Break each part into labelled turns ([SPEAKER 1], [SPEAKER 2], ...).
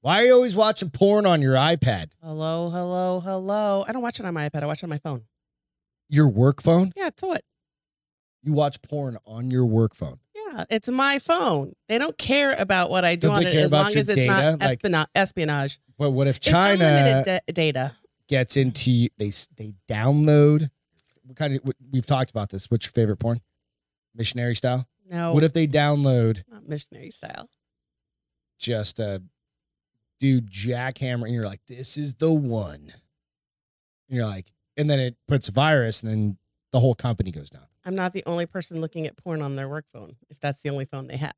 [SPEAKER 1] Why are you always watching porn on your iPad?
[SPEAKER 2] Hello, hello, hello. I don't watch it on my iPad. I watch it on my phone.
[SPEAKER 1] Your work phone?
[SPEAKER 2] Yeah, so what?
[SPEAKER 1] You watch porn on your work phone.
[SPEAKER 2] Yeah, it's my phone. They don't care about what I do
[SPEAKER 1] Don't
[SPEAKER 2] on
[SPEAKER 1] they
[SPEAKER 2] it
[SPEAKER 1] care
[SPEAKER 2] as
[SPEAKER 1] about
[SPEAKER 2] long
[SPEAKER 1] your
[SPEAKER 2] as it's
[SPEAKER 1] data?
[SPEAKER 2] not
[SPEAKER 1] Like-
[SPEAKER 2] espionage. espionage.
[SPEAKER 1] But what if
[SPEAKER 2] it's
[SPEAKER 1] China
[SPEAKER 2] unlimited da- data.
[SPEAKER 1] gets into you- they s- they download what kind of what, we've talked about this. What's your favorite porn? Missionary style?
[SPEAKER 2] No,
[SPEAKER 1] What if they download
[SPEAKER 2] not missionary style.
[SPEAKER 1] just a dude jackhammer and you're like, this is the one. And you're like, and then it puts a virus and then the whole company goes down.
[SPEAKER 2] I'm not the only person looking at porn on their work phone. If that's the only phone they have,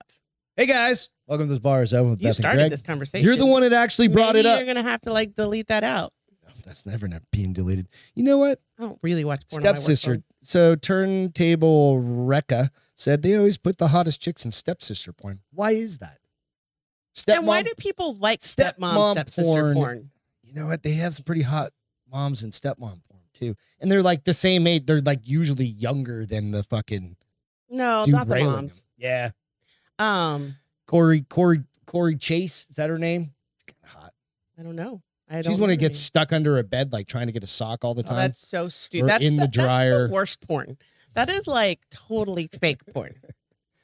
[SPEAKER 1] Hey guys, welcome to this bar is open with
[SPEAKER 2] you
[SPEAKER 1] Beth and
[SPEAKER 2] started
[SPEAKER 1] Greg.
[SPEAKER 2] this conversation.
[SPEAKER 1] You're the one that actually brought
[SPEAKER 2] Maybe
[SPEAKER 1] it up.
[SPEAKER 2] You're gonna have to like delete that out.
[SPEAKER 1] Oh, That's never not being deleted. You know what?
[SPEAKER 2] I don't really watch porn.
[SPEAKER 1] Stepsister. So Turntable Recca said they always put the hottest chicks in stepsister porn. Why is that?
[SPEAKER 2] On my
[SPEAKER 1] Stepmom.
[SPEAKER 2] work phone. and why do people like stepmom,
[SPEAKER 1] Stepmom
[SPEAKER 2] stepsister
[SPEAKER 1] porn.
[SPEAKER 2] porn?
[SPEAKER 1] you know what? They have some pretty hot moms and stepmom porn too. And they're like the same age. They're like usually younger than the fucking
[SPEAKER 2] No,
[SPEAKER 1] dude
[SPEAKER 2] Oh, not the
[SPEAKER 1] railing them.
[SPEAKER 2] moms.
[SPEAKER 1] Yeah.
[SPEAKER 2] Um,
[SPEAKER 1] Corey, Corey, Corey Chase. Is that her name? Hot.
[SPEAKER 2] I don't know. I don't
[SPEAKER 1] She's one
[SPEAKER 2] know
[SPEAKER 1] that gets
[SPEAKER 2] any.
[SPEAKER 1] stuck under a bed, like trying to get a sock all the
[SPEAKER 2] Oh,
[SPEAKER 1] time.
[SPEAKER 2] that's so
[SPEAKER 1] or
[SPEAKER 2] stupid. That's
[SPEAKER 1] in the dryer.
[SPEAKER 2] That's the worst porn. That is like totally fake porn.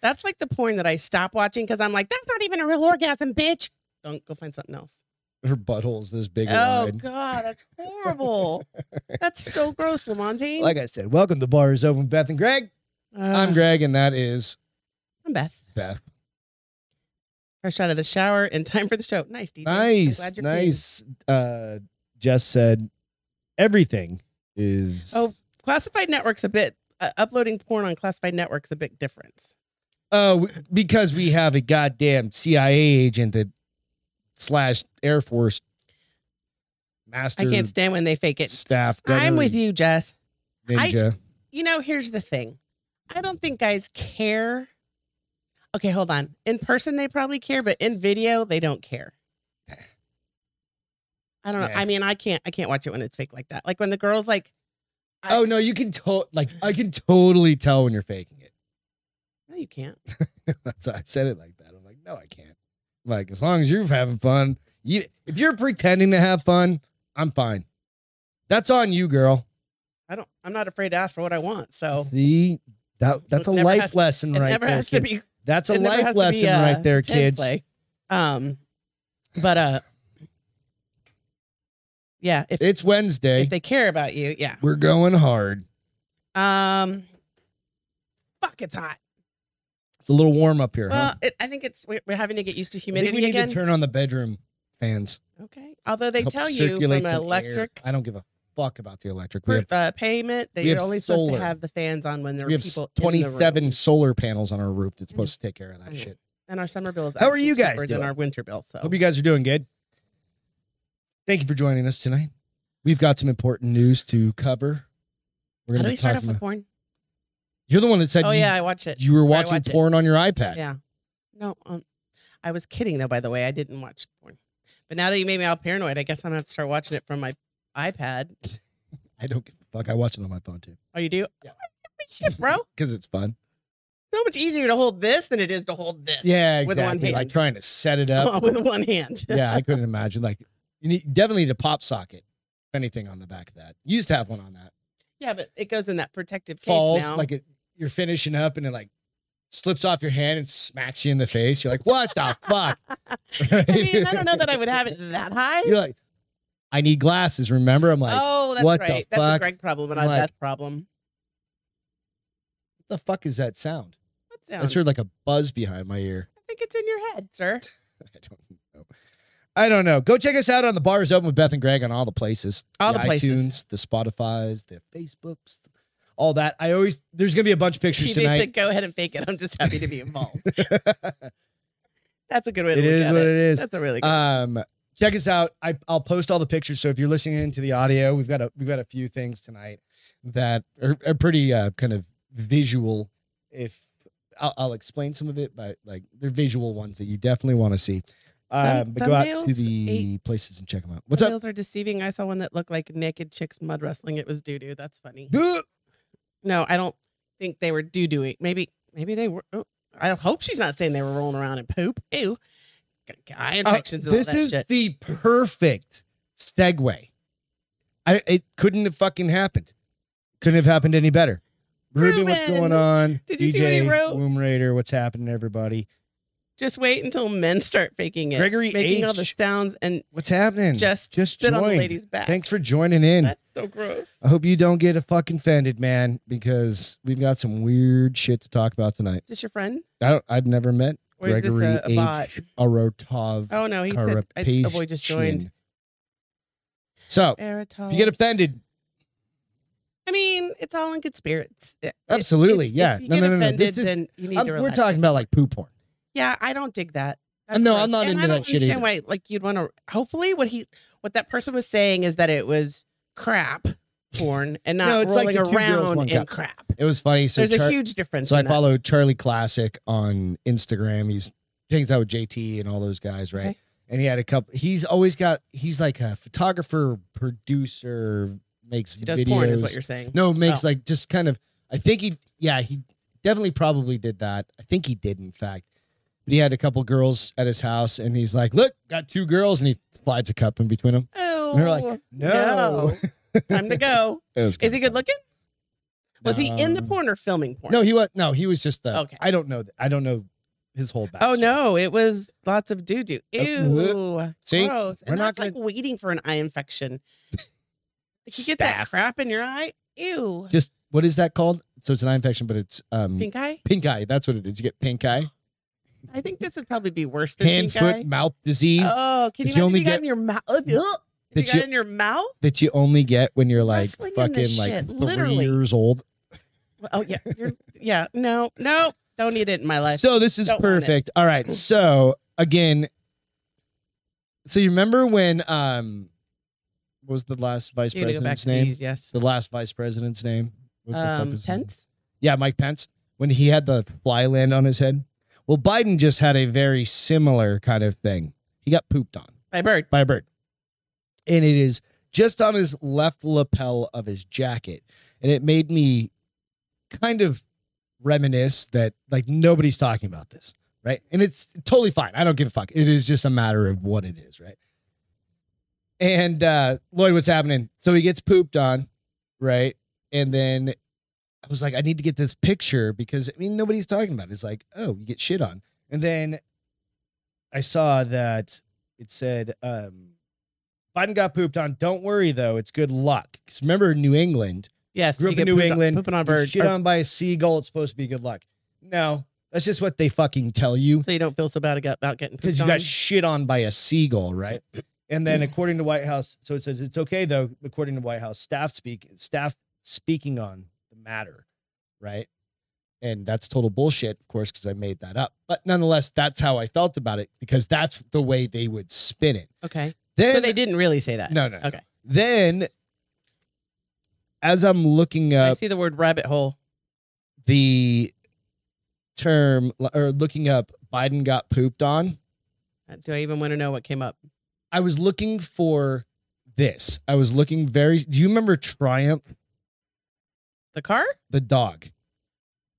[SPEAKER 2] That's like the porn that I stop watching because I'm like, that's not even a real orgasm, bitch. Don't go find something else.
[SPEAKER 1] her butthole's this big. and
[SPEAKER 2] Oh
[SPEAKER 1] wide.
[SPEAKER 2] God, that's horrible. that's so gross, Lamonte. Uh,
[SPEAKER 1] Like I said, welcome to Bar is Open, Beth and Greg. I'm Greg, and that is
[SPEAKER 2] I'm Beth.
[SPEAKER 1] Beth.
[SPEAKER 2] Fresh out of the shower and time for the show. Nice, DJ. I'm
[SPEAKER 1] Nice,
[SPEAKER 2] glad you're clean.
[SPEAKER 1] nice. Uh, Jess said everything is.
[SPEAKER 2] Oh. Classified networks a bit. Uh, uploading porn on classified networks a big difference.
[SPEAKER 1] Oh, because we have a goddamn CIA agent that slash Air Force master
[SPEAKER 2] I can't stand when they fake it.
[SPEAKER 1] staff.
[SPEAKER 2] I'm
[SPEAKER 1] gunnery
[SPEAKER 2] with you, Jess. I-
[SPEAKER 1] ninja.
[SPEAKER 2] you know, here's the thing. I don't think guys care. Okay, hold on. In person, they probably care, but in video, they don't care. I don't know.
[SPEAKER 1] Yeah.
[SPEAKER 2] I mean, I can't. I can't watch it when it's fake like that. Like when the girls like, I-
[SPEAKER 1] oh no, you can to- like I can totally tell when you're faking it.
[SPEAKER 2] no, you can't.
[SPEAKER 1] That's why I said it like that. I'm like, no, I can't. I'm like, as long as you're having fun, you if you're pretending to have fun, I'm fine. That's on you, girl.
[SPEAKER 2] I don't. I'm not afraid to ask for what I want. So
[SPEAKER 1] See, that that's a
[SPEAKER 2] never
[SPEAKER 1] life
[SPEAKER 2] has-
[SPEAKER 1] lesson
[SPEAKER 2] it
[SPEAKER 1] right
[SPEAKER 2] never
[SPEAKER 1] there.
[SPEAKER 2] has to
[SPEAKER 1] kids.
[SPEAKER 2] be.
[SPEAKER 1] that's a
[SPEAKER 2] it never
[SPEAKER 1] life
[SPEAKER 2] has to
[SPEAKER 1] lesson
[SPEAKER 2] be, uh,
[SPEAKER 1] right there,
[SPEAKER 2] tin
[SPEAKER 1] kids.
[SPEAKER 2] play. Um, but uh, yeah. If
[SPEAKER 1] It's Wednesday.
[SPEAKER 2] if they care about you, yeah.
[SPEAKER 1] We're going hard.
[SPEAKER 2] Um, fuck, it's hot.
[SPEAKER 1] It's a little warm up here.
[SPEAKER 2] Well,
[SPEAKER 1] huh?
[SPEAKER 2] it, I think it's we're, we're having to get used to
[SPEAKER 1] I think we
[SPEAKER 2] humidity
[SPEAKER 1] need
[SPEAKER 2] again.
[SPEAKER 1] to turn on the bedroom fans.
[SPEAKER 2] okay. Although they
[SPEAKER 1] Help
[SPEAKER 2] tell you from
[SPEAKER 1] circulate
[SPEAKER 2] an
[SPEAKER 1] some air.
[SPEAKER 2] electric
[SPEAKER 1] I don't give a fuck about the electric. We
[SPEAKER 2] per,
[SPEAKER 1] have,
[SPEAKER 2] uh, payment that
[SPEAKER 1] we
[SPEAKER 2] you're
[SPEAKER 1] have
[SPEAKER 2] only supposed
[SPEAKER 1] solar.
[SPEAKER 2] to have the fans on when there
[SPEAKER 1] we
[SPEAKER 2] are
[SPEAKER 1] have
[SPEAKER 2] people in the
[SPEAKER 1] 27
[SPEAKER 2] room. Mm-hmm.
[SPEAKER 1] solar panels on our roof that's
[SPEAKER 2] I know.
[SPEAKER 1] supposed to take care of
[SPEAKER 2] I
[SPEAKER 1] that
[SPEAKER 2] know.
[SPEAKER 1] shit.
[SPEAKER 2] And our summer bill is
[SPEAKER 1] How are
[SPEAKER 2] actually
[SPEAKER 1] you guys
[SPEAKER 2] cheaper than
[SPEAKER 1] doing?
[SPEAKER 2] our winter bill. So
[SPEAKER 1] Hope you guys are doing good. Thank you for joining us tonight. We've got some important news to cover. We're
[SPEAKER 2] how do
[SPEAKER 1] going
[SPEAKER 2] we
[SPEAKER 1] to
[SPEAKER 2] start
[SPEAKER 1] talk
[SPEAKER 2] off with
[SPEAKER 1] about.
[SPEAKER 2] porn?
[SPEAKER 1] You're the one that said
[SPEAKER 2] Oh
[SPEAKER 1] you,
[SPEAKER 2] yeah, I watch it.
[SPEAKER 1] you were
[SPEAKER 2] Or I
[SPEAKER 1] watching
[SPEAKER 2] watch it.
[SPEAKER 1] porn on your iPad.
[SPEAKER 2] Yeah. No, um, I was kidding though. By the way, I didn't watch porn. But now that you made me all paranoid, I guess I'm gonna have to start watching it from my iPad.
[SPEAKER 1] I don't give a fuck. I watch it on my phone too
[SPEAKER 2] Oh, you do?
[SPEAKER 1] Yeah.
[SPEAKER 2] Shit, bro.
[SPEAKER 1] because it's fun.
[SPEAKER 2] So much easier to hold this than it is to hold this.
[SPEAKER 1] Yeah, exactly.
[SPEAKER 2] With one hand.
[SPEAKER 1] Like trying to set it up.
[SPEAKER 2] with one hand.
[SPEAKER 1] yeah, I couldn't imagine. Like you need, definitely need a pop socket, if anything on the back of that. You used to have one on that.
[SPEAKER 2] Yeah, but it goes in that protective case
[SPEAKER 1] Falls
[SPEAKER 2] now.
[SPEAKER 1] like it, you're finishing up and it like slips off your hand and smacks you in the face. You're like, what the fuck?
[SPEAKER 2] I mean, I don't know that I would have it that high.
[SPEAKER 1] You're like, I need glasses. Remember? I'm like, what
[SPEAKER 2] oh, that's
[SPEAKER 1] what the
[SPEAKER 2] right. That's a
[SPEAKER 1] fuck?
[SPEAKER 2] Greg problem and
[SPEAKER 1] I'm
[SPEAKER 2] a
[SPEAKER 1] like-
[SPEAKER 2] Beth problem.
[SPEAKER 1] the fuck is that sound?
[SPEAKER 2] What sound?
[SPEAKER 1] I just heard like a buzz behind my ear.
[SPEAKER 2] I think it's in your head, sir.
[SPEAKER 1] I don't know. I don't know. Go check us out on the bars open with Beth and Greg on all the places.
[SPEAKER 2] All the places.
[SPEAKER 1] iTunes, the Spotify's, the Facebooks, all that. I always there's gonna be a bunch of pictures
[SPEAKER 2] She
[SPEAKER 1] tonight.
[SPEAKER 2] said, "Go ahead and fake it." I'm just happy to be involved. That's a good way to
[SPEAKER 1] it
[SPEAKER 2] look
[SPEAKER 1] is
[SPEAKER 2] at
[SPEAKER 1] what it
[SPEAKER 2] it.
[SPEAKER 1] is.
[SPEAKER 2] That's a really good.
[SPEAKER 1] Um, check us out. I, I'll post all the pictures. So if you're listening to the audio, we've got a we've got a few things tonight that are, are pretty uh, kind of visual. If I'll, I'll explain some of it, but like they're visual ones that you definitely want to see. Um,
[SPEAKER 2] Thumb-
[SPEAKER 1] but go out to
[SPEAKER 2] thumbnails,
[SPEAKER 1] the
[SPEAKER 2] eight-
[SPEAKER 1] places and check them out. What's up?
[SPEAKER 2] Thumbnails are deceiving. I saw one that looked like naked chicks mud wrestling. It was doo doo. That's funny.
[SPEAKER 1] Dude,
[SPEAKER 2] No, I don't think they were doo dooing. Maybe, maybe they were. oh, I hope she's not saying they were rolling around in poop. Ew. gonna get eye infections and all
[SPEAKER 1] Uh, this
[SPEAKER 2] that
[SPEAKER 1] is
[SPEAKER 2] shit.
[SPEAKER 1] the perfect segue. I it couldn't have fucking happened. Couldn't have happened any better. Ruben, what's
[SPEAKER 2] Ruben!
[SPEAKER 1] going on?
[SPEAKER 2] Did you
[SPEAKER 1] DJ,
[SPEAKER 2] see what he wrote?
[SPEAKER 1] Womb Raider, what's happening, everybody?
[SPEAKER 2] Just wait until men start faking it.
[SPEAKER 1] Gregory
[SPEAKER 2] making all
[SPEAKER 1] H.
[SPEAKER 2] the sounds and
[SPEAKER 1] What's happening?
[SPEAKER 2] just,
[SPEAKER 1] just
[SPEAKER 2] spit on the
[SPEAKER 1] joined. Uh,
[SPEAKER 2] lady's back.
[SPEAKER 1] Thanks for joining in.
[SPEAKER 2] That's so gross.
[SPEAKER 1] I hope you don't get a fucking offended, man, because we've got some weird shit to talk about tonight.
[SPEAKER 2] Is this your friend?
[SPEAKER 1] I don't, I've never met
[SPEAKER 2] Or
[SPEAKER 1] Gregory
[SPEAKER 2] is this a, a
[SPEAKER 1] H.
[SPEAKER 2] bot?
[SPEAKER 1] Arotov.
[SPEAKER 2] Oh no, he said I, oh, boy just joined. Oh.
[SPEAKER 1] Karapetian. So,
[SPEAKER 2] Eratol.
[SPEAKER 1] if you get offended,
[SPEAKER 2] I mean, it's all in good spirits. If-
[SPEAKER 1] Absolutely,
[SPEAKER 2] if-
[SPEAKER 1] yeah.
[SPEAKER 2] If you
[SPEAKER 1] No,
[SPEAKER 2] get
[SPEAKER 1] no, no, no.
[SPEAKER 2] offended,
[SPEAKER 1] This is-
[SPEAKER 2] then you need
[SPEAKER 1] I'm-
[SPEAKER 2] to
[SPEAKER 1] we're
[SPEAKER 2] relax.
[SPEAKER 1] talking about like poo porn.
[SPEAKER 2] Yeah, I don't dig that.
[SPEAKER 1] Uh, no, I'm
[SPEAKER 2] gross.
[SPEAKER 1] not
[SPEAKER 2] and
[SPEAKER 1] into
[SPEAKER 2] I
[SPEAKER 1] that
[SPEAKER 2] don't
[SPEAKER 1] shit
[SPEAKER 2] understand
[SPEAKER 1] either.
[SPEAKER 2] Why, like, you'd want to. Hopefully, what he, what that person was saying is that it was crap porn and not
[SPEAKER 1] No, it's like
[SPEAKER 2] rolling
[SPEAKER 1] the two girls, one
[SPEAKER 2] around in
[SPEAKER 1] cup.
[SPEAKER 2] crap.
[SPEAKER 1] It was funny. So,
[SPEAKER 2] There's
[SPEAKER 1] Char-
[SPEAKER 2] a huge difference.
[SPEAKER 1] so I
[SPEAKER 2] in that.
[SPEAKER 1] follow Charlie Classic on Instagram. He's hangs out with JT and all those guys, right?
[SPEAKER 2] Okay.
[SPEAKER 1] And he had a couple. He's always got. He's like a photographer, producer, makes
[SPEAKER 2] He does
[SPEAKER 1] videos.
[SPEAKER 2] porn, is what you're saying.
[SPEAKER 1] No, makes
[SPEAKER 2] Oh.
[SPEAKER 1] like just kind of. I think he, yeah, he definitely probably did that. I think he did, in fact. But he had a couple girls at his house, and he's like, "Look, got two girls," and he slides a cup in between them.
[SPEAKER 2] Oh,
[SPEAKER 1] they're like, No,
[SPEAKER 2] no. time to go.
[SPEAKER 1] It was
[SPEAKER 2] Is he
[SPEAKER 1] kinda
[SPEAKER 2] good looking? Was he in the
[SPEAKER 1] Um,
[SPEAKER 2] porn or filming porn?
[SPEAKER 1] No, he was no, he was just the.
[SPEAKER 2] Okay.
[SPEAKER 1] I don't know. th- I don't know his whole back.
[SPEAKER 2] Oh no, it was lots of doo doo.
[SPEAKER 1] Oh,
[SPEAKER 2] Ew.
[SPEAKER 1] See?
[SPEAKER 2] gross.
[SPEAKER 1] We're
[SPEAKER 2] And
[SPEAKER 1] not
[SPEAKER 2] that's like waiting for an eye infection. If you get that
[SPEAKER 1] Staph.
[SPEAKER 2] crap in your eye, ew.
[SPEAKER 1] Just what is that called? So it's an eye infection, but it's um pink,
[SPEAKER 2] Pink eye?
[SPEAKER 1] eye. That's what it is. You get pink eye,
[SPEAKER 2] I think this would probably be worse than
[SPEAKER 1] hand,
[SPEAKER 2] pink
[SPEAKER 1] foot,
[SPEAKER 2] eye.
[SPEAKER 1] mouth disease
[SPEAKER 2] Oh, can
[SPEAKER 1] that
[SPEAKER 2] you
[SPEAKER 1] you
[SPEAKER 2] imagine
[SPEAKER 1] only
[SPEAKER 2] if you got
[SPEAKER 1] get-
[SPEAKER 2] in your mouth? If you got
[SPEAKER 1] that you-
[SPEAKER 2] it in your mouth?
[SPEAKER 1] that you only get when you're like
[SPEAKER 2] Wrestling in this
[SPEAKER 1] fucking like
[SPEAKER 2] shit,
[SPEAKER 1] three
[SPEAKER 2] literally.
[SPEAKER 1] years old.
[SPEAKER 2] Oh yeah. You're, yeah. No, no, don't need it in my life.
[SPEAKER 1] So this is
[SPEAKER 2] Don't want it.
[SPEAKER 1] perfect. All right. So again, so you remember when um, what was the last vice
[SPEAKER 2] you need to go back
[SPEAKER 1] president's
[SPEAKER 2] to
[SPEAKER 1] name?
[SPEAKER 2] these, yes.
[SPEAKER 1] The last vice president's name. What the fuck
[SPEAKER 2] Um,
[SPEAKER 1] is his name?
[SPEAKER 2] Pence?
[SPEAKER 1] Yeah, Mike Pence, when he had the fly land on his head. Well, Biden just had a very similar kind of thing. He got pooped on
[SPEAKER 2] By bird.
[SPEAKER 1] by a bird. And it is just on his left lapel of his jacket. And it made me kind of reminisce that like nobody's talking about this, right? And it's totally fine. I don't give a fuck. It is just a matter of what it is, right? And uh Lloyd, what's happening? So he gets pooped on, right? And then I was like, I need to get this picture because I mean nobody's talking about it. It's like, oh, you get shit on. And then I saw that it said um, Biden got pooped on. Don't worry though, it's good luck. 'Cause remember, New England
[SPEAKER 2] Yes.
[SPEAKER 1] grew
[SPEAKER 2] you
[SPEAKER 1] up in
[SPEAKER 2] get
[SPEAKER 1] New
[SPEAKER 2] pooped on-
[SPEAKER 1] England.
[SPEAKER 2] Pooping on
[SPEAKER 1] you
[SPEAKER 2] bird.
[SPEAKER 1] shit
[SPEAKER 2] or-
[SPEAKER 1] on by a seagull. It's supposed to be good luck. No, that's just what they fucking tell you
[SPEAKER 2] So you don't feel so bad ag- about getting
[SPEAKER 1] because
[SPEAKER 2] pooped
[SPEAKER 1] you got
[SPEAKER 2] on?
[SPEAKER 1] shit on by a seagull, right? And then according to White House, so it says it's okay though. According to White House staff speak, staff speaking on the matter, right? And that's total bullshit, of course, because I made that up. But nonetheless, that's how I felt about it because that's the way they would spin it.
[SPEAKER 2] okay.
[SPEAKER 1] Then
[SPEAKER 2] so they didn't really say that.
[SPEAKER 1] No, no. no.
[SPEAKER 2] Okay.
[SPEAKER 1] Then, as I'm looking
[SPEAKER 2] I
[SPEAKER 1] up
[SPEAKER 2] see the word rabbit hole.
[SPEAKER 1] the term or looking up Biden got pooped on,
[SPEAKER 2] Uh, Do I even want to know what came up?
[SPEAKER 1] I was looking for this. I was looking very. Do you remember Triumph,
[SPEAKER 2] The car?
[SPEAKER 1] the dog?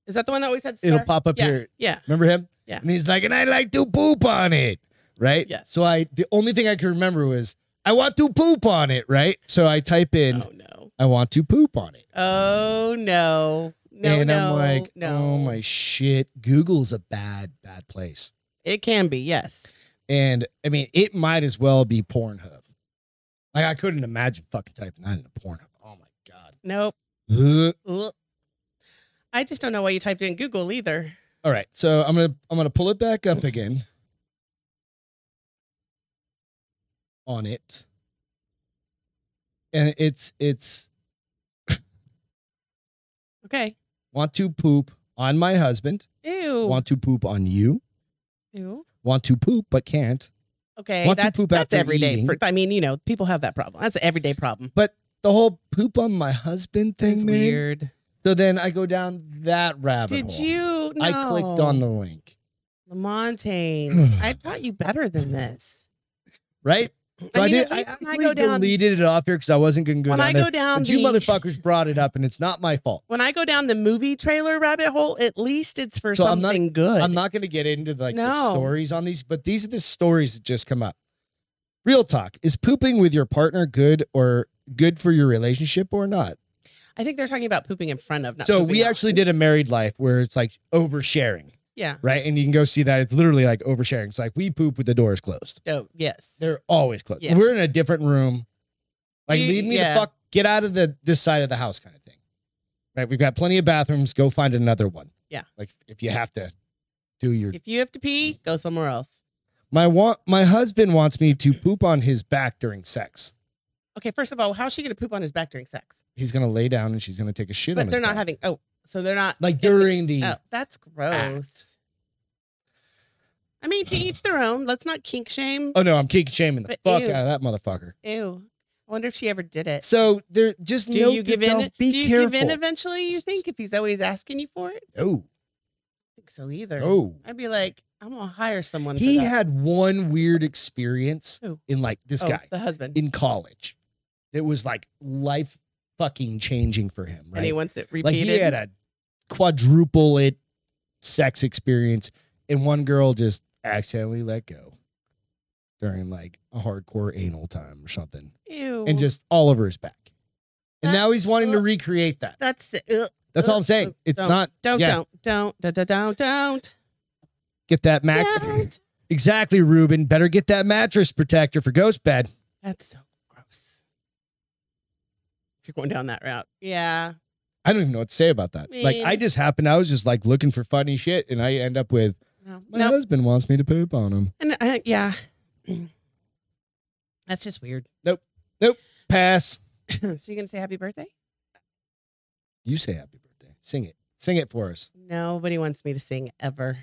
[SPEAKER 2] Is that the one that always had star?
[SPEAKER 1] It'll pop up
[SPEAKER 2] Yeah.
[SPEAKER 1] here.
[SPEAKER 2] Yeah.
[SPEAKER 1] Remember him?
[SPEAKER 2] Yeah.
[SPEAKER 1] And he's like, and I like to poop on it. Right?
[SPEAKER 2] Yes.
[SPEAKER 1] So I, the only thing I could remember was, I want to poop on it. Right? So I type in,
[SPEAKER 2] Oh no.
[SPEAKER 1] I want to poop on it.
[SPEAKER 2] Oh no. No.
[SPEAKER 1] and
[SPEAKER 2] no,
[SPEAKER 1] I'm like,
[SPEAKER 2] no.
[SPEAKER 1] oh my shit, Google's a bad, bad place.
[SPEAKER 2] It can be, yes.
[SPEAKER 1] And I mean, it might as well be Pornhub. Like, I couldn't imagine fucking typing that into Pornhub. Oh my god.
[SPEAKER 2] Nope.
[SPEAKER 1] Ugh.
[SPEAKER 2] Ugh. I just don't know why you typed in Google either.
[SPEAKER 1] All right, so I'm gonna I'm gonna pull it back up again. On it, and it's it's
[SPEAKER 2] Okay.
[SPEAKER 1] want to poop on my husband,
[SPEAKER 2] Ew.
[SPEAKER 1] want to poop on you,
[SPEAKER 2] Ew.
[SPEAKER 1] want to poop but can't.
[SPEAKER 2] Okay.
[SPEAKER 1] Want to
[SPEAKER 2] that's
[SPEAKER 1] poop
[SPEAKER 2] that's
[SPEAKER 1] after
[SPEAKER 2] every day.
[SPEAKER 1] eating.
[SPEAKER 2] for- I mean, you know, people have that problem. That's an everyday problem.
[SPEAKER 1] The whole poop on my husband thing,
[SPEAKER 2] It's
[SPEAKER 1] man.
[SPEAKER 2] weird.
[SPEAKER 1] So then I go down that rabbit
[SPEAKER 2] Did
[SPEAKER 1] hole.
[SPEAKER 2] you? No.
[SPEAKER 1] I clicked on the link,
[SPEAKER 2] Lamontagne. I taught you better than this.
[SPEAKER 1] right? So I,
[SPEAKER 2] mean,
[SPEAKER 1] did.
[SPEAKER 2] at
[SPEAKER 1] I
[SPEAKER 2] least when I
[SPEAKER 1] actually
[SPEAKER 2] go down,
[SPEAKER 1] deleted it off here because I wasn't going to go
[SPEAKER 2] when
[SPEAKER 1] down
[SPEAKER 2] I
[SPEAKER 1] there.
[SPEAKER 2] go down
[SPEAKER 1] but you
[SPEAKER 2] the-
[SPEAKER 1] motherfuckers brought it up, and it's not my fault.
[SPEAKER 2] when I go down the movie trailer rabbit hole, at least it's for
[SPEAKER 1] So I'm
[SPEAKER 2] something
[SPEAKER 1] not-
[SPEAKER 2] good.
[SPEAKER 1] I'm not going to get into like the
[SPEAKER 2] No.
[SPEAKER 1] stories on these, but these are the stories that just come up. Real talk: Is pooping with your partner good or good for your relationship or not?
[SPEAKER 2] I think they're talking about pooping in front of. Not
[SPEAKER 1] so
[SPEAKER 2] pooping
[SPEAKER 1] we
[SPEAKER 2] out.
[SPEAKER 1] actually did a married life where it's like oversharing,
[SPEAKER 2] yeah.
[SPEAKER 1] right? And you can go see that. It's literally like oversharing. It's like we poop with the doors closed.
[SPEAKER 2] Oh yes.
[SPEAKER 1] They're always closed.
[SPEAKER 2] Yeah.
[SPEAKER 1] We're in a different room. Like,
[SPEAKER 2] You-
[SPEAKER 1] leave me
[SPEAKER 2] yeah.
[SPEAKER 1] the fuck, get out of the this side of the house, kind of thing. Right? We've got plenty of bathrooms. Go find another one.
[SPEAKER 2] Yeah.
[SPEAKER 1] Like if you have to do your.
[SPEAKER 2] If you have to pee, go somewhere else.
[SPEAKER 1] My want my husband wants me to poop on his back during sex.
[SPEAKER 2] Okay, first of all, how's she gonna poop on his back during sex?
[SPEAKER 1] He's gonna lay down and she's gonna take a shit on
[SPEAKER 2] But
[SPEAKER 1] his
[SPEAKER 2] they're not
[SPEAKER 1] back.
[SPEAKER 2] having. Oh, so they're not.
[SPEAKER 1] like during the.
[SPEAKER 2] Oh, that's gross. I mean, to each their own. Let's not kink shame.
[SPEAKER 1] Oh no, I'm kink shaming the
[SPEAKER 2] But
[SPEAKER 1] fuck
[SPEAKER 2] ew.
[SPEAKER 1] out of that motherfucker.
[SPEAKER 2] Ew. I wonder if she ever did it.
[SPEAKER 1] So there, just
[SPEAKER 2] Do
[SPEAKER 1] note
[SPEAKER 2] you
[SPEAKER 1] to
[SPEAKER 2] give
[SPEAKER 1] self,
[SPEAKER 2] in?
[SPEAKER 1] Be
[SPEAKER 2] do you
[SPEAKER 1] careful.
[SPEAKER 2] give in eventually? You think if he's always asking you for it? I
[SPEAKER 1] no,
[SPEAKER 2] don't think so either.
[SPEAKER 1] no.
[SPEAKER 2] I'd be like, I'm gonna hire someone.
[SPEAKER 1] Oh. He
[SPEAKER 2] for that.
[SPEAKER 1] had one weird experience
[SPEAKER 2] Who?
[SPEAKER 1] in like this
[SPEAKER 2] Oh,
[SPEAKER 1] guy.
[SPEAKER 2] the husband,
[SPEAKER 1] in college that was like life fucking changing for him. Right?
[SPEAKER 2] and he wants it
[SPEAKER 1] like
[SPEAKER 2] repeated.
[SPEAKER 1] he had a quadruple it sex experience, and one girl just accidentally let go during like a hardcore anal time or something,
[SPEAKER 2] Ew.
[SPEAKER 1] and just all over his back. And
[SPEAKER 2] That-
[SPEAKER 1] now he's wanting to recreate that.
[SPEAKER 2] that's it. Ugh.
[SPEAKER 1] That's all I'm saying. It's not
[SPEAKER 2] Don't,
[SPEAKER 1] Yeah.
[SPEAKER 2] don't, don't, don't, don't, don't,
[SPEAKER 1] get that mat.
[SPEAKER 2] don't.
[SPEAKER 1] Exactly, Ruben. Better get that mattress protector for ghost bed.
[SPEAKER 2] That's so gross. If you're going down that route, yeah.
[SPEAKER 1] I don't even know what to say about that. Like I
[SPEAKER 2] Man.
[SPEAKER 1] just happened, I was just like looking for funny shit, and I end up with
[SPEAKER 2] No,
[SPEAKER 1] My
[SPEAKER 2] no.
[SPEAKER 1] husband wants me to poop on him.
[SPEAKER 2] and uh, yeah, that's just weird.
[SPEAKER 1] Pass.
[SPEAKER 2] so you're gonna say happy birthday?
[SPEAKER 1] You say happy birthday. Sing it. Sing it for us.
[SPEAKER 2] Nobody wants me to sing ever.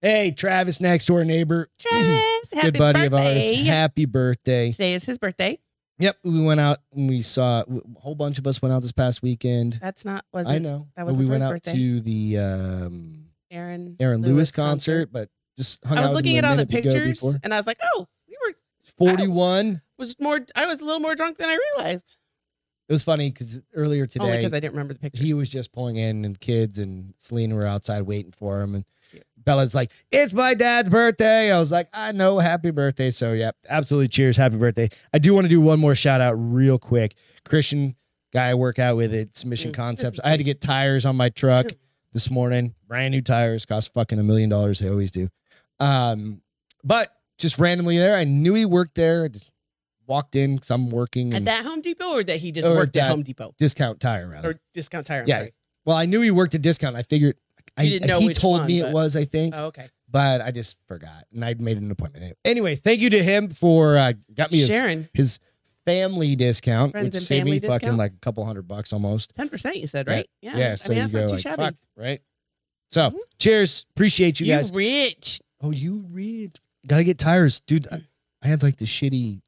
[SPEAKER 1] Hey, Travis, next door neighbor.
[SPEAKER 2] Travis, happy
[SPEAKER 1] Mm-hmm. Good buddy
[SPEAKER 2] birthday.
[SPEAKER 1] of ours. Happy birthday.
[SPEAKER 2] Today is his birthday.
[SPEAKER 1] Yep. We went out and we saw a whole bunch of us went out this past weekend.
[SPEAKER 2] That's not was
[SPEAKER 1] I
[SPEAKER 2] it
[SPEAKER 1] know.
[SPEAKER 2] that
[SPEAKER 1] but
[SPEAKER 2] wasn't
[SPEAKER 1] we
[SPEAKER 2] for
[SPEAKER 1] went
[SPEAKER 2] his
[SPEAKER 1] out
[SPEAKER 2] birthday?
[SPEAKER 1] to the um,
[SPEAKER 2] Aaron
[SPEAKER 1] Aaron Lewis, concert, but just hung
[SPEAKER 2] I was
[SPEAKER 1] out with
[SPEAKER 2] looking
[SPEAKER 1] him
[SPEAKER 2] at
[SPEAKER 1] a
[SPEAKER 2] all the
[SPEAKER 1] minute ago
[SPEAKER 2] pictures
[SPEAKER 1] before.
[SPEAKER 2] and I was like, oh, we were
[SPEAKER 1] 41.
[SPEAKER 2] was more I was a little more drunk than I realized.
[SPEAKER 1] It was funny because earlier today.
[SPEAKER 2] Only because I didn't remember the pictures.
[SPEAKER 1] he was just pulling in and kids and Selena were outside waiting for him and
[SPEAKER 2] Yeah.
[SPEAKER 1] Bella's like, It's my dad's birthday. I was like, I know, happy birthday. So yeah, absolutely cheers, happy birthday. I do want to do one more shout out real quick. Christian guy I work out with at Submission
[SPEAKER 2] Mm, this
[SPEAKER 1] Concepts.
[SPEAKER 2] is
[SPEAKER 1] I had to get tires on my truck
[SPEAKER 2] Dude.
[SPEAKER 1] this morning. Brand new tires, cost fucking a million dollars. They always do. Um, but just randomly there, I knew he worked there. I just walked in because I'm working
[SPEAKER 2] at
[SPEAKER 1] and
[SPEAKER 2] that Home Depot or that he just
[SPEAKER 1] Or
[SPEAKER 2] worked
[SPEAKER 1] that-
[SPEAKER 2] at Home Depot
[SPEAKER 1] discount tire rather.
[SPEAKER 2] or discount tire. I'm
[SPEAKER 1] Yeah.
[SPEAKER 2] sorry.
[SPEAKER 1] Well, I knew he worked at discount. I figured I,
[SPEAKER 2] You didn't know
[SPEAKER 1] he
[SPEAKER 2] which
[SPEAKER 1] told
[SPEAKER 2] one,
[SPEAKER 1] me it
[SPEAKER 2] but-
[SPEAKER 1] was, I think,
[SPEAKER 2] Oh, okay.
[SPEAKER 1] but I just forgot and I made an appointment. Anyway, thank you to him for uh, got me his,
[SPEAKER 2] Sharon,
[SPEAKER 1] his family discount,
[SPEAKER 2] Friends
[SPEAKER 1] which
[SPEAKER 2] and
[SPEAKER 1] saved me
[SPEAKER 2] family
[SPEAKER 1] fucking
[SPEAKER 2] discount?
[SPEAKER 1] like a couple hundred bucks almost.
[SPEAKER 2] ten percent you said,
[SPEAKER 1] Yeah.
[SPEAKER 2] right?
[SPEAKER 1] Yeah,
[SPEAKER 2] I
[SPEAKER 1] so
[SPEAKER 2] mean
[SPEAKER 1] you
[SPEAKER 2] that's
[SPEAKER 1] go
[SPEAKER 2] not too
[SPEAKER 1] like,
[SPEAKER 2] shabby.
[SPEAKER 1] fuck, right? So,
[SPEAKER 2] Mhm.
[SPEAKER 1] cheers, appreciate you,
[SPEAKER 2] you
[SPEAKER 1] guys.
[SPEAKER 2] rich.
[SPEAKER 1] Oh, you read? Gotta get tires, dude. I, I had like the shitty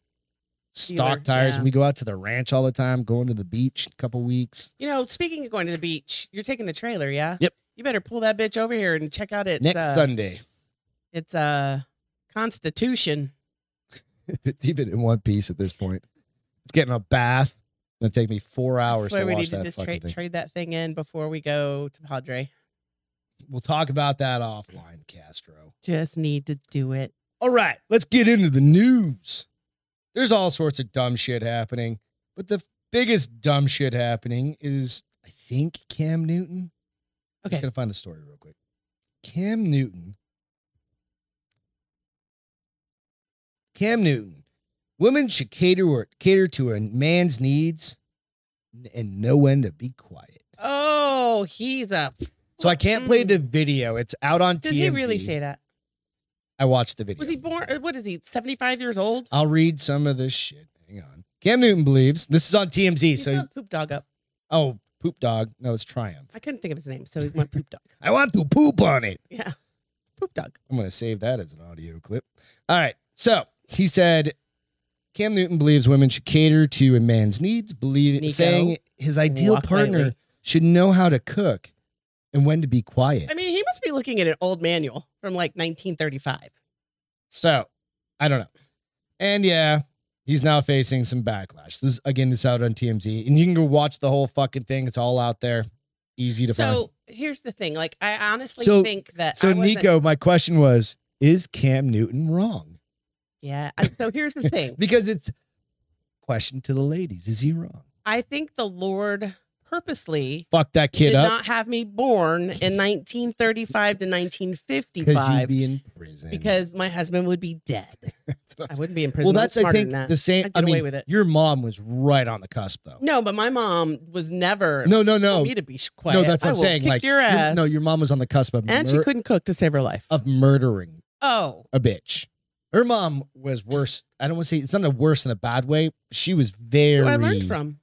[SPEAKER 1] stock
[SPEAKER 2] Dealer,
[SPEAKER 1] tires,
[SPEAKER 2] yeah.
[SPEAKER 1] and we go out to the ranch all the time. Going to the beach a couple weeks.
[SPEAKER 2] You know, speaking of going to the beach, you're taking the trailer, yeah?
[SPEAKER 1] Yep.
[SPEAKER 2] You better pull that bitch over here and check out its
[SPEAKER 1] Next
[SPEAKER 2] uh,
[SPEAKER 1] Sunday,
[SPEAKER 2] its uh constitution.
[SPEAKER 1] it's even in one piece at this point. It's getting a bath. It's gonna take me four hours
[SPEAKER 2] Where
[SPEAKER 1] to
[SPEAKER 2] we
[SPEAKER 1] wash
[SPEAKER 2] need
[SPEAKER 1] that
[SPEAKER 2] to just
[SPEAKER 1] fucking
[SPEAKER 2] trade,
[SPEAKER 1] thing.
[SPEAKER 2] trade that thing in before we go to Padre.
[SPEAKER 1] We'll talk about that offline, Castro.
[SPEAKER 2] Just need to do it.
[SPEAKER 1] All right, let's get into the news. There's all sorts of dumb shit happening, but the biggest dumb shit happening is, I think, Cam Newton. I'm just
[SPEAKER 2] Okay.
[SPEAKER 1] gonna find the story real quick. Cam Newton. Cam Newton. Women should cater cater to a man's needs, and know when to be quiet.
[SPEAKER 2] Oh, he's a.
[SPEAKER 1] So I can't play the video. It's out on
[SPEAKER 2] Mm. Does
[SPEAKER 1] TMZ.
[SPEAKER 2] he really say that?
[SPEAKER 1] I watched the video.
[SPEAKER 2] Was he born? uh, What is he? Seventy-five years old.
[SPEAKER 1] I'll read some of this shit. Hang on. Cam Newton believes this is on TMZ.
[SPEAKER 2] He's
[SPEAKER 1] So
[SPEAKER 2] not poop dog up.
[SPEAKER 1] oh, poop dog. No, it's Triumph.
[SPEAKER 2] I couldn't think of his name, so he went poop dog.
[SPEAKER 1] I want to poop on it.
[SPEAKER 2] Yeah, poop dog.
[SPEAKER 1] I'm going to save that as an audio clip. All right. So he said Cam Newton believes women should cater to a man's needs, believe,
[SPEAKER 2] Nico,
[SPEAKER 1] saying his ideal
[SPEAKER 2] walk
[SPEAKER 1] partner
[SPEAKER 2] lightly.
[SPEAKER 1] should know how to cook and when to be quiet.
[SPEAKER 2] I mean, he must be looking at an old manual from like 1935.
[SPEAKER 1] So I don't know. And yeah, He's now facing some backlash. This again, it's out on TMZ, and you can go watch the whole fucking thing. It's all out there, easy to find.
[SPEAKER 2] So here's the thing. Like I honestly
[SPEAKER 1] So-
[SPEAKER 2] think that
[SPEAKER 1] So
[SPEAKER 2] I wasn't-
[SPEAKER 1] Nico, my question was: Is Cam Newton wrong?
[SPEAKER 2] Yeah. I- So here's the thing.
[SPEAKER 1] Because it's question to the ladies: Is he wrong?
[SPEAKER 2] I think the Lord purposely
[SPEAKER 1] Fuck that kid
[SPEAKER 2] did
[SPEAKER 1] up
[SPEAKER 2] not have me born in 1935 to
[SPEAKER 1] because you'd
[SPEAKER 2] 1955
[SPEAKER 1] be in prison.
[SPEAKER 2] because my husband would be dead.
[SPEAKER 1] That's what I'm
[SPEAKER 2] I wouldn't be in prison.
[SPEAKER 1] well,
[SPEAKER 2] I'm
[SPEAKER 1] that's I
[SPEAKER 2] smarter
[SPEAKER 1] think
[SPEAKER 2] than that.
[SPEAKER 1] the same.
[SPEAKER 2] I'd
[SPEAKER 1] I
[SPEAKER 2] get away
[SPEAKER 1] mean,
[SPEAKER 2] with it.
[SPEAKER 1] your mom was right on the cusp, though.
[SPEAKER 2] No, but my mom was never
[SPEAKER 1] No, no,
[SPEAKER 2] for
[SPEAKER 1] no,
[SPEAKER 2] me to be sh- quiet.
[SPEAKER 1] no. That's what
[SPEAKER 2] I
[SPEAKER 1] I'm
[SPEAKER 2] will
[SPEAKER 1] saying.
[SPEAKER 2] Kick
[SPEAKER 1] Like
[SPEAKER 2] your ass.
[SPEAKER 1] no, your mom was on the cusp of
[SPEAKER 2] and
[SPEAKER 1] mur-
[SPEAKER 2] she couldn't cook to save her life.
[SPEAKER 1] of murdering
[SPEAKER 2] oh,
[SPEAKER 1] a bitch. Her mom was worse. I don't want to say it's not a worse in a bad way. She was
[SPEAKER 2] that's
[SPEAKER 1] very
[SPEAKER 2] what I learned from.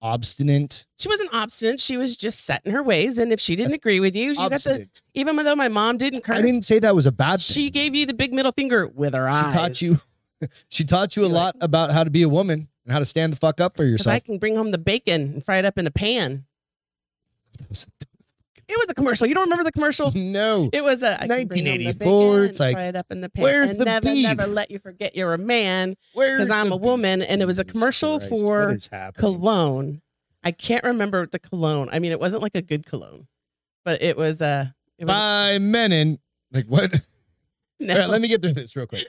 [SPEAKER 1] obstinate.
[SPEAKER 2] She wasn't obstinate. She was just set in her ways. And if she didn't
[SPEAKER 1] That's
[SPEAKER 2] agree with you, you got to,
[SPEAKER 1] Obstinate.
[SPEAKER 2] even though my mom didn't curse,
[SPEAKER 1] I didn't say that was a bad thing.
[SPEAKER 2] she gave you the big middle finger with her eyes.
[SPEAKER 1] She taught you. she taught you a
[SPEAKER 2] You're like-
[SPEAKER 1] lot about how to be a woman and how to stand the fuck up for
[SPEAKER 2] Because I
[SPEAKER 1] yourself.
[SPEAKER 2] can bring home the bacon and fry it up in a pan. It was a commercial. You don't remember the commercial?
[SPEAKER 1] no,
[SPEAKER 2] It was a I can bring home the
[SPEAKER 1] 1984,
[SPEAKER 2] bacon
[SPEAKER 1] it's like,
[SPEAKER 2] and fry it up in the pan.
[SPEAKER 1] where's
[SPEAKER 2] and
[SPEAKER 1] the
[SPEAKER 2] never,
[SPEAKER 1] beef?
[SPEAKER 2] never let you forget you're a man because I'm a woman. And it was a
[SPEAKER 1] Jesus
[SPEAKER 2] commercial
[SPEAKER 1] Christ,
[SPEAKER 2] for
[SPEAKER 1] what is happening?
[SPEAKER 2] cologne. I can't remember the cologne. I mean, it wasn't like a good cologne, but it was uh, it was,
[SPEAKER 1] by Menon. Like what?
[SPEAKER 2] no.
[SPEAKER 1] All right, let me get through this real quick.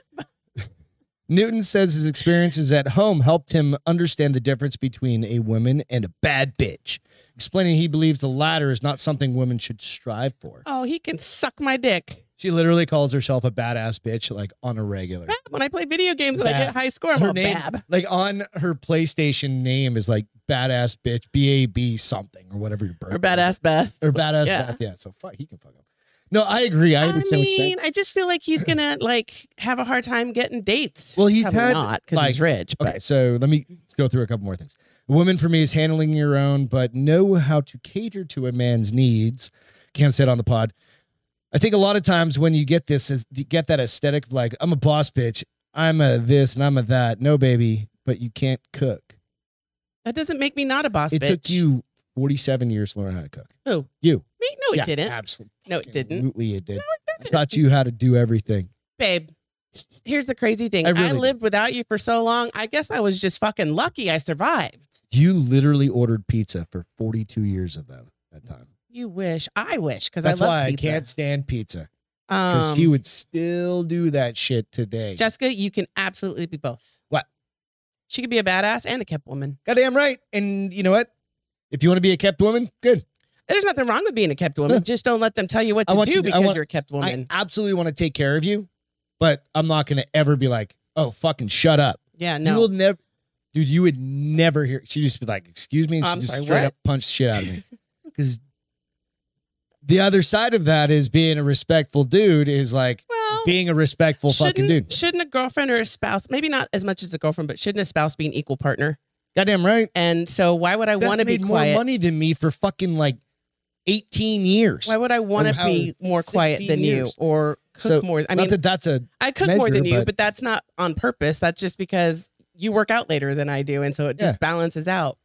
[SPEAKER 1] Newton says his experiences at home helped him understand the difference between a woman and a bad bitch, explaining he believes the latter is not something women should strive for.
[SPEAKER 2] oh, he can suck my dick.
[SPEAKER 1] She literally calls herself a badass bitch like on a regular.
[SPEAKER 2] Bab, when I play video games and I
[SPEAKER 1] Bab.
[SPEAKER 2] get high score, I'm
[SPEAKER 1] Her
[SPEAKER 2] all
[SPEAKER 1] name-
[SPEAKER 2] bab.
[SPEAKER 1] Like on her PlayStation name is like badass bitch, B A B something or whatever your birth
[SPEAKER 2] Or badass Beth.
[SPEAKER 1] or badass
[SPEAKER 2] Yeah.
[SPEAKER 1] Beth. Yeah, so fuck, he can fuck up. No, I agree. I understand
[SPEAKER 2] mean,
[SPEAKER 1] what you're saying.
[SPEAKER 2] I just feel like he's gonna like have a hard time getting dates.
[SPEAKER 1] Well, he's
[SPEAKER 2] Probably
[SPEAKER 1] had,
[SPEAKER 2] not because he's
[SPEAKER 1] like-
[SPEAKER 2] rich. But
[SPEAKER 1] Okay, so let me go through a couple more things. A woman for me is handling your own, but know how to cater to a man's needs. Cam said on the pod. I think a lot of times when you get this, is- you get that aesthetic of like I'm a boss bitch, I'm a this and I'm a that. No, baby, but you can't cook.
[SPEAKER 2] that doesn't make me not a boss
[SPEAKER 1] it
[SPEAKER 2] bitch.
[SPEAKER 1] took you 47 years to learn how to cook.
[SPEAKER 2] Who?
[SPEAKER 1] You.
[SPEAKER 2] Me? No, it
[SPEAKER 1] Yeah, Mm-hmm.
[SPEAKER 2] didn't.
[SPEAKER 1] Absolutely.
[SPEAKER 2] No, it didn't,
[SPEAKER 1] Absolutely, it did. I taught you how to do everything.
[SPEAKER 2] babe. Here's the crazy thing.
[SPEAKER 1] I
[SPEAKER 2] I,
[SPEAKER 1] really did.
[SPEAKER 2] lived without you for so long. I guess I was just fucking lucky I survived.
[SPEAKER 1] You literally ordered pizza for 42 years of that, that time.
[SPEAKER 2] You wish. I wish because I love
[SPEAKER 1] That's why
[SPEAKER 2] pizza.
[SPEAKER 1] I can't stand pizza. because
[SPEAKER 2] Um,
[SPEAKER 1] he would still do that shit today.
[SPEAKER 2] Jessica, you can absolutely be both.
[SPEAKER 1] What?
[SPEAKER 2] She could be a badass and a kept woman.
[SPEAKER 1] Goddamn right. And you know what? If you want to be a kept woman, good.
[SPEAKER 2] There's nothing wrong with being a kept woman.
[SPEAKER 1] No.
[SPEAKER 2] Just don't let them tell you what
[SPEAKER 1] I
[SPEAKER 2] to
[SPEAKER 1] want
[SPEAKER 2] do
[SPEAKER 1] you to- I
[SPEAKER 2] because
[SPEAKER 1] want-
[SPEAKER 2] you're a kept woman.
[SPEAKER 1] I absolutely want to take care of you, but I'm not going to ever be like, oh, fucking shut up.
[SPEAKER 2] yeah,
[SPEAKER 1] You
[SPEAKER 2] no.
[SPEAKER 1] will never, dude, you would never hear. She'd just be like, excuse me. And
[SPEAKER 2] I'm
[SPEAKER 1] she'd just
[SPEAKER 2] sorry,
[SPEAKER 1] straight
[SPEAKER 2] what?
[SPEAKER 1] up punch the shit out of me. Because the other side of that is being a respectful dude is like
[SPEAKER 2] well,
[SPEAKER 1] being a respectful fucking dude.
[SPEAKER 2] Shouldn't a girlfriend or a spouse, maybe not as much as a girlfriend, but shouldn't a spouse be an equal partner?
[SPEAKER 1] Goddamn right.
[SPEAKER 2] And so why would I
[SPEAKER 1] Beth
[SPEAKER 2] want to be
[SPEAKER 1] made more
[SPEAKER 2] quiet?
[SPEAKER 1] money than me for fucking like 18 years.
[SPEAKER 2] Why would I want to
[SPEAKER 1] how-
[SPEAKER 2] be more quiet
[SPEAKER 1] 16
[SPEAKER 2] than you
[SPEAKER 1] years.
[SPEAKER 2] or cook
[SPEAKER 1] So,
[SPEAKER 2] more? I
[SPEAKER 1] not
[SPEAKER 2] mean,
[SPEAKER 1] that that's a
[SPEAKER 2] I cook more than
[SPEAKER 1] measure,
[SPEAKER 2] you,
[SPEAKER 1] but-
[SPEAKER 2] but, that's not on purpose. That's just because you work out later than I do. And so it just
[SPEAKER 1] Yeah.
[SPEAKER 2] balances out.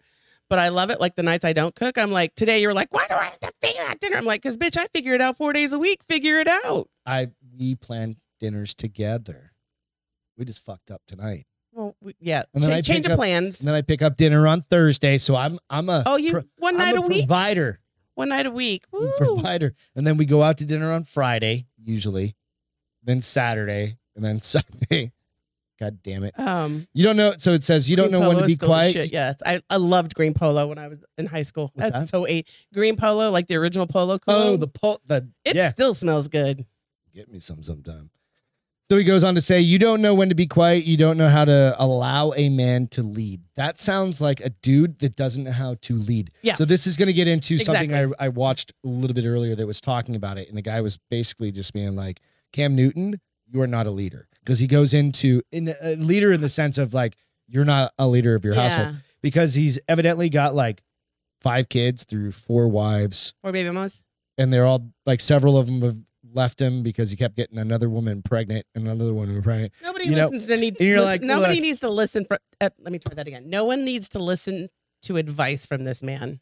[SPEAKER 2] But I love it. Like the nights I don't cook, I'm like, today you're like, why do I have to figure out dinner? I'm like, because bitch, I figure it out four days a week. Figure it out.
[SPEAKER 1] I we planned dinners together. We just fucked up tonight.
[SPEAKER 2] Well, we, yeah.
[SPEAKER 1] And then
[SPEAKER 2] Cha-
[SPEAKER 1] I
[SPEAKER 2] change
[SPEAKER 1] pick
[SPEAKER 2] of
[SPEAKER 1] up-
[SPEAKER 2] plans.
[SPEAKER 1] And then I pick up dinner on Thursday, so I'm I'm a
[SPEAKER 2] Oh, you
[SPEAKER 1] pro-
[SPEAKER 2] one
[SPEAKER 1] I'm
[SPEAKER 2] night a,
[SPEAKER 1] a
[SPEAKER 2] week,
[SPEAKER 1] provider,
[SPEAKER 2] one night a week.
[SPEAKER 1] I'm a
[SPEAKER 2] Woo.
[SPEAKER 1] provider. And then we go out to dinner on Friday usually, then Saturday, and then Sunday. God damn it!
[SPEAKER 2] Um,
[SPEAKER 1] You don't know. So it says you don't
[SPEAKER 2] green
[SPEAKER 1] know when
[SPEAKER 2] polo
[SPEAKER 1] to be
[SPEAKER 2] is still the
[SPEAKER 1] quiet.
[SPEAKER 2] Shit, yes, I, I loved green polo when I was in high school.
[SPEAKER 1] What's
[SPEAKER 2] That's so eight green polo, like the original polo.
[SPEAKER 1] Oh,
[SPEAKER 2] cologne.
[SPEAKER 1] the pol- the
[SPEAKER 2] it
[SPEAKER 1] yeah.
[SPEAKER 2] still smells good.
[SPEAKER 1] get me some sometime. So he goes on to say, You don't know when to be quiet. You don't know how to allow a man to lead. That sounds like a dude that doesn't know how to lead.
[SPEAKER 2] Yeah.
[SPEAKER 1] So this is going to get into something I, I watched a little bit earlier that was talking about it. And the guy was basically just being like, Cam Newton, you are not a leader. Because he goes into in a leader in the sense of like, you're not a leader of your household. Because he's evidently got like five kids through four wives
[SPEAKER 2] Or baby mamas.
[SPEAKER 1] and they're all like several of them have left him because he kept getting another woman pregnant and another woman pregnant.
[SPEAKER 2] Nobody
[SPEAKER 1] You know,
[SPEAKER 2] listens to any.
[SPEAKER 1] and you're
[SPEAKER 2] listen-
[SPEAKER 1] like,
[SPEAKER 2] nobody
[SPEAKER 1] look.
[SPEAKER 2] needs to listen. For, uh, let me try that again. No one needs to listen to advice from this man.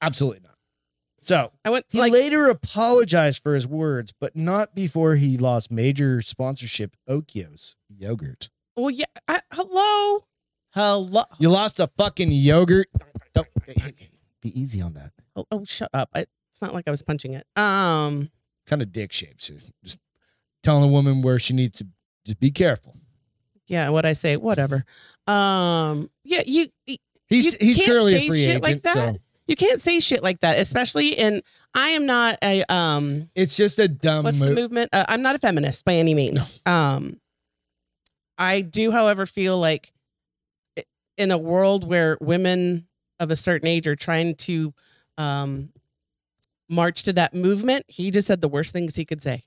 [SPEAKER 1] Absolutely not. So
[SPEAKER 2] I went
[SPEAKER 1] he
[SPEAKER 2] like
[SPEAKER 1] later apologized for his words, but not before he lost major sponsorship Okios yogurt.
[SPEAKER 2] Well, yeah. I, hello. Hello.
[SPEAKER 1] You lost a fucking yogurt. Don't be easy on that.
[SPEAKER 2] Oh, oh, shut up. I, it's not like I was punching it. Um,
[SPEAKER 1] Kind of dick shapes. here. Just telling a woman where she needs to just be careful.
[SPEAKER 2] yeah, what I say, whatever. Um, yeah, you
[SPEAKER 1] He's
[SPEAKER 2] You
[SPEAKER 1] he's
[SPEAKER 2] can't
[SPEAKER 1] currently a
[SPEAKER 2] say
[SPEAKER 1] free
[SPEAKER 2] shit
[SPEAKER 1] agent,
[SPEAKER 2] like that.
[SPEAKER 1] so
[SPEAKER 2] you can't say shit like that, especially in I am not a um
[SPEAKER 1] it's just a dumb
[SPEAKER 2] what's the
[SPEAKER 1] move.
[SPEAKER 2] movement? Uh, I'm not a feminist by any means. Um, I do, however, feel like i- in a world where women of a certain age are trying to um, march to that movement, he just said the worst things he could say.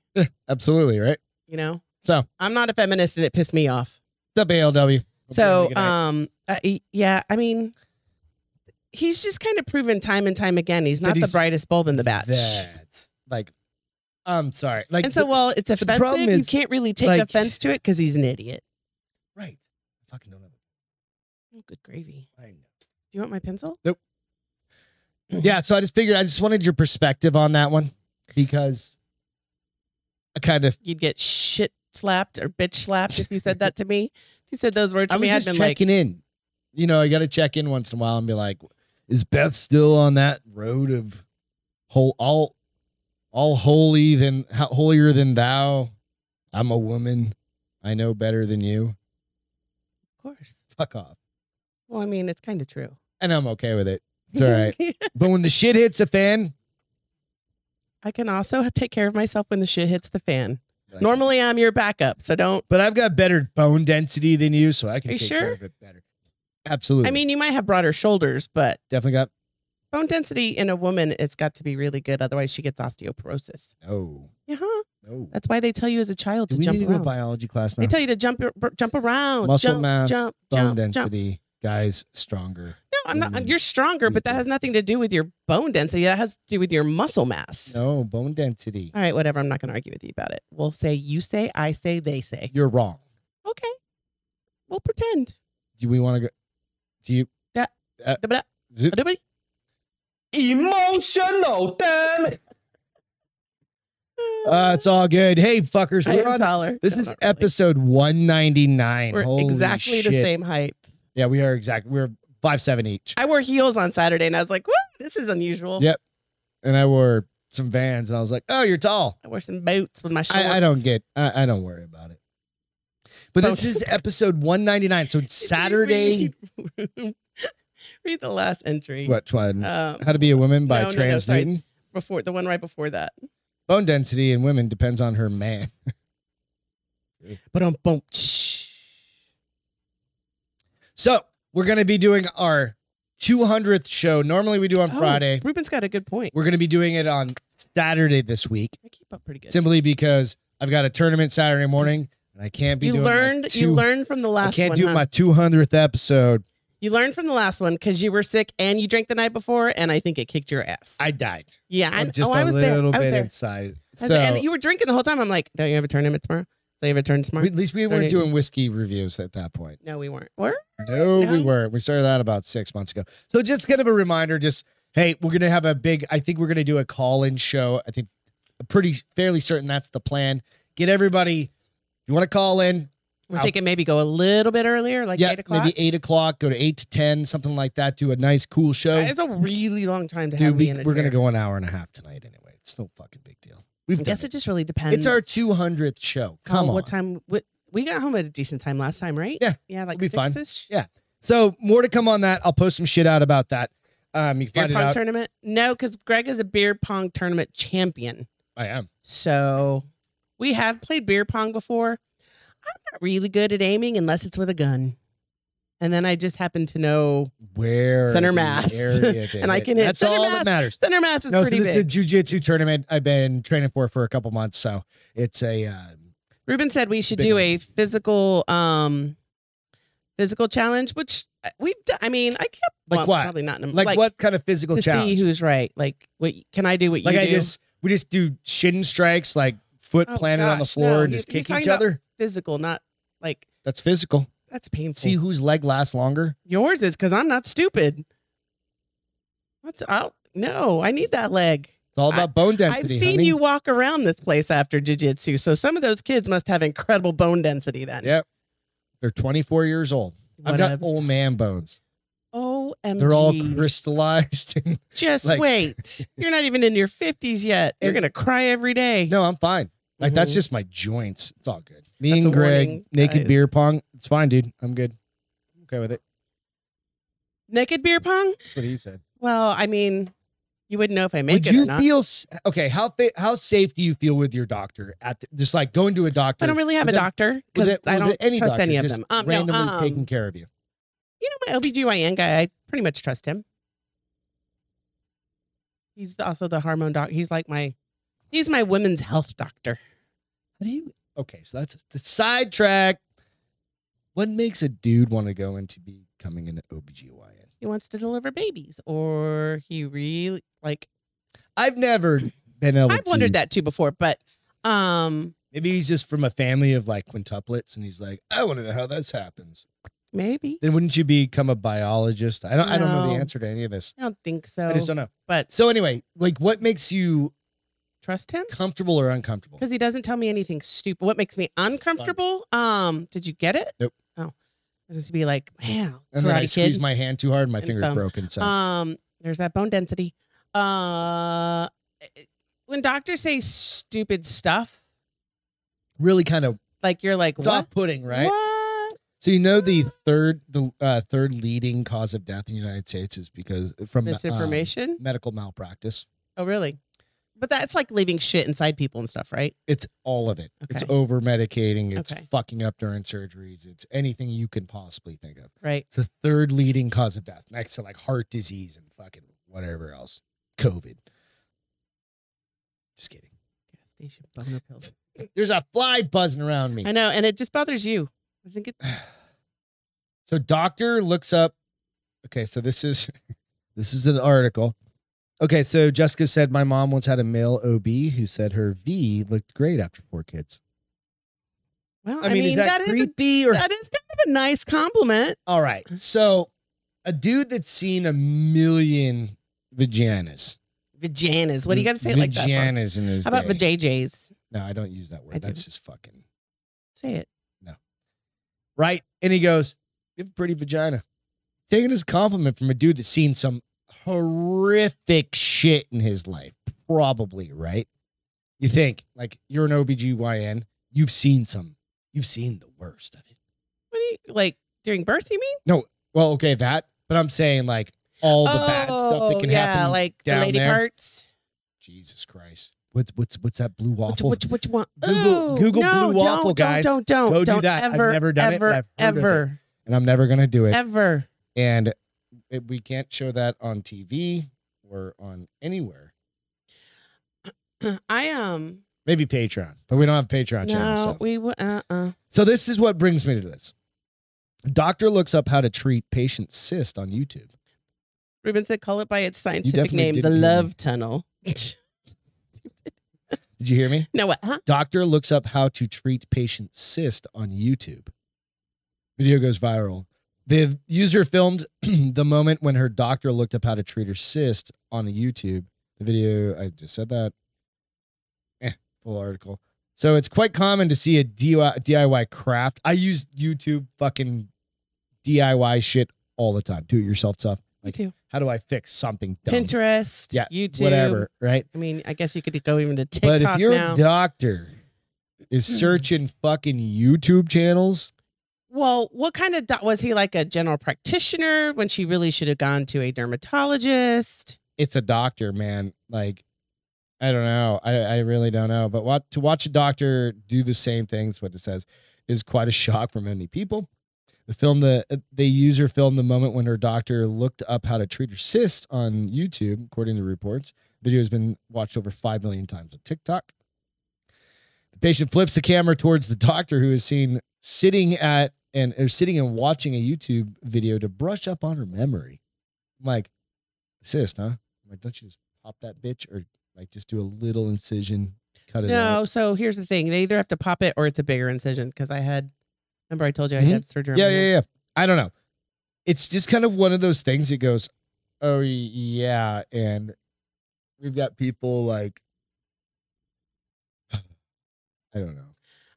[SPEAKER 1] Absolutely right.
[SPEAKER 2] You know,
[SPEAKER 1] So
[SPEAKER 2] I'm not a feminist, and it pissed me off.
[SPEAKER 1] what's up, ALW?
[SPEAKER 2] So, um, I, yeah, I mean. He's just kind of proven time and time again he's not
[SPEAKER 1] That
[SPEAKER 2] the
[SPEAKER 1] he's-
[SPEAKER 2] brightest bulb in the batch.
[SPEAKER 1] that's like, I'm sorry. Like,
[SPEAKER 2] and so while it's
[SPEAKER 1] the
[SPEAKER 2] offensive,
[SPEAKER 1] problem
[SPEAKER 2] you
[SPEAKER 1] is,
[SPEAKER 2] can't really take
[SPEAKER 1] like-
[SPEAKER 2] offense to it because he's an idiot.
[SPEAKER 1] right. I fucking don't know.
[SPEAKER 2] Oh, good gravy.
[SPEAKER 1] I know.
[SPEAKER 2] Do you want my pencil?
[SPEAKER 1] Yeah, so I just figured I just wanted your perspective on that one because I kind of
[SPEAKER 2] You'd get shit slapped or bitch slapped if you said that to me. If you said those words to
[SPEAKER 1] I
[SPEAKER 2] me,
[SPEAKER 1] was
[SPEAKER 2] I'd
[SPEAKER 1] just
[SPEAKER 2] been
[SPEAKER 1] checking
[SPEAKER 2] like,
[SPEAKER 1] in. You know, I got to check in once in a while and be like, is Beth still on that road of whole all all holy than ho- holier than thou? I'm a woman. I know better than you.
[SPEAKER 2] of course.
[SPEAKER 1] Fuck off.
[SPEAKER 2] Well, I mean, it's kind of true.
[SPEAKER 1] And I'm okay with it. It's all right. but when the shit hits a fan,
[SPEAKER 2] I can also take care of myself when the shit hits the fan.
[SPEAKER 1] like-
[SPEAKER 2] Normally, I'm your backup, so don't.
[SPEAKER 1] But I've got better bone density than you, so I can
[SPEAKER 2] Are you
[SPEAKER 1] take
[SPEAKER 2] sure?
[SPEAKER 1] care of it better. Absolutely.
[SPEAKER 2] I mean, you might have broader shoulders, but
[SPEAKER 1] definitely got
[SPEAKER 2] bone density in a woman, it's got to be really good. Otherwise, she gets osteoporosis.
[SPEAKER 1] no,
[SPEAKER 2] Yeah, huh?
[SPEAKER 1] no.
[SPEAKER 2] that's why they tell you as a child
[SPEAKER 1] Do
[SPEAKER 2] to
[SPEAKER 1] we
[SPEAKER 2] jump
[SPEAKER 1] need to go
[SPEAKER 2] around.
[SPEAKER 1] biology class now?
[SPEAKER 2] They tell you to jump, jump around,
[SPEAKER 1] Muscle
[SPEAKER 2] jump,
[SPEAKER 1] mass,
[SPEAKER 2] jump,
[SPEAKER 1] bone
[SPEAKER 2] jump, jump.
[SPEAKER 1] density, Mm-hmm. guys, stronger.
[SPEAKER 2] No, I'm not.
[SPEAKER 1] Women
[SPEAKER 2] You're stronger, but that has nothing to do with your bone density. That has to do with your muscle mass.
[SPEAKER 1] No, bone density.
[SPEAKER 2] All right, whatever. I'm not going to argue with you about it. We'll say you say, I say, they say.
[SPEAKER 1] You're wrong.
[SPEAKER 2] Okay. We'll pretend.
[SPEAKER 1] Do we want to go? Do you?
[SPEAKER 2] Da-ba-da,
[SPEAKER 1] Is it,
[SPEAKER 2] da-ba-da.
[SPEAKER 3] Emotional, damn it.
[SPEAKER 1] uh, it's all good. Hey, fuckers,
[SPEAKER 2] I
[SPEAKER 1] we're
[SPEAKER 2] am
[SPEAKER 1] on.
[SPEAKER 2] taller.
[SPEAKER 1] This
[SPEAKER 2] No,
[SPEAKER 1] is
[SPEAKER 2] not really.
[SPEAKER 1] episode 199.
[SPEAKER 2] We're
[SPEAKER 1] Holy
[SPEAKER 2] exactly the
[SPEAKER 1] shit.
[SPEAKER 2] same height.
[SPEAKER 1] Yeah, we are exactly. We're five seven each,
[SPEAKER 2] I wore heels on Saturday, and I was like, "Whoa, this is unusual."
[SPEAKER 1] Yeah. and I wore some Vans, and I was like, "Oh, you're tall."
[SPEAKER 2] I wore some boots with my shorts.
[SPEAKER 1] I, I don't get. I, I don't worry about it. But this
[SPEAKER 2] Don't-
[SPEAKER 1] is episode 199. So it's Saturday.
[SPEAKER 2] Read, read the last entry.
[SPEAKER 1] What one?
[SPEAKER 2] Um,
[SPEAKER 1] How to be a woman by
[SPEAKER 2] no, no, no,
[SPEAKER 1] Trans
[SPEAKER 2] sorry.
[SPEAKER 1] Newton.
[SPEAKER 2] before the one right before that.
[SPEAKER 1] Bone density in women depends on her man.
[SPEAKER 2] But um, boom.
[SPEAKER 1] So we're gonna be doing our 200th show. Normally we do
[SPEAKER 2] Oh,
[SPEAKER 1] on Friday.
[SPEAKER 2] Ruben's got a good point.
[SPEAKER 1] We're gonna be doing it on Saturday this week,
[SPEAKER 2] I keep up pretty good.
[SPEAKER 1] simply because I've got a tournament Saturday morning and I can't be.
[SPEAKER 2] you
[SPEAKER 1] doing my
[SPEAKER 2] learned you
[SPEAKER 1] two-
[SPEAKER 2] learned from the
[SPEAKER 1] I
[SPEAKER 2] last
[SPEAKER 1] can't
[SPEAKER 2] one.
[SPEAKER 1] do
[SPEAKER 2] huh?
[SPEAKER 1] my 200th episode.
[SPEAKER 2] you learned from the last one because you were sick and you drank the night before, and I think it kicked your ass.
[SPEAKER 1] I died
[SPEAKER 2] yeah, I,
[SPEAKER 1] just
[SPEAKER 2] oh,
[SPEAKER 1] a
[SPEAKER 2] I was there.
[SPEAKER 1] little
[SPEAKER 2] I was
[SPEAKER 1] bit
[SPEAKER 2] there.
[SPEAKER 1] inside.
[SPEAKER 2] I was
[SPEAKER 1] So
[SPEAKER 2] there. and you were drinking the whole time. I'm like, don't you have a tournament tomorrow? Don't you have a turn tomorrow?
[SPEAKER 1] We- at least we weren't
[SPEAKER 2] Started-
[SPEAKER 1] doing whiskey reviews at that point.
[SPEAKER 2] no, we weren't. Were?
[SPEAKER 1] No, we
[SPEAKER 2] No?
[SPEAKER 1] weren't. We started that about six months ago. So just kind of a reminder, just hey, we're gonna have a big. I think we're gonna do a call-in show. I think I'm pretty fairly certain that's the plan. Get everybody. If you want to call in,
[SPEAKER 2] We're
[SPEAKER 1] I'll-
[SPEAKER 2] thinking maybe go a little bit earlier, like
[SPEAKER 1] yeah,
[SPEAKER 2] eight o'clock.
[SPEAKER 1] maybe eight o'clock. Go to eight to ten, something like that. Do a nice, cool show.
[SPEAKER 2] It's a really long time to
[SPEAKER 1] Dude,
[SPEAKER 2] have me
[SPEAKER 1] we,
[SPEAKER 2] in a
[SPEAKER 1] we're gonna
[SPEAKER 2] chair.
[SPEAKER 1] go an hour and a half tonight anyway. It's no fucking big deal. We've
[SPEAKER 2] I
[SPEAKER 1] done
[SPEAKER 2] guess it just really depends.
[SPEAKER 1] It's our two hundredth show. Come
[SPEAKER 2] how-
[SPEAKER 1] on.
[SPEAKER 2] Oh, What time? What, we got home at a decent time last time, right?
[SPEAKER 1] Yeah,
[SPEAKER 2] Yeah, like
[SPEAKER 1] we'll be fine.
[SPEAKER 2] six-ish.
[SPEAKER 1] So more to come on that. I'll post some shit out about that. Um, you can
[SPEAKER 2] Beer
[SPEAKER 1] find it
[SPEAKER 2] pong
[SPEAKER 1] out.
[SPEAKER 2] tournament? No, because Greg is a beer pong tournament champion.
[SPEAKER 1] I am.
[SPEAKER 2] So we have played beer pong before. I'm not really good at aiming unless it's with a gun. And then I just happen to know
[SPEAKER 1] where
[SPEAKER 2] Center
[SPEAKER 1] the
[SPEAKER 2] mass.
[SPEAKER 1] area did
[SPEAKER 2] And I
[SPEAKER 1] it.
[SPEAKER 2] can hit
[SPEAKER 1] That's
[SPEAKER 2] center
[SPEAKER 1] all
[SPEAKER 2] mass.
[SPEAKER 1] that matters.
[SPEAKER 2] center mass is
[SPEAKER 1] no, so
[SPEAKER 2] pretty
[SPEAKER 1] this is a
[SPEAKER 2] big.
[SPEAKER 1] jujitsu tournament I've been training for for a couple months. So it's a uh,
[SPEAKER 2] Ruben said we should
[SPEAKER 1] big
[SPEAKER 2] do
[SPEAKER 1] one.
[SPEAKER 2] a physical um physical challenge, which uh, we've done. I mean, I kept
[SPEAKER 1] Like
[SPEAKER 2] well,
[SPEAKER 1] what?
[SPEAKER 2] probably not in a-
[SPEAKER 1] like, what kind of physical
[SPEAKER 2] to see
[SPEAKER 1] challenge?
[SPEAKER 2] who's right. Like what can I do what
[SPEAKER 1] like
[SPEAKER 2] you
[SPEAKER 1] I
[SPEAKER 2] do?
[SPEAKER 1] just we just do shin strikes, like foot
[SPEAKER 2] Oh,
[SPEAKER 1] planted on the
[SPEAKER 2] gosh,
[SPEAKER 1] floor
[SPEAKER 2] no.
[SPEAKER 1] and
[SPEAKER 2] He-
[SPEAKER 1] just
[SPEAKER 2] he's
[SPEAKER 1] kick
[SPEAKER 2] talking
[SPEAKER 1] each
[SPEAKER 2] about-
[SPEAKER 1] other.
[SPEAKER 2] physical, not like
[SPEAKER 1] That's physical.
[SPEAKER 2] that's painful.
[SPEAKER 1] See whose leg lasts longer.
[SPEAKER 2] Yours is because I'm not stupid. What's I'll no, I need that leg.
[SPEAKER 1] It's all
[SPEAKER 2] I-
[SPEAKER 1] about bone density.
[SPEAKER 2] I've seen
[SPEAKER 1] honey.
[SPEAKER 2] you walk around this place after jujitsu, so some of those kids must have incredible bone density then.
[SPEAKER 1] Yeah. They're 24 years old. I've got old man bones.
[SPEAKER 2] OMG.
[SPEAKER 1] They're all crystallized. and-
[SPEAKER 2] Just
[SPEAKER 1] like-
[SPEAKER 2] wait. You're not even in your 50s yet. You're
[SPEAKER 1] And-
[SPEAKER 2] going to cry every day.
[SPEAKER 1] no, I'm fine. Like that's
[SPEAKER 2] Mhm.
[SPEAKER 1] just my joints. It's all good. Me
[SPEAKER 2] That's
[SPEAKER 1] and
[SPEAKER 2] a
[SPEAKER 1] Greg,
[SPEAKER 2] warning,
[SPEAKER 1] naked
[SPEAKER 2] guys.
[SPEAKER 1] beer pong. It's fine, dude. I'm good. I'm Okay with it.
[SPEAKER 2] Naked beer pong?
[SPEAKER 1] That's what he said.
[SPEAKER 2] Well, I mean, you wouldn't know if I make
[SPEAKER 1] Would
[SPEAKER 2] it
[SPEAKER 1] you
[SPEAKER 2] or not.
[SPEAKER 1] feel s- okay? How fa- how safe do you feel with your doctor at the, just like going to a doctor?
[SPEAKER 2] I don't really have
[SPEAKER 1] Would
[SPEAKER 2] a
[SPEAKER 1] that-
[SPEAKER 2] doctor
[SPEAKER 1] with
[SPEAKER 2] because
[SPEAKER 1] it-
[SPEAKER 2] I
[SPEAKER 1] with
[SPEAKER 2] don't trust any of
[SPEAKER 1] just
[SPEAKER 2] them. Um, no,
[SPEAKER 1] randomly
[SPEAKER 2] um,
[SPEAKER 1] taking care of you.
[SPEAKER 2] you know my OBGYN guy, I pretty much trust him. He's also the hormone doc. He's like my he's my women's health doctor.
[SPEAKER 1] How do you? Okay, so that's the sidetrack. What makes a dude want to go into becoming an OBGYN?
[SPEAKER 2] He wants to deliver babies or he really like
[SPEAKER 1] I've never been able.
[SPEAKER 2] I've
[SPEAKER 1] to,
[SPEAKER 2] wondered that too before, but um
[SPEAKER 1] Maybe he's just from a family of like quintuplets, and he's like, I want to know how this happens.
[SPEAKER 2] maybe.
[SPEAKER 1] Then wouldn't you become a biologist? I don't. I don't know the
[SPEAKER 2] No.
[SPEAKER 1] answer to any of this.
[SPEAKER 2] I don't think
[SPEAKER 1] I
[SPEAKER 2] so.
[SPEAKER 1] just don't know.
[SPEAKER 2] But
[SPEAKER 1] So anyway, like, what makes you
[SPEAKER 2] trust him?
[SPEAKER 1] comfortable or uncomfortable?
[SPEAKER 2] because he doesn't tell me anything stupid. What makes me uncomfortable? Um, did you get it?
[SPEAKER 1] Nope.
[SPEAKER 2] Oh, I was just be like, wow.
[SPEAKER 1] And then I
[SPEAKER 2] Karate
[SPEAKER 1] squeeze
[SPEAKER 2] Kid.
[SPEAKER 1] my hand too hard, and my
[SPEAKER 2] And
[SPEAKER 1] finger's
[SPEAKER 2] thumb.
[SPEAKER 1] broken. So
[SPEAKER 2] Um, there's that bone density. Uh, when doctors say stupid stuff,
[SPEAKER 1] really, kind of
[SPEAKER 2] like you're like,
[SPEAKER 1] it's
[SPEAKER 2] what?
[SPEAKER 1] off-putting, right?
[SPEAKER 2] What?
[SPEAKER 1] So you know the third the uh, third leading cause of death in the United States is because from um,
[SPEAKER 2] Misinformation.
[SPEAKER 1] medical malpractice.
[SPEAKER 2] oh, really? But that's like leaving shit inside people and stuff, right?
[SPEAKER 1] It's all of it. It's
[SPEAKER 2] Okay.
[SPEAKER 1] over medicating. It's
[SPEAKER 2] Okay.
[SPEAKER 1] fucking up during surgeries. It's anything you can possibly think of.
[SPEAKER 2] Right.
[SPEAKER 1] It's the third leading cause of death, next to like heart disease and fucking whatever else, COVID. Just kidding.
[SPEAKER 2] Gas station boner pills.
[SPEAKER 1] There's a fly buzzing around me.
[SPEAKER 2] I know, and it just bothers you. I think it.
[SPEAKER 1] So doctor looks up. Okay, so this is this is an article. Okay, so Jessica said my mom once had a male OB who said her V looked great after four kids.
[SPEAKER 2] Well,
[SPEAKER 1] I, mean, is that,
[SPEAKER 2] that is a-
[SPEAKER 1] creepy or
[SPEAKER 2] that is kind of a nice compliment.
[SPEAKER 1] all right? So a dude that's seen a million vaginas.
[SPEAKER 2] Vaginas. What do you got to say it
[SPEAKER 1] vaginas
[SPEAKER 2] like that? for?
[SPEAKER 1] Vaginas in his
[SPEAKER 2] How about
[SPEAKER 1] day.
[SPEAKER 2] vajayjays?
[SPEAKER 1] No, I don't use that
[SPEAKER 2] I
[SPEAKER 1] word.
[SPEAKER 2] do.
[SPEAKER 1] That's just fucking
[SPEAKER 2] Say it.
[SPEAKER 1] right? And he goes, You have a pretty vagina. Taking his compliment from a dude that's seen some horrific shit in his life, probably, right? You think, like, you're an OBGYN, you've seen some, you've seen the worst of it.
[SPEAKER 2] What do you like during birth? You mean?
[SPEAKER 1] Well, okay, that, but I'm saying, like, all the bad stuff that
[SPEAKER 2] Oh,
[SPEAKER 1] can
[SPEAKER 2] yeah,
[SPEAKER 1] happen.
[SPEAKER 2] like
[SPEAKER 1] down
[SPEAKER 2] the lady
[SPEAKER 1] there.
[SPEAKER 2] parts.
[SPEAKER 1] Jesus Christ. What's, what's, what's that blue
[SPEAKER 2] What,
[SPEAKER 1] waffle?
[SPEAKER 2] what, what you want?
[SPEAKER 1] Google-
[SPEAKER 2] Ooh,
[SPEAKER 1] Google
[SPEAKER 2] no,
[SPEAKER 1] blue waffle,
[SPEAKER 2] don't,
[SPEAKER 1] guys.
[SPEAKER 2] Don't, don't,
[SPEAKER 1] Go
[SPEAKER 2] don't,
[SPEAKER 1] do
[SPEAKER 2] don't
[SPEAKER 1] that. I've
[SPEAKER 2] Ever,
[SPEAKER 1] never done it,
[SPEAKER 2] ever,
[SPEAKER 1] but I've heard of it.
[SPEAKER 2] ever,
[SPEAKER 1] and I'm never going to do it.
[SPEAKER 2] ever.
[SPEAKER 1] and it, we can't show that on TV or on anywhere.
[SPEAKER 2] I um.
[SPEAKER 1] Maybe Patreon, but we don't have Patreon channel.
[SPEAKER 2] no,
[SPEAKER 1] stuff.
[SPEAKER 2] we w- uh uh.
[SPEAKER 1] So this is what brings me to this. Doctor looks up how to treat patient cyst on YouTube.
[SPEAKER 2] Ruben said, "Call it by its scientific
[SPEAKER 1] definitely
[SPEAKER 2] name, the
[SPEAKER 1] didn't hear me.
[SPEAKER 2] love tunnel."
[SPEAKER 1] Did you hear me?
[SPEAKER 2] no, what? Huh?
[SPEAKER 1] Doctor looks up how to treat patient cyst on YouTube. Video goes viral. The user filmed the moment when her doctor looked up how to treat her cyst on YouTube. The video, I just said that. Eh, full article. So it's quite common to see a DIY DIY craft. I use YouTube fucking DIY shit all the time. Do it yourself stuff.
[SPEAKER 2] Me
[SPEAKER 1] Like,
[SPEAKER 2] too.
[SPEAKER 1] how do I fix something dumb?
[SPEAKER 2] Pinterest.
[SPEAKER 1] Yeah,
[SPEAKER 2] YouTube.
[SPEAKER 1] Whatever, right?
[SPEAKER 2] I mean, I guess you could go even to
[SPEAKER 1] But
[SPEAKER 2] TikTok
[SPEAKER 1] if your
[SPEAKER 2] now. Hmm.
[SPEAKER 1] doctor is searching fucking YouTube channels,
[SPEAKER 2] Well, what kind of doc- was he like a general practitioner when she really should have gone to a dermatologist?
[SPEAKER 1] it's a doctor, man. Like, I don't know. I, I really don't know. But what, to watch a doctor do the same things, what it says, is quite a shock for many people. The film, the the user filmed the moment when her doctor looked up how to treat her cyst on YouTube, according to reports. video has been watched over five million times on TikTok. The patient flips the camera towards the doctor, who is seen sitting at and or sitting and watching a YouTube video to brush up on her memory. I'm like, cyst, huh? I'm like, don't you just pop that bitch or like just do a little incision, cut it out?
[SPEAKER 2] No, so here's the thing: they either have to pop it or it's a bigger incision. Because I had, remember I told you
[SPEAKER 1] Mhm.
[SPEAKER 2] I had surgery. on
[SPEAKER 1] Yeah,
[SPEAKER 2] my hand?
[SPEAKER 1] yeah, yeah. I don't know. It's just kind of one of those things that goes, oh yeah, and we've got people like, I don't know.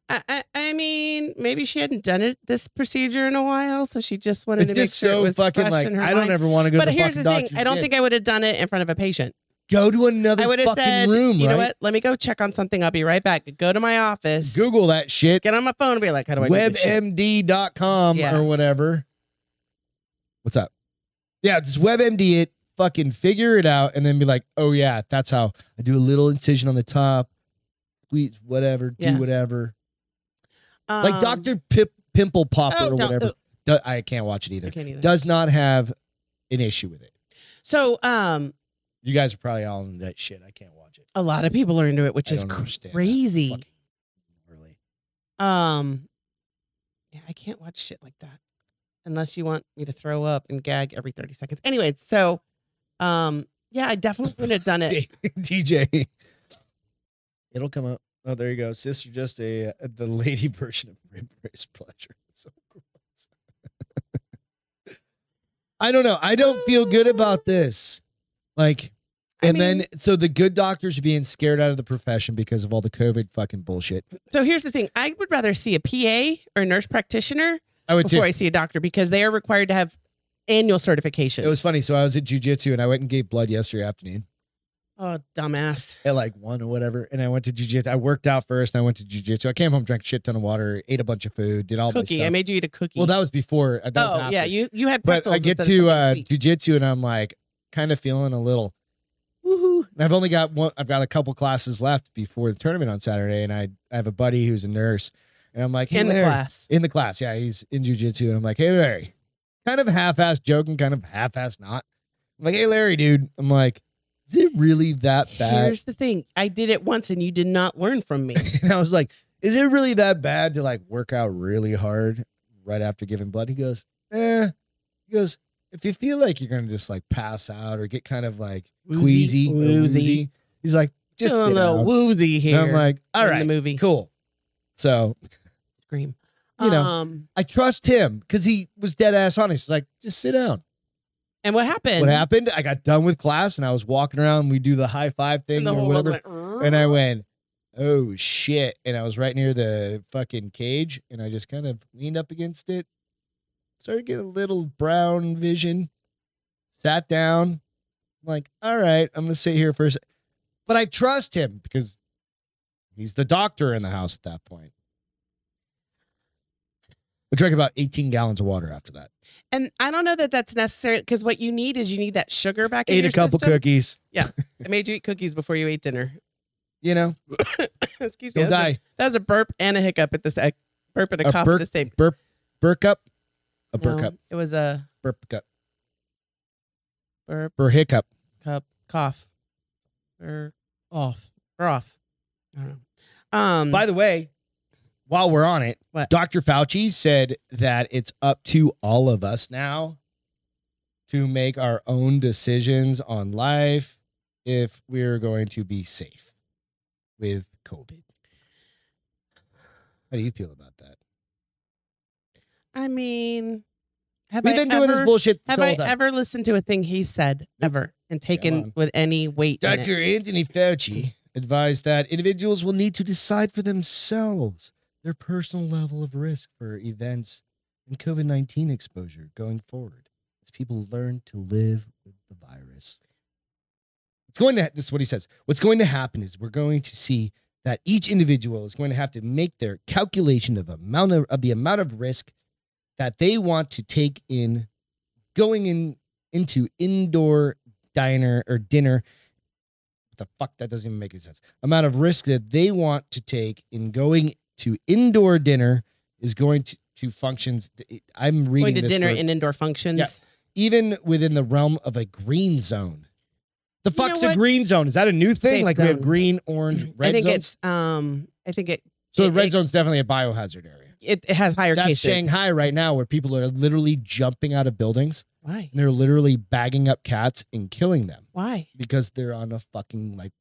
[SPEAKER 2] I, I, I mean, maybe she hadn't done it this procedure in a while, so she just wanted
[SPEAKER 1] It's
[SPEAKER 2] to make
[SPEAKER 1] just
[SPEAKER 2] sure it
[SPEAKER 1] so
[SPEAKER 2] was
[SPEAKER 1] fucking
[SPEAKER 2] fresh
[SPEAKER 1] like
[SPEAKER 2] in her
[SPEAKER 1] I don't
[SPEAKER 2] mind.
[SPEAKER 1] ever want to go
[SPEAKER 2] But
[SPEAKER 1] to the
[SPEAKER 2] here's
[SPEAKER 1] fucking
[SPEAKER 2] the
[SPEAKER 1] doctor.
[SPEAKER 2] thing: I don't think I would have done it in front of a patient.
[SPEAKER 1] go to another
[SPEAKER 2] I would have
[SPEAKER 1] fucking
[SPEAKER 2] said,
[SPEAKER 1] room,
[SPEAKER 2] you know
[SPEAKER 1] right?
[SPEAKER 2] what? Let me go check on something. I'll be right back. Go to my office.
[SPEAKER 1] Google that shit.
[SPEAKER 2] Get on my phone and be like, how do I do this shit?
[SPEAKER 1] webmd.com
[SPEAKER 2] Yeah.
[SPEAKER 1] or whatever. What's up? Yeah, just webmd it, fucking figure it out, and then be like, oh yeah, that's how I do a little incision on the top, squeeze whatever, do
[SPEAKER 2] Yeah.
[SPEAKER 1] whatever. Like
[SPEAKER 2] Um,
[SPEAKER 1] Dr. Pip, Pimple Popper
[SPEAKER 2] oh,
[SPEAKER 1] or
[SPEAKER 2] don't-
[SPEAKER 1] whatever.
[SPEAKER 2] oh,
[SPEAKER 1] Do- I can't watch it either.
[SPEAKER 2] I can't either.
[SPEAKER 1] Does not have an issue with it.
[SPEAKER 2] So, um,
[SPEAKER 1] You guys are probably all into that shit. I can't watch it.
[SPEAKER 2] a lot of people are into it, which
[SPEAKER 1] I
[SPEAKER 2] is
[SPEAKER 1] don't understand that.
[SPEAKER 2] crazy.
[SPEAKER 1] Fucking Really.
[SPEAKER 2] Um, yeah, I can't watch shit like that unless you want me to throw up and gag every 30 seconds. Anyway, so, um, yeah, I definitely would have done it.
[SPEAKER 1] DJ. It'll come up. Oh, there you go. Sister, just a uh, the lady version of rib race pleasure. So gross. I don't know. I don't feel good about this. Like,
[SPEAKER 2] I
[SPEAKER 1] and
[SPEAKER 2] mean-
[SPEAKER 1] then so the good doctors are being scared out of the profession because of all the COVID fucking bullshit.
[SPEAKER 2] So here's the thing: I would rather see a PA or nurse practitioner
[SPEAKER 1] I would
[SPEAKER 2] before
[SPEAKER 1] too.
[SPEAKER 2] I see a doctor because they are required to have annual certification.
[SPEAKER 1] It was funny. So I was at jujitsu and I went and gave blood yesterday afternoon
[SPEAKER 2] Oh, dumbass.
[SPEAKER 1] at like one or whatever. And I went to jujitsu. I worked out first and I went to jujitsu. I came home, drank a shit ton of water, ate a bunch of food, did all my
[SPEAKER 2] Cookie.
[SPEAKER 1] stuff.
[SPEAKER 2] I made you eat a cookie.
[SPEAKER 1] Well, that was before. uh, That
[SPEAKER 2] oh
[SPEAKER 1] happened.
[SPEAKER 2] yeah, you you had
[SPEAKER 1] But
[SPEAKER 2] pretzels.
[SPEAKER 1] I get
[SPEAKER 2] instead of
[SPEAKER 1] to
[SPEAKER 2] something
[SPEAKER 1] uh,
[SPEAKER 2] sweet.
[SPEAKER 1] jujitsu and I'm like kind of feeling a little.
[SPEAKER 2] Woohoo.
[SPEAKER 1] and I've only got one. I've got a couple classes left before the tournament on Saturday, and I, I have a buddy who's a nurse, and I'm like hey,
[SPEAKER 2] in the
[SPEAKER 1] Larry.
[SPEAKER 2] class.
[SPEAKER 1] in the class. Yeah, he's in jujitsu, and I'm like, hey Larry, kind of half-ass joking, kind of half-ass not. I'm like, hey Larry, dude. I'm like, is it really that bad?
[SPEAKER 2] Here's the thing: I did it once, and you did not learn from me.
[SPEAKER 1] And I was like, is it really that bad to like work out really hard right after giving blood? He goes, eh. He goes, if you feel like you're going to just like pass out or get kind of like
[SPEAKER 2] Woozy,
[SPEAKER 1] queasy, or
[SPEAKER 2] woozy.
[SPEAKER 1] woozy, he's like, just
[SPEAKER 2] Just a
[SPEAKER 1] get
[SPEAKER 2] little
[SPEAKER 1] out."
[SPEAKER 2] woozy
[SPEAKER 1] And
[SPEAKER 2] here.
[SPEAKER 1] I'm like, all
[SPEAKER 2] in
[SPEAKER 1] right,
[SPEAKER 2] the movie
[SPEAKER 1] cool. So
[SPEAKER 2] scream.
[SPEAKER 1] You know.
[SPEAKER 2] Um,
[SPEAKER 1] I trust him because he was dead ass honest. He's like, just sit down.
[SPEAKER 2] and what happened?
[SPEAKER 1] what happened? I got done with class and I was walking around. We do the high five thing
[SPEAKER 2] And the
[SPEAKER 1] or
[SPEAKER 2] whole
[SPEAKER 1] whatever.
[SPEAKER 2] world went,
[SPEAKER 1] And I went, oh shit. And I was right near the fucking cage and I just kind of leaned up against it, started getting a little brown vision, sat down. I'm like, all right, I'm going to sit here for a sec. But I trust him because he's the doctor in the house at that point. I drank about 18 gallons of water after that.
[SPEAKER 2] And I don't know that that's necessary because what you need is you need that sugar back. in
[SPEAKER 1] Ate
[SPEAKER 2] your
[SPEAKER 1] a couple
[SPEAKER 2] system.
[SPEAKER 1] cookies,
[SPEAKER 2] I made you eat cookies before you ate dinner.
[SPEAKER 1] you know,
[SPEAKER 2] Excuse me.
[SPEAKER 1] don't
[SPEAKER 2] That's a,
[SPEAKER 1] die.
[SPEAKER 2] that's a burp and a hiccup at this. A burp and a,
[SPEAKER 1] A
[SPEAKER 2] cough
[SPEAKER 1] burp-
[SPEAKER 2] at the same.
[SPEAKER 1] Burk up, a burk
[SPEAKER 2] No,
[SPEAKER 1] up,
[SPEAKER 2] It was a
[SPEAKER 1] burp up,
[SPEAKER 2] burp,
[SPEAKER 1] burr hiccup.
[SPEAKER 2] cup, cough, or off, or off. I don't know. Um,
[SPEAKER 1] By the way, while we're on it,
[SPEAKER 2] What?
[SPEAKER 1] Dr. Fauci said that it's up to all of us now to make our own decisions on life if we're going to be safe with COVID. How do you feel about that?
[SPEAKER 2] I mean, have
[SPEAKER 1] We've
[SPEAKER 2] I
[SPEAKER 1] been
[SPEAKER 2] ever,
[SPEAKER 1] doing this bullshit this
[SPEAKER 2] Have
[SPEAKER 1] whole
[SPEAKER 2] I
[SPEAKER 1] time.
[SPEAKER 2] ever listened to a thing he said ever and taken
[SPEAKER 1] on.
[SPEAKER 2] with any weight? in it?
[SPEAKER 1] Dr. Anthony Fauci advised that individuals will need to decide for themselves their personal level of risk for events and COVID 19 exposure going forward as people learn to live with the virus. It's going to, this is what he says. What's going to happen is we're going to see that each individual is going to have to make their calculation of amount of, of the amount of risk that they want to take in going in into indoor diner or dinner the fuck that doesn't even make any sense amount of risk that they want to take in going to indoor dinner is going to, to functions i'm reading
[SPEAKER 2] Going to
[SPEAKER 1] this
[SPEAKER 2] dinner
[SPEAKER 1] for-
[SPEAKER 2] and indoor functions.
[SPEAKER 1] Yeah. even within the realm of a green zone the
[SPEAKER 2] You know
[SPEAKER 1] fuck's
[SPEAKER 2] what?
[SPEAKER 1] a green zone is that a new thing
[SPEAKER 2] Safe
[SPEAKER 1] like we have
[SPEAKER 2] zone.
[SPEAKER 1] green orange red
[SPEAKER 2] I think
[SPEAKER 1] zones
[SPEAKER 2] it's. Um, I think it
[SPEAKER 1] so the
[SPEAKER 2] it-
[SPEAKER 1] red
[SPEAKER 2] it-
[SPEAKER 1] zone's definitely a biohazard area
[SPEAKER 2] it, it has higher
[SPEAKER 1] that's
[SPEAKER 2] cases.
[SPEAKER 1] shanghai right now where people are literally jumping out of buildings
[SPEAKER 2] Why?
[SPEAKER 1] and they're literally bagging up cats and killing them
[SPEAKER 2] Why?
[SPEAKER 1] because they're on a fucking like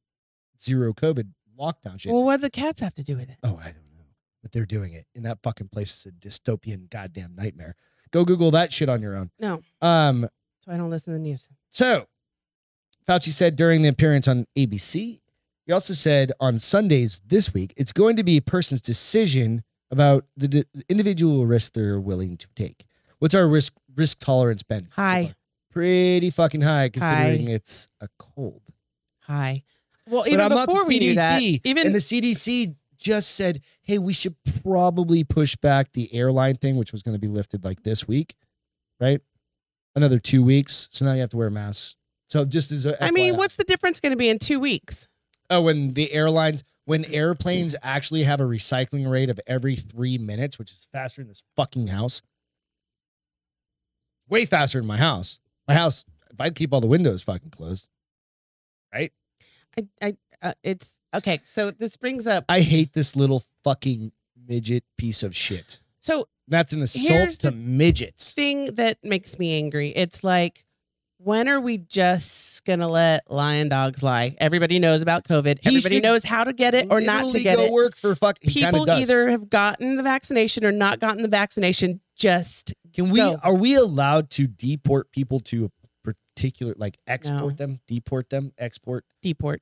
[SPEAKER 1] zero covid lockdown shit
[SPEAKER 2] Well, what do the cats have to do with it?
[SPEAKER 1] Oh, I don't know. But they're doing it. And that fucking place is a dystopian goddamn nightmare. Go Google that shit on your own.
[SPEAKER 2] No.
[SPEAKER 1] Um,
[SPEAKER 2] So I don't listen to the news.
[SPEAKER 1] so Fauci said during the appearance on ABC He also said on Sundays this week, it's going to be a person's decision about the d- individual risk they're willing to take. What's our risk risk tolerance been? so
[SPEAKER 2] High.
[SPEAKER 1] far? Pretty fucking high considering
[SPEAKER 2] High.
[SPEAKER 1] it's a cold.
[SPEAKER 2] Hi. Well,
[SPEAKER 1] but
[SPEAKER 2] even
[SPEAKER 1] I'm up
[SPEAKER 2] before
[SPEAKER 1] to
[SPEAKER 2] we knew that,
[SPEAKER 1] CDC,
[SPEAKER 2] even
[SPEAKER 1] and the CDC just said, "Hey, we should probably push back the airline thing, which was going to be lifted like this week, right? Another two weeks. So now you have to wear masks. So just as a
[SPEAKER 2] I mean,
[SPEAKER 1] FYI.
[SPEAKER 2] what's the difference going to be in two weeks?
[SPEAKER 1] oh, when the airlines, when airplanes actually have a recycling rate of every three minutes, which is faster than this fucking house, way faster than my house. My house, if I keep all the windows fucking closed,
[SPEAKER 2] I, I, uh, it's okay. So this brings up.
[SPEAKER 1] I hate this little fucking midget piece of shit."
[SPEAKER 2] So
[SPEAKER 1] That's an assault
[SPEAKER 2] Here's
[SPEAKER 1] to
[SPEAKER 2] the
[SPEAKER 1] midgets.
[SPEAKER 2] thing that makes me angry. It's like, when are we just gonna let lion dogs lie? Everybody knows about COVID.
[SPEAKER 1] He
[SPEAKER 2] Everybody
[SPEAKER 1] should
[SPEAKER 2] knows how to get it or not to
[SPEAKER 1] Literally
[SPEAKER 2] get
[SPEAKER 1] go
[SPEAKER 2] it.
[SPEAKER 1] work for fuck. He kinda
[SPEAKER 2] People
[SPEAKER 1] does.
[SPEAKER 2] either have gotten the vaccination or not gotten the vaccination. Just
[SPEAKER 1] can we
[SPEAKER 2] go.
[SPEAKER 1] are we allowed to deport people to a particular like export
[SPEAKER 2] No.
[SPEAKER 1] them, deport them, export
[SPEAKER 2] deport.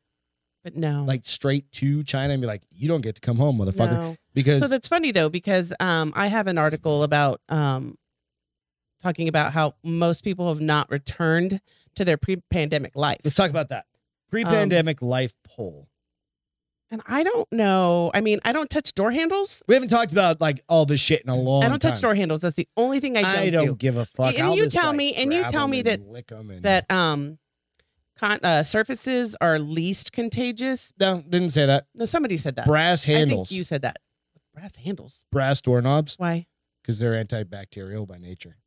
[SPEAKER 2] But no,
[SPEAKER 1] like straight to China and be like, you don't get to come home, motherfucker,
[SPEAKER 2] no.
[SPEAKER 1] because
[SPEAKER 2] So that's funny though, because um, I have an article about um, talking about how most people have not returned to their pre-pandemic life,
[SPEAKER 1] let's talk about that
[SPEAKER 2] Um,
[SPEAKER 1] pre-pandemic life poll.
[SPEAKER 2] and I don't know. I mean, I don't touch door handles.
[SPEAKER 1] We haven't talked about like all this shit in a long.
[SPEAKER 2] I don't touch
[SPEAKER 1] time.
[SPEAKER 2] door handles. That's the only thing I don't,
[SPEAKER 1] I don't
[SPEAKER 2] do.
[SPEAKER 1] give a fuck.
[SPEAKER 2] And
[SPEAKER 1] I'll
[SPEAKER 2] you
[SPEAKER 1] just,
[SPEAKER 2] tell
[SPEAKER 1] like,
[SPEAKER 2] me- and you
[SPEAKER 1] grab
[SPEAKER 2] tell
[SPEAKER 1] 'em
[SPEAKER 2] me
[SPEAKER 1] and
[SPEAKER 2] that-
[SPEAKER 1] lick 'em and,
[SPEAKER 2] That um, con- uh, surfaces are least contagious.
[SPEAKER 1] no didn't say that
[SPEAKER 2] No, somebody said that.
[SPEAKER 1] brass
[SPEAKER 2] I
[SPEAKER 1] handles,
[SPEAKER 2] think you said that. Brass handles.
[SPEAKER 1] brass doorknobs
[SPEAKER 2] Why?
[SPEAKER 1] because they're antibacterial by nature.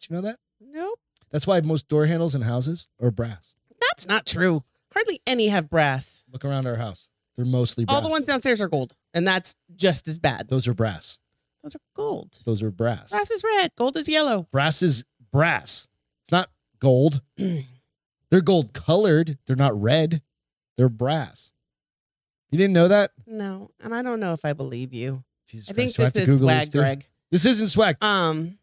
[SPEAKER 1] Did you know that?
[SPEAKER 2] Nope,
[SPEAKER 1] That's why most door handles in houses are brass.
[SPEAKER 2] that's not true. Hardly any have brass.
[SPEAKER 1] Look around our house. They're mostly brass.
[SPEAKER 2] All the ones downstairs are gold, and that's just as bad.
[SPEAKER 1] Those are brass.
[SPEAKER 2] Those are gold.
[SPEAKER 1] Those are brass.
[SPEAKER 2] Brass is red. Gold is yellow.
[SPEAKER 1] Brass is brass. It's not gold. They're gold colored. They're not red. They're brass. You didn't know that?
[SPEAKER 2] No, and I don't know if I believe you.
[SPEAKER 1] Jesus
[SPEAKER 2] I think
[SPEAKER 1] do have
[SPEAKER 2] this
[SPEAKER 1] to
[SPEAKER 2] is
[SPEAKER 1] Google
[SPEAKER 2] swag,
[SPEAKER 1] too?
[SPEAKER 2] Greg.
[SPEAKER 1] This isn't swag.
[SPEAKER 2] Um,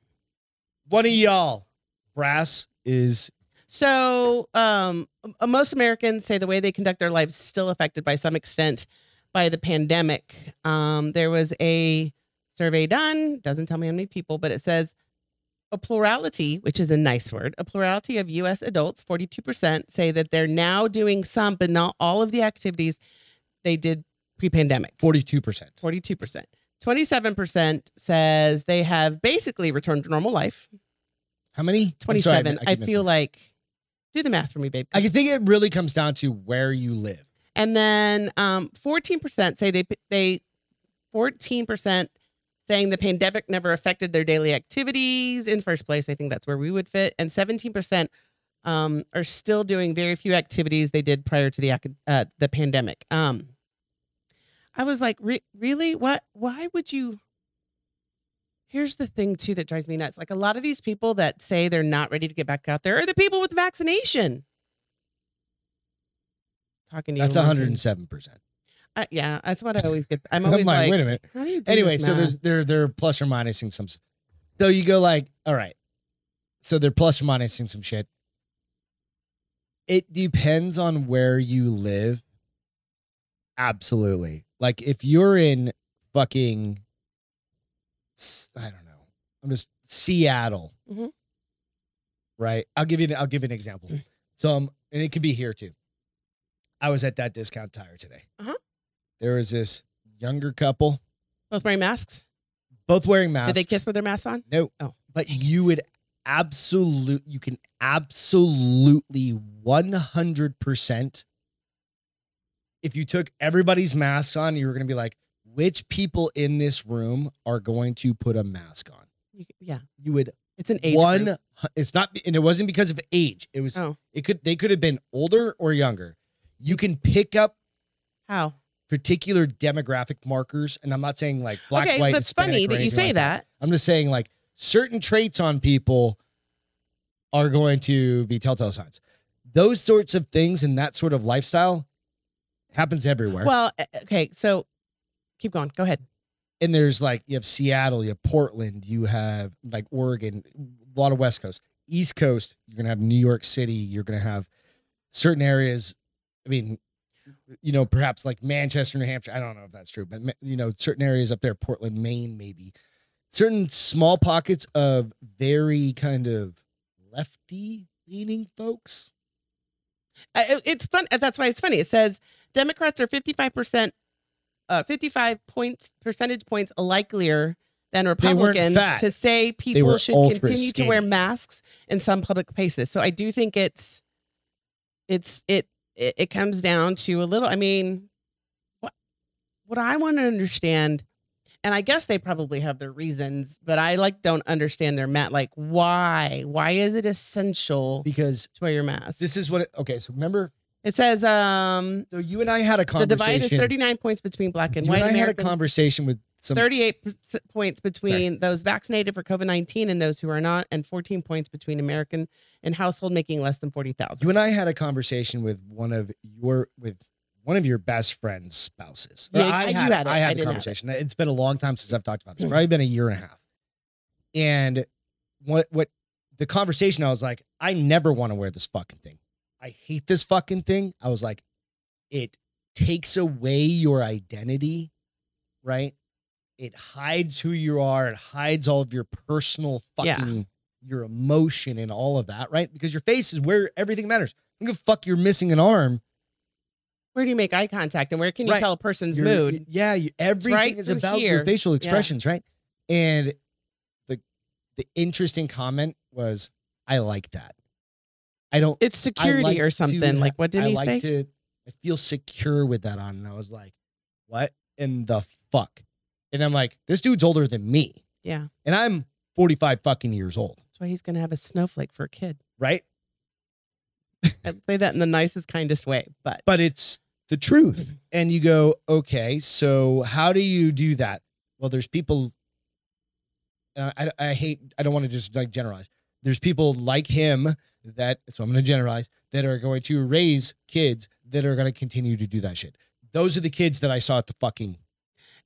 [SPEAKER 1] One of y'all. Brass is
[SPEAKER 2] so um, uh, most Americans say the way they conduct their lives is still affected by some extent by the pandemic. Um, there was a survey done. Doesn't tell me how many people, but it says a plurality, which is a nice word. A plurality of U.S. adults, forty-two percent, say that they're now doing some, but not all of the activities they did pre-pandemic.
[SPEAKER 1] 42%.
[SPEAKER 2] 42%. 27% says they have basically returned to normal life.
[SPEAKER 1] How many? I'm sorry,
[SPEAKER 2] 27.
[SPEAKER 1] keep
[SPEAKER 2] I,
[SPEAKER 1] missing.
[SPEAKER 2] feel like do the math for me, babe.
[SPEAKER 1] I think it really comes down to where you live.
[SPEAKER 2] and then um, 14% say they they 14% saying the pandemic never affected their daily activities in first place. I think that's where we would fit. And 17% um, are still doing very few activities they did prior to the acad- uh, the pandemic. Um, I was like, Re- really? What? Why would you? Here's the thing too that drives me nuts. Like a lot of these people that say they're not ready to get back out there are the people with the vaccination. Talking to
[SPEAKER 1] That's
[SPEAKER 2] you, Lindsay.
[SPEAKER 1] 107%.
[SPEAKER 2] Uh, yeah, that's what I always get. I'm always
[SPEAKER 1] like,
[SPEAKER 2] like,
[SPEAKER 1] wait a minute.
[SPEAKER 2] how do you do
[SPEAKER 1] anyway,
[SPEAKER 2] this
[SPEAKER 1] so
[SPEAKER 2] math?
[SPEAKER 1] there's they're they're plus or minusing some. s- So you go like, all right. So they're plus or minusing some shit. It depends on where you live. Absolutely. Like if you're in fucking, s- I don't know. I'm just Seattle,
[SPEAKER 2] Mhm.
[SPEAKER 1] right? I'll give you. an- I'll give you an example. So um, and it could be here too. I was at that discount tire today.
[SPEAKER 2] Uh-huh.
[SPEAKER 1] There was this younger couple
[SPEAKER 2] both wearing masks.
[SPEAKER 1] both wearing masks.
[SPEAKER 2] Did they kiss with their masks on?
[SPEAKER 1] No.
[SPEAKER 2] Oh,
[SPEAKER 1] but you would absolute you can absolutely 100% if you took everybody's masks on, you were going to be like, which people in this room are going to put a mask on?
[SPEAKER 2] You- yeah,
[SPEAKER 1] You would
[SPEAKER 2] it's an age
[SPEAKER 1] one
[SPEAKER 2] group.
[SPEAKER 1] hu- it's not and it wasn't because of age. It was
[SPEAKER 2] Oh.
[SPEAKER 1] it could they could have been older or younger. You can pick up
[SPEAKER 2] How?
[SPEAKER 1] particular demographic markers and I'm not saying like black
[SPEAKER 2] okay,
[SPEAKER 1] white
[SPEAKER 2] that's
[SPEAKER 1] Hispanic,
[SPEAKER 2] funny
[SPEAKER 1] or
[SPEAKER 2] that you
[SPEAKER 1] anything
[SPEAKER 2] say
[SPEAKER 1] like
[SPEAKER 2] that.
[SPEAKER 1] I'm just saying, like, certain traits on people are going to be telltale signs. Those sorts of things and that sort of lifestyle happens everywhere.
[SPEAKER 2] Well, uh, okay, so keep going. Go ahead.
[SPEAKER 1] and there's like, you have Seattle, you have Portland, you have like Oregon, a lot of West Coast. East Coast, you're going to have New York City, you're going to have certain areas. I mean, you know, perhaps like Manchester, New Hampshire. I don't know if that's true, but ma- you know, certain areas up there, Portland, Maine, maybe certain small pockets of very kind of lefty leaning folks.
[SPEAKER 2] I- I- it's fun. uh, That's why it's funny. It says Democrats are 55%, uh, 55 points, percentage points likelier than
[SPEAKER 1] weren't
[SPEAKER 2] Republicans
[SPEAKER 1] fat.
[SPEAKER 2] to say
[SPEAKER 1] were
[SPEAKER 2] people should
[SPEAKER 1] ultra
[SPEAKER 2] continue to wear
[SPEAKER 1] skinny.
[SPEAKER 2] masks in some public places. So I do think it's, it's, it, it, it comes down to a little, I mean, what, what I want to understand, and I guess they probably have their reasons, but I like don't understand their mat. Like why, why is it essential to
[SPEAKER 1] Because
[SPEAKER 2] wear your mask?
[SPEAKER 1] this is what it, okay. So remember,
[SPEAKER 2] It says um,
[SPEAKER 1] so you and I had a
[SPEAKER 2] the
[SPEAKER 1] conversation.
[SPEAKER 2] divide is 39 points between black and
[SPEAKER 1] you
[SPEAKER 2] white
[SPEAKER 1] and I had a
[SPEAKER 2] Americans.
[SPEAKER 1] conversation with some
[SPEAKER 2] 38 p- points between those vaccinated for COVID 19 and those who are not, and 14 points between American and household making less than 40,000.
[SPEAKER 1] You and I had a conversation with one of your with one of your best friend's spouses. Or
[SPEAKER 2] Yeah,
[SPEAKER 1] I
[SPEAKER 2] I- you
[SPEAKER 1] had,
[SPEAKER 2] had it.
[SPEAKER 1] I
[SPEAKER 2] I
[SPEAKER 1] had the
[SPEAKER 2] didn't have it. Hmm.
[SPEAKER 1] conversation. It's been a long time since I've talked about this. Probably been a year and a half. And what what the conversation I was like, I never want to wear this fucking thing. I hate this fucking thing. I was like, it takes away your identity, right? It hides who you are. It hides all of your personal
[SPEAKER 2] Yeah.
[SPEAKER 1] fucking your emotion and all of that, right? Because your face is where everything matters. I don't give a fuck you're missing an arm.
[SPEAKER 2] Where do you make eye contact and where can you
[SPEAKER 1] Right.
[SPEAKER 2] tell a person's
[SPEAKER 1] Your-
[SPEAKER 2] mood?
[SPEAKER 1] Yeah, you, everything
[SPEAKER 2] right
[SPEAKER 1] is
[SPEAKER 2] through
[SPEAKER 1] about your
[SPEAKER 2] here.
[SPEAKER 1] facial expressions, right? And the the interesting comment was, I like that. I don't
[SPEAKER 2] it's
[SPEAKER 1] I
[SPEAKER 2] security
[SPEAKER 1] like
[SPEAKER 2] or
[SPEAKER 1] to
[SPEAKER 2] something.
[SPEAKER 1] ha-
[SPEAKER 2] Like, what did
[SPEAKER 1] I
[SPEAKER 2] he
[SPEAKER 1] like
[SPEAKER 2] say?
[SPEAKER 1] To, I feel secure with that on. And I was like, what in the fuck? And I'm like, this dude's older than me.
[SPEAKER 2] yeah.
[SPEAKER 1] And I'm 45 fucking years old,
[SPEAKER 2] That's why he's going to have a snowflake for a kid.
[SPEAKER 1] right?
[SPEAKER 2] I say that in the nicest, kindest way, but
[SPEAKER 1] but it's the truth.
[SPEAKER 2] Mm-hmm.
[SPEAKER 1] And you go, okay, so how do you do that? Well, there's people. and I, I I hate. I don't want to just like generalize. There's people like him that. So I'm going to generalize that are going to raise kids that are going to continue to do that shit. Those are the kids that I saw at the fucking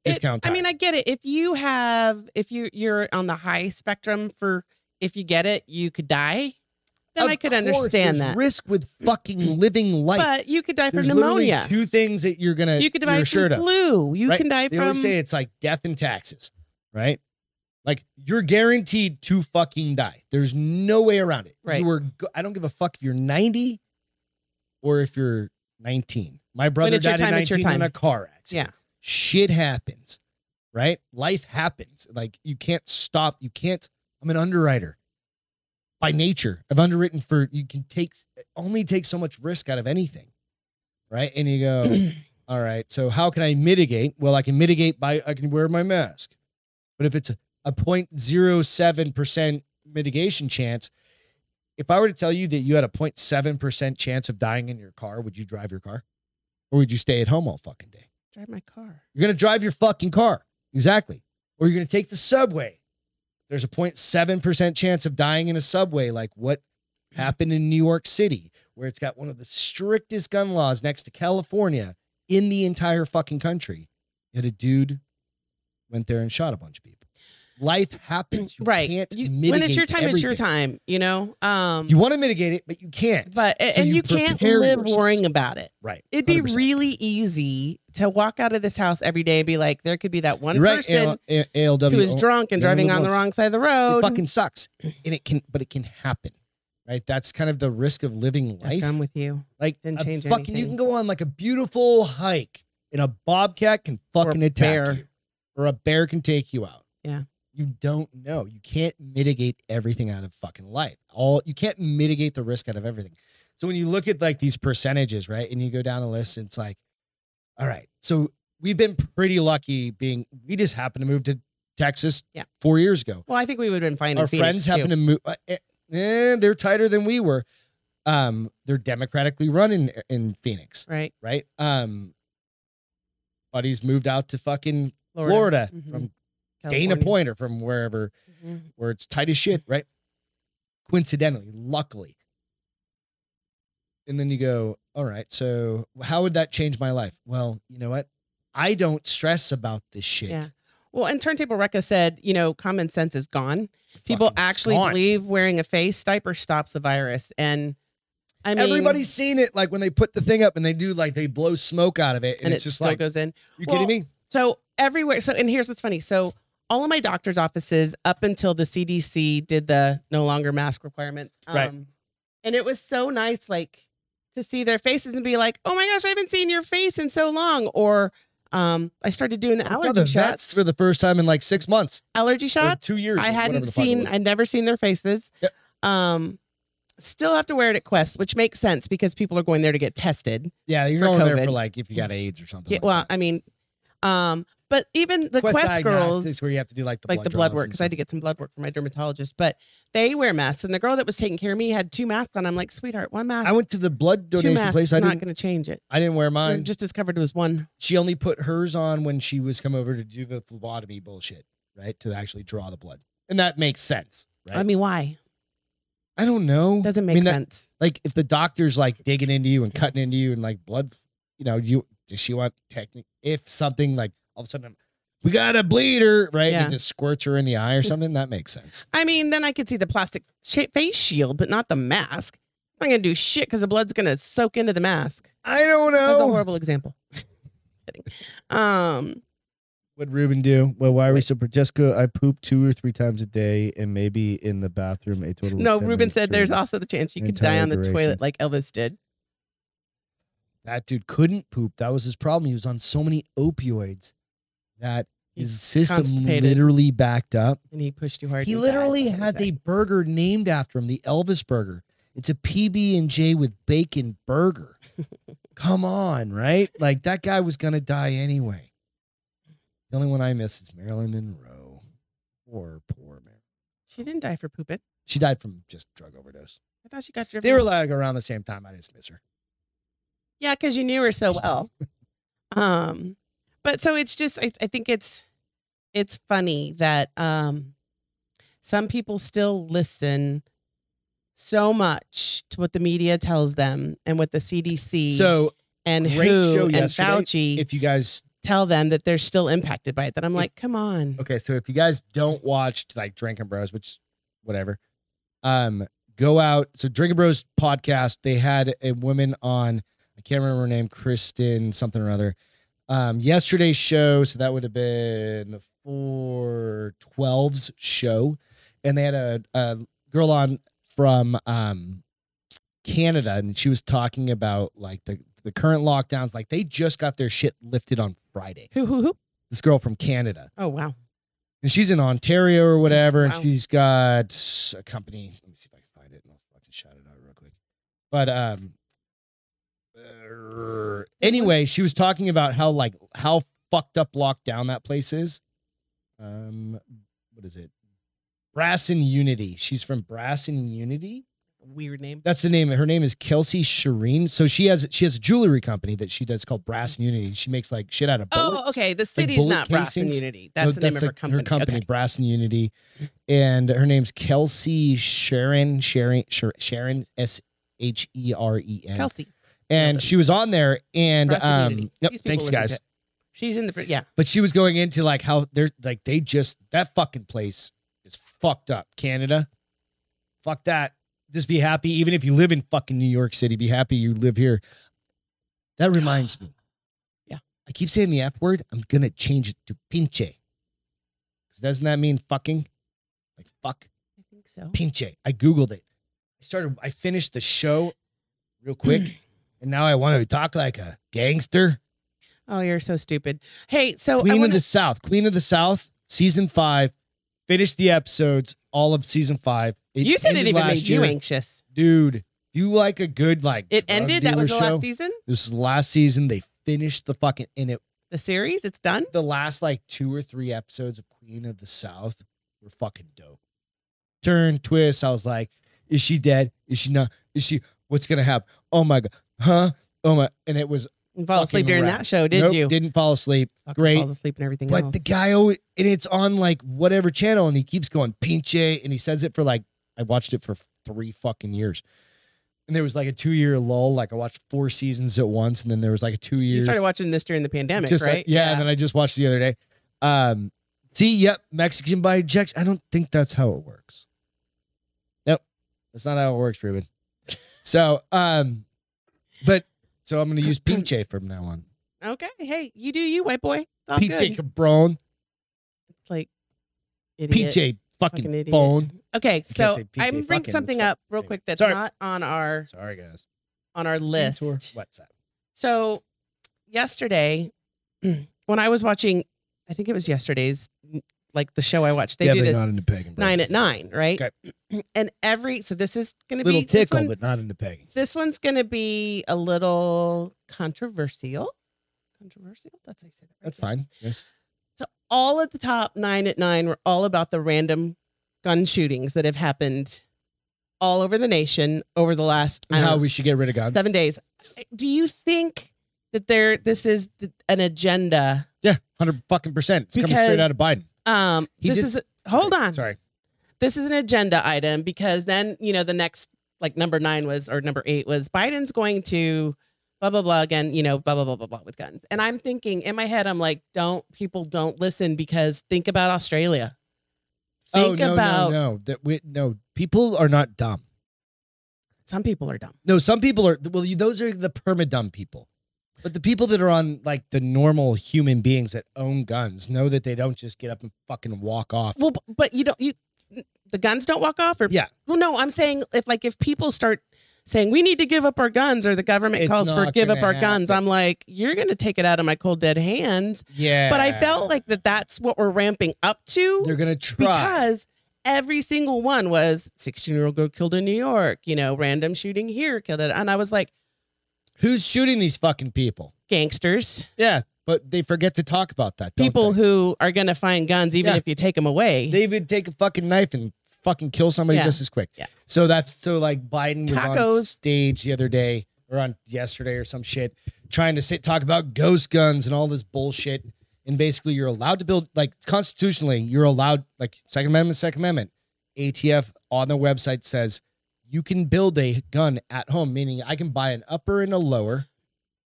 [SPEAKER 2] It-
[SPEAKER 1] discount.
[SPEAKER 2] I
[SPEAKER 1] time.
[SPEAKER 2] mean, I get it. If you have, if you you're on the high spectrum for, if you get it, you could die. Then
[SPEAKER 1] Of
[SPEAKER 2] I could
[SPEAKER 1] course,
[SPEAKER 2] understand
[SPEAKER 1] there's
[SPEAKER 2] that.
[SPEAKER 1] risk with fucking living life.
[SPEAKER 2] but you could die from
[SPEAKER 1] There's literally
[SPEAKER 2] pneumonia.
[SPEAKER 1] two things that you're gonna
[SPEAKER 2] You could
[SPEAKER 1] you're
[SPEAKER 2] die from
[SPEAKER 1] assured of.
[SPEAKER 2] flu. You
[SPEAKER 1] right?
[SPEAKER 2] can die
[SPEAKER 1] they
[SPEAKER 2] from.
[SPEAKER 1] always say it's like death and taxes, right? Like you're guaranteed to fucking die. There's no way around it.
[SPEAKER 2] Right.
[SPEAKER 1] You were. go- I don't give a fuck if you're 90 or if you're 19. My brother
[SPEAKER 2] it's your
[SPEAKER 1] died at
[SPEAKER 2] time, it's your
[SPEAKER 1] 19 in
[SPEAKER 2] time.
[SPEAKER 1] a car accident.
[SPEAKER 2] Yeah.
[SPEAKER 1] Shit happens, right? Life happens. Like you can't stop. You can't. I'm an underwriter by nature. I've underwritten for you can take only take so much risk out of anything, right? And you go, all right, so how can I mitigate? Well, I can mitigate by I can wear my mask. But if it's a, a 0.07% mitigation chance, if I were to tell you that you had a 0.7% chance of dying in your car, would you drive your car? Or would you stay at home all fucking day?
[SPEAKER 2] drive my car.
[SPEAKER 1] You're going to drive your fucking car. Exactly. Or you're going to take the subway. There's a 0.7% chance of dying in a subway, like what happened in New York City, where it's got one of the strictest gun laws next to California in the entire fucking country. Yet a dude went there and shot a bunch of people. Life happens. You
[SPEAKER 2] right.
[SPEAKER 1] Can't
[SPEAKER 2] You-
[SPEAKER 1] mitigate
[SPEAKER 2] when it's your time, it's your
[SPEAKER 1] everything.
[SPEAKER 2] time. You know. Um.
[SPEAKER 1] You want to mitigate it, but you can't.
[SPEAKER 2] but
[SPEAKER 1] So
[SPEAKER 2] and you, can't
[SPEAKER 1] prepare
[SPEAKER 2] live
[SPEAKER 1] yourself.
[SPEAKER 2] worrying about it.
[SPEAKER 1] Right.
[SPEAKER 2] It'd be
[SPEAKER 1] 100%.
[SPEAKER 2] really easy to walk out of this house every day and be like, there could be that one
[SPEAKER 1] You're right.
[SPEAKER 2] person
[SPEAKER 1] AL- ALW.
[SPEAKER 2] who is drunk and
[SPEAKER 1] you only
[SPEAKER 2] driving
[SPEAKER 1] live
[SPEAKER 2] on the
[SPEAKER 1] once.
[SPEAKER 2] wrong side of the road.
[SPEAKER 1] It fucking sucks. And it can, but it can happen, right? That's kind of the risk of living
[SPEAKER 2] Jessica,
[SPEAKER 1] life.
[SPEAKER 2] I'm with you.
[SPEAKER 1] Like,
[SPEAKER 2] Didn't
[SPEAKER 1] a
[SPEAKER 2] change
[SPEAKER 1] fucking, you
[SPEAKER 2] anything.
[SPEAKER 1] can go on like a beautiful hike and a bobcat can fucking
[SPEAKER 2] a
[SPEAKER 1] attack
[SPEAKER 2] bear.
[SPEAKER 1] you, or a bear can take you out.
[SPEAKER 2] Yeah.
[SPEAKER 1] You don't know. You can't mitigate everything out of fucking life. All you can't mitigate the risk out of everything. So when you look at like these percentages, right, and you go down the list, and it's like, all right, so we've been pretty lucky being. We just happened to move to Texas
[SPEAKER 2] Yeah.
[SPEAKER 1] four years ago
[SPEAKER 2] Well, I think we would have been fine. in
[SPEAKER 1] our
[SPEAKER 2] Phoenix,
[SPEAKER 1] friends happen
[SPEAKER 2] too.
[SPEAKER 1] to move. Uh, eh, eh, they're tighter than we were. Um, they're democratically run in in Phoenix,
[SPEAKER 2] right
[SPEAKER 1] right? Um, buddies moved out to fucking Florida,
[SPEAKER 2] Mhm.
[SPEAKER 1] from
[SPEAKER 2] California.
[SPEAKER 1] Dana Point Mm-hmm. or from wherever
[SPEAKER 2] Mhm.
[SPEAKER 1] where it's tight as shit, right? Coincidentally, luckily. And then you go, all right, so how would that change my life? Well, you know what? I don't stress about this shit.
[SPEAKER 2] Yeah. Well, and Turntable Recca said, you know, common sense is gone. People
[SPEAKER 1] Fucking, it's
[SPEAKER 2] actually
[SPEAKER 1] gone.
[SPEAKER 2] believe wearing a face diaper stops the virus, and I mean,
[SPEAKER 1] Everybody's seen it, like when they put the thing up and they do like they blow smoke out of it, and,
[SPEAKER 2] and it
[SPEAKER 1] it's just
[SPEAKER 2] still
[SPEAKER 1] like,
[SPEAKER 2] goes in.
[SPEAKER 1] you
[SPEAKER 2] well,
[SPEAKER 1] kidding me?
[SPEAKER 2] So everywhere. So and here's what's funny. So all of my doctor's offices up until the CDC did the no longer mask requirements. um,
[SPEAKER 1] Right.
[SPEAKER 2] And it was so nice, like to see their faces and be like, "Oh my gosh, I haven't seen your face in so long." Or um, I started doing the
[SPEAKER 1] I
[SPEAKER 2] allergy
[SPEAKER 1] got the
[SPEAKER 2] shots.
[SPEAKER 1] vets for the first time in like six months,
[SPEAKER 2] allergy
[SPEAKER 1] or
[SPEAKER 2] shots.
[SPEAKER 1] two years. or
[SPEAKER 2] I
[SPEAKER 1] whatever
[SPEAKER 2] hadn't
[SPEAKER 1] the fuck it
[SPEAKER 2] seen.
[SPEAKER 1] was.
[SPEAKER 2] I'd never seen their faces.
[SPEAKER 1] Yep.
[SPEAKER 2] Um, still have to wear it at Quest, which makes sense because people are going there to get tested.
[SPEAKER 1] Yeah, you're
[SPEAKER 2] for
[SPEAKER 1] going there
[SPEAKER 2] COVID.
[SPEAKER 1] for like if you got AIDS or something.
[SPEAKER 2] Yeah,
[SPEAKER 1] like
[SPEAKER 2] well,
[SPEAKER 1] that.
[SPEAKER 2] I mean, um, but even the Quest,
[SPEAKER 1] Diagnostics
[SPEAKER 2] girls,
[SPEAKER 1] where you have to do like the
[SPEAKER 2] like
[SPEAKER 1] blood
[SPEAKER 2] the blood
[SPEAKER 1] draws
[SPEAKER 2] work,
[SPEAKER 1] and
[SPEAKER 2] because I had to get some blood work from my dermatologist, but they wear masks. And the girl that was taking care of me had two masks on. I'm like, sweetheart, one
[SPEAKER 1] stuff.
[SPEAKER 2] mask,
[SPEAKER 1] I went to the blood
[SPEAKER 2] two
[SPEAKER 1] donation
[SPEAKER 2] masks,
[SPEAKER 1] place. I
[SPEAKER 2] I'm
[SPEAKER 1] didn't.
[SPEAKER 2] not going to change it.
[SPEAKER 1] I didn't wear
[SPEAKER 2] I'm
[SPEAKER 1] mine.
[SPEAKER 2] just as covered with one.
[SPEAKER 1] she only put hers on when she was come over to do the phlebotomy bullshit, right? To actually draw the blood, and that makes sense, right?
[SPEAKER 2] I mean, why?
[SPEAKER 1] I don't know.
[SPEAKER 2] Doesn't make
[SPEAKER 1] mean, that-
[SPEAKER 2] sense.
[SPEAKER 1] like if the doctor's like digging into you and cutting into you and like blood, you know, you does she want technique? If something like all of a sudden, we got a bleeder, right?
[SPEAKER 2] Yeah.
[SPEAKER 1] And just squirts her in the eye or something. That makes sense.
[SPEAKER 2] I mean, then I could see the plastic sh- face shield, but not the mask. I'm not going to do shit because the blood's going to soak into the mask.
[SPEAKER 1] I don't
[SPEAKER 2] That's a
[SPEAKER 1] know.
[SPEAKER 2] horrible example. Kidding. um,
[SPEAKER 1] What'd Ruben do? Well, why are we
[SPEAKER 2] Wait.
[SPEAKER 1] so Jessica? I poop two or three times a day and maybe in the bathroom a total. of
[SPEAKER 2] no,
[SPEAKER 1] 10
[SPEAKER 2] Ruben
[SPEAKER 1] minutes
[SPEAKER 2] said
[SPEAKER 1] straight.
[SPEAKER 2] there's also the chance you could
[SPEAKER 1] Entire
[SPEAKER 2] die on the
[SPEAKER 1] duration.
[SPEAKER 2] toilet like Elvis did.
[SPEAKER 1] that dude couldn't poop. That was his problem. He was on so many opioids that his
[SPEAKER 2] He's
[SPEAKER 1] system
[SPEAKER 2] constipated.
[SPEAKER 1] literally backed up.
[SPEAKER 2] and he pushed too hard.
[SPEAKER 1] He
[SPEAKER 2] and
[SPEAKER 1] literally
[SPEAKER 2] died. That was
[SPEAKER 1] has a
[SPEAKER 2] it.
[SPEAKER 1] burger named after him, the Elvis burger. It's a PB and J with bacon burger. Come on, right? Like that guy was gonna die anyway. The only one I miss is Marilyn Monroe. Poor, poor Marilyn.
[SPEAKER 2] She didn't die for pooping.
[SPEAKER 1] She died from just drug overdose.
[SPEAKER 2] I thought she got driven.
[SPEAKER 1] They were like around the same time. I just miss her.
[SPEAKER 2] yeah, because you knew her so well. Um, but so it's just I, I think it's it's funny that um some people still listen so much to what the media tells them and what the CDC
[SPEAKER 1] So
[SPEAKER 2] and
[SPEAKER 1] great show
[SPEAKER 2] who and
[SPEAKER 1] yesterday.
[SPEAKER 2] Fauci
[SPEAKER 1] if you guys
[SPEAKER 2] tell them that they're still impacted by it. That I'm like, come on.
[SPEAKER 1] Okay, so if you guys don't watch like Drinking Bros, which whatever, um, go out. So Drinking Bros podcast, they had a woman on. I can't remember her name, Kristen something or other. Um, yesterday's show, so that would have been the four twelves show, and they had a, a girl on from um Canada, and she was talking about like the the current lockdowns. Like they just got their shit lifted on Friday.
[SPEAKER 2] Who who who?
[SPEAKER 1] This girl from Canada
[SPEAKER 2] Oh wow.
[SPEAKER 1] and she's in Ontario or whatever,
[SPEAKER 2] Wow.
[SPEAKER 1] and she's got a company. Let me see if I can find it, and I'll fucking shout it out real quick. But um, uh, anyway, she was talking about how like how fucked up locked down that place is. Um, what is it? Brass and Unity. She's from Brass and Unity.
[SPEAKER 2] Weird name.
[SPEAKER 1] That's the name. Her name is Kelsey Shireen. So she has she has a jewelry company that she does called Brass and Unity. She makes like shit out of bullets.
[SPEAKER 2] Oh, okay. The city's
[SPEAKER 1] bullet
[SPEAKER 2] not Brass and
[SPEAKER 1] casings. Oh,
[SPEAKER 2] Unity. That's
[SPEAKER 1] No,
[SPEAKER 2] the name of her
[SPEAKER 1] like
[SPEAKER 2] company. Okay.
[SPEAKER 1] Brass and Unity, and her name's Kelsey Sharon Sharon Sher- Sharon S H E R E N,
[SPEAKER 2] Kelsey.
[SPEAKER 1] and
[SPEAKER 2] Love it.
[SPEAKER 1] she was on there, and
[SPEAKER 2] Brass and
[SPEAKER 1] um,
[SPEAKER 2] Unity.
[SPEAKER 1] yep,
[SPEAKER 2] These people
[SPEAKER 1] thanks
[SPEAKER 2] listen
[SPEAKER 1] guys.
[SPEAKER 2] to it. She's in the yeah.
[SPEAKER 1] But she was going into like how they're like they just that fucking place is fucked up. Canada, fuck that. Just be happy, even if you live in fucking New York City. Be happy you live here. That reminds me.
[SPEAKER 2] Yeah.
[SPEAKER 1] I keep saying the F word. I'm gonna change it to pinche. Cause doesn't that mean fucking? Like fuck
[SPEAKER 2] I think so.
[SPEAKER 1] pinche. I googled it. I started. I finished the show real quick, and now I want to talk like a gangster.
[SPEAKER 2] Oh, you're so stupid. Hey, so Oh, I
[SPEAKER 1] Queen
[SPEAKER 2] wanna,
[SPEAKER 1] of the South. Queen of the South, season five. Finished the episodes, all of season five. It
[SPEAKER 2] you said it
[SPEAKER 1] ended
[SPEAKER 2] even
[SPEAKER 1] last
[SPEAKER 2] made
[SPEAKER 1] year.
[SPEAKER 2] you anxious.
[SPEAKER 1] dude. You like a good like
[SPEAKER 2] It
[SPEAKER 1] drug
[SPEAKER 2] ended. That was the
[SPEAKER 1] dealer show?
[SPEAKER 2] last season.
[SPEAKER 1] This is the last season. They finished the fucking and it
[SPEAKER 2] The series. It's done.
[SPEAKER 1] the last like two or three episodes of Queen of the South were fucking dope. Turn twist. I was like, is she dead? Is she not? Is she? What's gonna happen? Oh my god, huh? Oh my! And it was
[SPEAKER 2] You fell asleep
[SPEAKER 1] Fucking
[SPEAKER 2] during
[SPEAKER 1] rat.
[SPEAKER 2] that show, did
[SPEAKER 1] nope,
[SPEAKER 2] you?
[SPEAKER 1] Didn't fall asleep.
[SPEAKER 2] Fucking
[SPEAKER 1] Great.
[SPEAKER 2] Falls asleep and everything
[SPEAKER 1] But
[SPEAKER 2] else.
[SPEAKER 1] the guy always, and it's on like whatever channel, and he keeps going pinche, and he says it for like I watched it for three fucking years, and there was like a two year lull. Like I watched four seasons at once, and then there was like a two
[SPEAKER 2] you
[SPEAKER 1] years.
[SPEAKER 2] started watching this during the pandemic,
[SPEAKER 1] just like-
[SPEAKER 2] right?
[SPEAKER 1] yeah, and then I just watched the other day. Um, see, yep, Mexican by injection. I don't think that's how it works. Nope, that's not how it works, Ruben. So, um, but so I'm gonna use pinche from now on.
[SPEAKER 2] Okay. Hey, you do you, white boy. It's all
[SPEAKER 1] Pinche
[SPEAKER 2] good.
[SPEAKER 1] cabron.
[SPEAKER 2] It's like idiot.
[SPEAKER 1] Pinche
[SPEAKER 2] Fucking
[SPEAKER 1] fucking
[SPEAKER 2] idiot.
[SPEAKER 1] phone.
[SPEAKER 2] Okay,
[SPEAKER 1] say
[SPEAKER 2] so
[SPEAKER 1] PJ
[SPEAKER 2] I'm bring
[SPEAKER 1] fucking,
[SPEAKER 2] something
[SPEAKER 1] that's
[SPEAKER 2] up real
[SPEAKER 1] fucking-
[SPEAKER 2] quick that's
[SPEAKER 1] Sorry.
[SPEAKER 2] not on our
[SPEAKER 1] Sorry guys.
[SPEAKER 2] on our list.
[SPEAKER 1] What's up?
[SPEAKER 2] So yesterday, when I was watching, I think it was yesterday's, like the show I watched. They
[SPEAKER 1] Definitely
[SPEAKER 2] do this
[SPEAKER 1] not into pagan. bro.
[SPEAKER 2] nine at nine, right? And every so this is going to be
[SPEAKER 1] Little
[SPEAKER 2] this
[SPEAKER 1] tickle,
[SPEAKER 2] one-
[SPEAKER 1] but not into pegging.
[SPEAKER 2] this one's going to be a little controversial. Controversial? That's how you say that. right?
[SPEAKER 1] That's
[SPEAKER 2] Yeah.
[SPEAKER 1] fine. Yes.
[SPEAKER 2] So all at the top nine at nine were all about the random gun shootings that have happened all over the nation over the last I
[SPEAKER 1] And
[SPEAKER 2] don't
[SPEAKER 1] how
[SPEAKER 2] know,
[SPEAKER 1] we should get rid of guns.
[SPEAKER 2] seven days. Do you think that there this is th- an agenda?
[SPEAKER 1] Yeah, hundred fucking percent. It's coming straight
[SPEAKER 2] Because-
[SPEAKER 1] out of Biden.
[SPEAKER 2] Um,
[SPEAKER 1] He
[SPEAKER 2] this
[SPEAKER 1] did-
[SPEAKER 2] is hold
[SPEAKER 1] Okay,
[SPEAKER 2] on.
[SPEAKER 1] Sorry.
[SPEAKER 2] This is an agenda item because then you know the next like number nine was or number eight was Biden's going to blah blah blah again you know blah blah blah blah blah with guns and I'm thinking in my head I'm like don't people don't listen because think about Australia. Think
[SPEAKER 1] oh no,
[SPEAKER 2] about
[SPEAKER 1] no, no. That we no. People are not dumb.
[SPEAKER 2] some people are dumb.
[SPEAKER 1] No, some people are. Well, you, those are the perma dumb people. But the people that are on like the normal human beings that own guns know that they don't just get up and fucking walk off.
[SPEAKER 2] Well, b- but you don't you the guns don't walk off or
[SPEAKER 1] Yeah.
[SPEAKER 2] Well, no, I'm saying if like if people start saying we need to give up our guns or the government
[SPEAKER 1] It's
[SPEAKER 2] calls for
[SPEAKER 1] not
[SPEAKER 2] give up
[SPEAKER 1] gonna
[SPEAKER 2] our guns,
[SPEAKER 1] happen.
[SPEAKER 2] I'm like you're gonna take it out of my cold dead hands.
[SPEAKER 1] Yeah.
[SPEAKER 2] But I felt like that that's what we're ramping up to
[SPEAKER 1] they're gonna try.
[SPEAKER 2] because every single one was 16 year old girl killed in New York, you know, random shooting here killed it, and I was like
[SPEAKER 1] Who's shooting these fucking people?
[SPEAKER 2] gangsters,
[SPEAKER 1] Yeah, but they forget to talk about that. Don't
[SPEAKER 2] people
[SPEAKER 1] they?
[SPEAKER 2] who are gonna find guns even
[SPEAKER 1] Yeah.
[SPEAKER 2] if you take them away.
[SPEAKER 1] they would take a fucking knife and fucking kill somebody
[SPEAKER 2] Yeah.
[SPEAKER 1] just as quick.
[SPEAKER 2] Yeah.
[SPEAKER 1] So that's so like Biden was on
[SPEAKER 2] Tacos.
[SPEAKER 1] stage the other day or on yesterday or some shit trying to sit talk about ghost guns and all this bullshit. And basically, you're allowed to build like constitutionally, you're allowed like Second Amendment, Second Amendment. ATF on their website says you can build a gun at home, meaning I can buy an upper and a lower,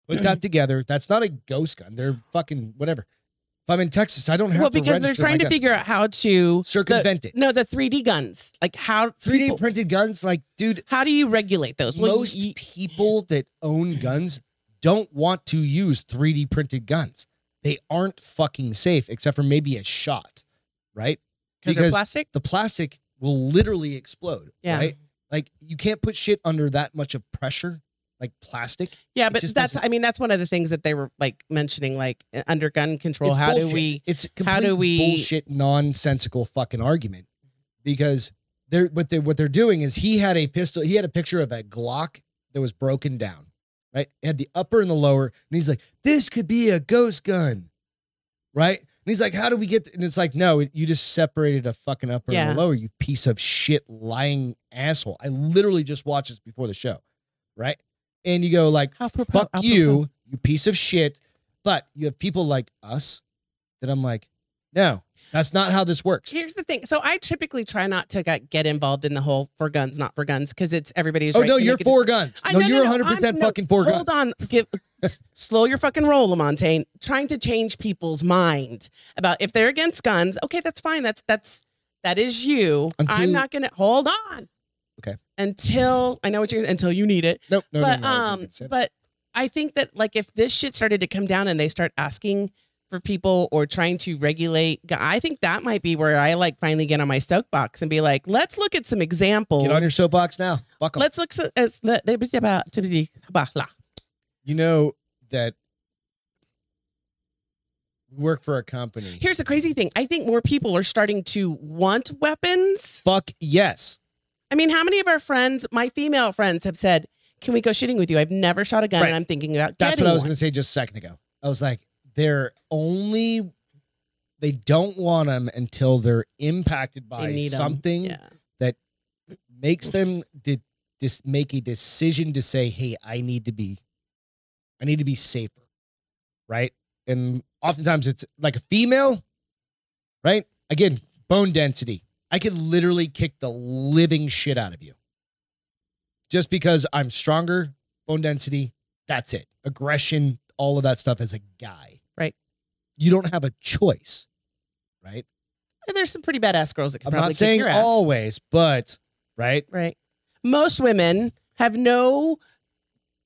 [SPEAKER 1] put that together. That's not a ghost gun. They're fucking whatever. If I'm in Texas, I don't have
[SPEAKER 2] well,
[SPEAKER 1] to
[SPEAKER 2] because they're
[SPEAKER 1] register my
[SPEAKER 2] trying to
[SPEAKER 1] gun.
[SPEAKER 2] figure out how to
[SPEAKER 1] circumvent it.
[SPEAKER 2] No, the 3D guns. Like how
[SPEAKER 1] 3D
[SPEAKER 2] 3D
[SPEAKER 1] printed guns, like, dude,
[SPEAKER 2] how do you regulate those? Well,
[SPEAKER 1] most
[SPEAKER 2] you-
[SPEAKER 1] people that own guns don't want to use 3D printed guns. They aren't fucking safe, except for maybe a shot, right?
[SPEAKER 2] 'cause they're
[SPEAKER 1] because-
[SPEAKER 2] plastic.
[SPEAKER 1] The plastic will literally explode,
[SPEAKER 2] Yeah.
[SPEAKER 1] right? Like, you can't put shit under that much of pressure, like plastic.
[SPEAKER 2] Yeah,
[SPEAKER 1] it
[SPEAKER 2] but
[SPEAKER 1] just
[SPEAKER 2] that's
[SPEAKER 1] doesn't-
[SPEAKER 2] I mean that's one of the things that they were like mentioning like uh, under gun control.
[SPEAKER 1] It's
[SPEAKER 2] how
[SPEAKER 1] bullshit.
[SPEAKER 2] do we
[SPEAKER 1] It's a
[SPEAKER 2] how do
[SPEAKER 1] complete
[SPEAKER 2] we-
[SPEAKER 1] bullshit, nonsensical fucking argument because they're what they what they're doing is he had a pistol. He had a picture of a Glock that was broken down, right? It had the upper and the lower, and he's like, "This could be a ghost gun," right? And he's like, "How do we get?" th-" And it's like, "No, you just separated a fucking upper and a
[SPEAKER 2] Yeah.
[SPEAKER 1] lower, you piece of shit, lying asshole." I literally just watched this before the show, right? And you go like,
[SPEAKER 2] how propo-
[SPEAKER 1] fuck
[SPEAKER 2] how propo-
[SPEAKER 1] you, you piece of shit. But you have people like us that I'm like, no, that's not how this works.
[SPEAKER 2] Here's the thing. So I typically try not to get get involved in the whole for guns, not for guns, because it's everybody's.
[SPEAKER 1] Oh
[SPEAKER 2] right
[SPEAKER 1] no,
[SPEAKER 2] to
[SPEAKER 1] you're
[SPEAKER 2] make a
[SPEAKER 1] for guns.
[SPEAKER 2] I-
[SPEAKER 1] No,
[SPEAKER 2] no, no,
[SPEAKER 1] you're
[SPEAKER 2] no,
[SPEAKER 1] 100
[SPEAKER 2] I'm-
[SPEAKER 1] percent
[SPEAKER 2] no,
[SPEAKER 1] fucking for guns.
[SPEAKER 2] Hold on. Give, s- slow your fucking roll, Lamontagne. Trying to change people's mind about if they're against guns. Okay, that's fine. That's that's that is you.
[SPEAKER 1] Until-
[SPEAKER 2] I'm not gonna hold on.
[SPEAKER 1] Okay.
[SPEAKER 2] Until I know what you're until you need it.
[SPEAKER 1] Nope, no, no,
[SPEAKER 2] but
[SPEAKER 1] no, no,
[SPEAKER 2] um, but I think that like if this shit started to come down and they start asking for people or trying to regulate, gu- I think that might be where I like finally get on my soapbox and be like, let's look at some examples.
[SPEAKER 1] get on your soapbox now. Fuck 'em.
[SPEAKER 2] Let's look so- as let- they was about to be about la.
[SPEAKER 1] You know that we work for a company.
[SPEAKER 2] Here's the crazy thing. I think more people are starting to want weapons.
[SPEAKER 1] Fuck yes.
[SPEAKER 2] I mean, how many of our friends, my female friends, have said, Can we go shooting with you? I've never shot a gun
[SPEAKER 1] Right.
[SPEAKER 2] and I'm thinking about
[SPEAKER 1] That's
[SPEAKER 2] getting
[SPEAKER 1] what I was
[SPEAKER 2] one.
[SPEAKER 1] going to say just a second ago. I was like, they're only, they don't want them until they're impacted
[SPEAKER 2] They
[SPEAKER 1] by
[SPEAKER 2] need 'em.
[SPEAKER 1] something
[SPEAKER 2] Yeah.
[SPEAKER 1] makes them de- dis- make a decision to say, "Hey, I need to be, I need to be safer," right? And oftentimes it's like a female, right? Again, bone density. I could literally kick the living shit out of you, just because I'm stronger. Bone density. That's it. Aggression. All of that stuff as a guy,
[SPEAKER 2] Right.
[SPEAKER 1] You don't have a choice, right?
[SPEAKER 2] And there's some pretty badass girls that can
[SPEAKER 1] I'm
[SPEAKER 2] probably
[SPEAKER 1] not saying
[SPEAKER 2] kick your ass.
[SPEAKER 1] always, but right.
[SPEAKER 2] Right. Most women have no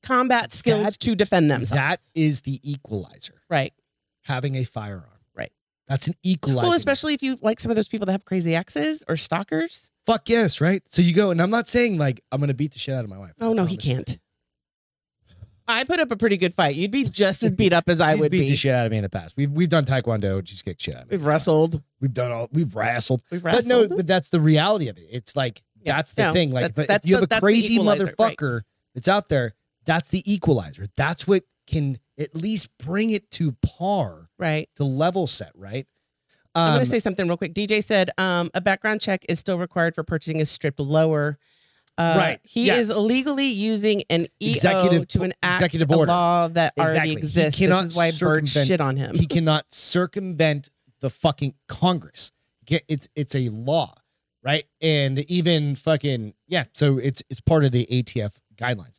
[SPEAKER 2] combat skills
[SPEAKER 1] That-
[SPEAKER 2] to defend themselves.
[SPEAKER 1] That is the equalizer.
[SPEAKER 2] right.
[SPEAKER 1] Having a firearm.
[SPEAKER 2] Right.
[SPEAKER 1] That's an equalizer.
[SPEAKER 2] Well, especially if you like some of those people that have crazy exes or stalkers.
[SPEAKER 1] Fuck yes, right? So you go, and I'm not saying like I'm gonna beat the shit out of my wife.
[SPEAKER 2] Oh no, he
[SPEAKER 1] Promise you.
[SPEAKER 2] can't. I put up a pretty good fight. You'd be just as beat up as I
[SPEAKER 1] He's
[SPEAKER 2] would
[SPEAKER 1] beat
[SPEAKER 2] be.
[SPEAKER 1] the shit out of me in the past. We've we've done taekwondo, and she's kicked shit out of me.
[SPEAKER 2] We've wrestled.
[SPEAKER 1] We've done all. We've wrestled.
[SPEAKER 2] We've
[SPEAKER 1] But no,
[SPEAKER 2] wrestled.
[SPEAKER 1] but that's the reality of it. It's like
[SPEAKER 2] Yeah.
[SPEAKER 1] that's the
[SPEAKER 2] No,
[SPEAKER 1] thing. Like
[SPEAKER 2] that's-
[SPEAKER 1] but if
[SPEAKER 2] that's
[SPEAKER 1] you
[SPEAKER 2] the-
[SPEAKER 1] have a
[SPEAKER 2] that's the
[SPEAKER 1] crazy
[SPEAKER 2] equalizer, right.
[SPEAKER 1] motherfucker that's out there. That's the equalizer. That's what can at least bring it to par
[SPEAKER 2] right.
[SPEAKER 1] to level set, right?
[SPEAKER 2] I'm
[SPEAKER 1] Um,
[SPEAKER 2] going to say something real quick. DJ said um, a background check is still required for purchasing a strip lower. Uh,
[SPEAKER 1] Right,
[SPEAKER 2] He
[SPEAKER 1] yeah.
[SPEAKER 2] is illegally using an EO
[SPEAKER 1] Executive-
[SPEAKER 2] to enact
[SPEAKER 1] executive
[SPEAKER 2] a
[SPEAKER 1] order.
[SPEAKER 2] law that
[SPEAKER 1] Exactly.
[SPEAKER 2] already
[SPEAKER 1] He
[SPEAKER 2] exists.
[SPEAKER 1] cannot
[SPEAKER 2] this is why Bird
[SPEAKER 1] circumvent-
[SPEAKER 2] shit on him.
[SPEAKER 1] he cannot circumvent the fucking Congress. Get it's it's a law, right? And even fucking yeah, so it's it's part of the ATF guidelines.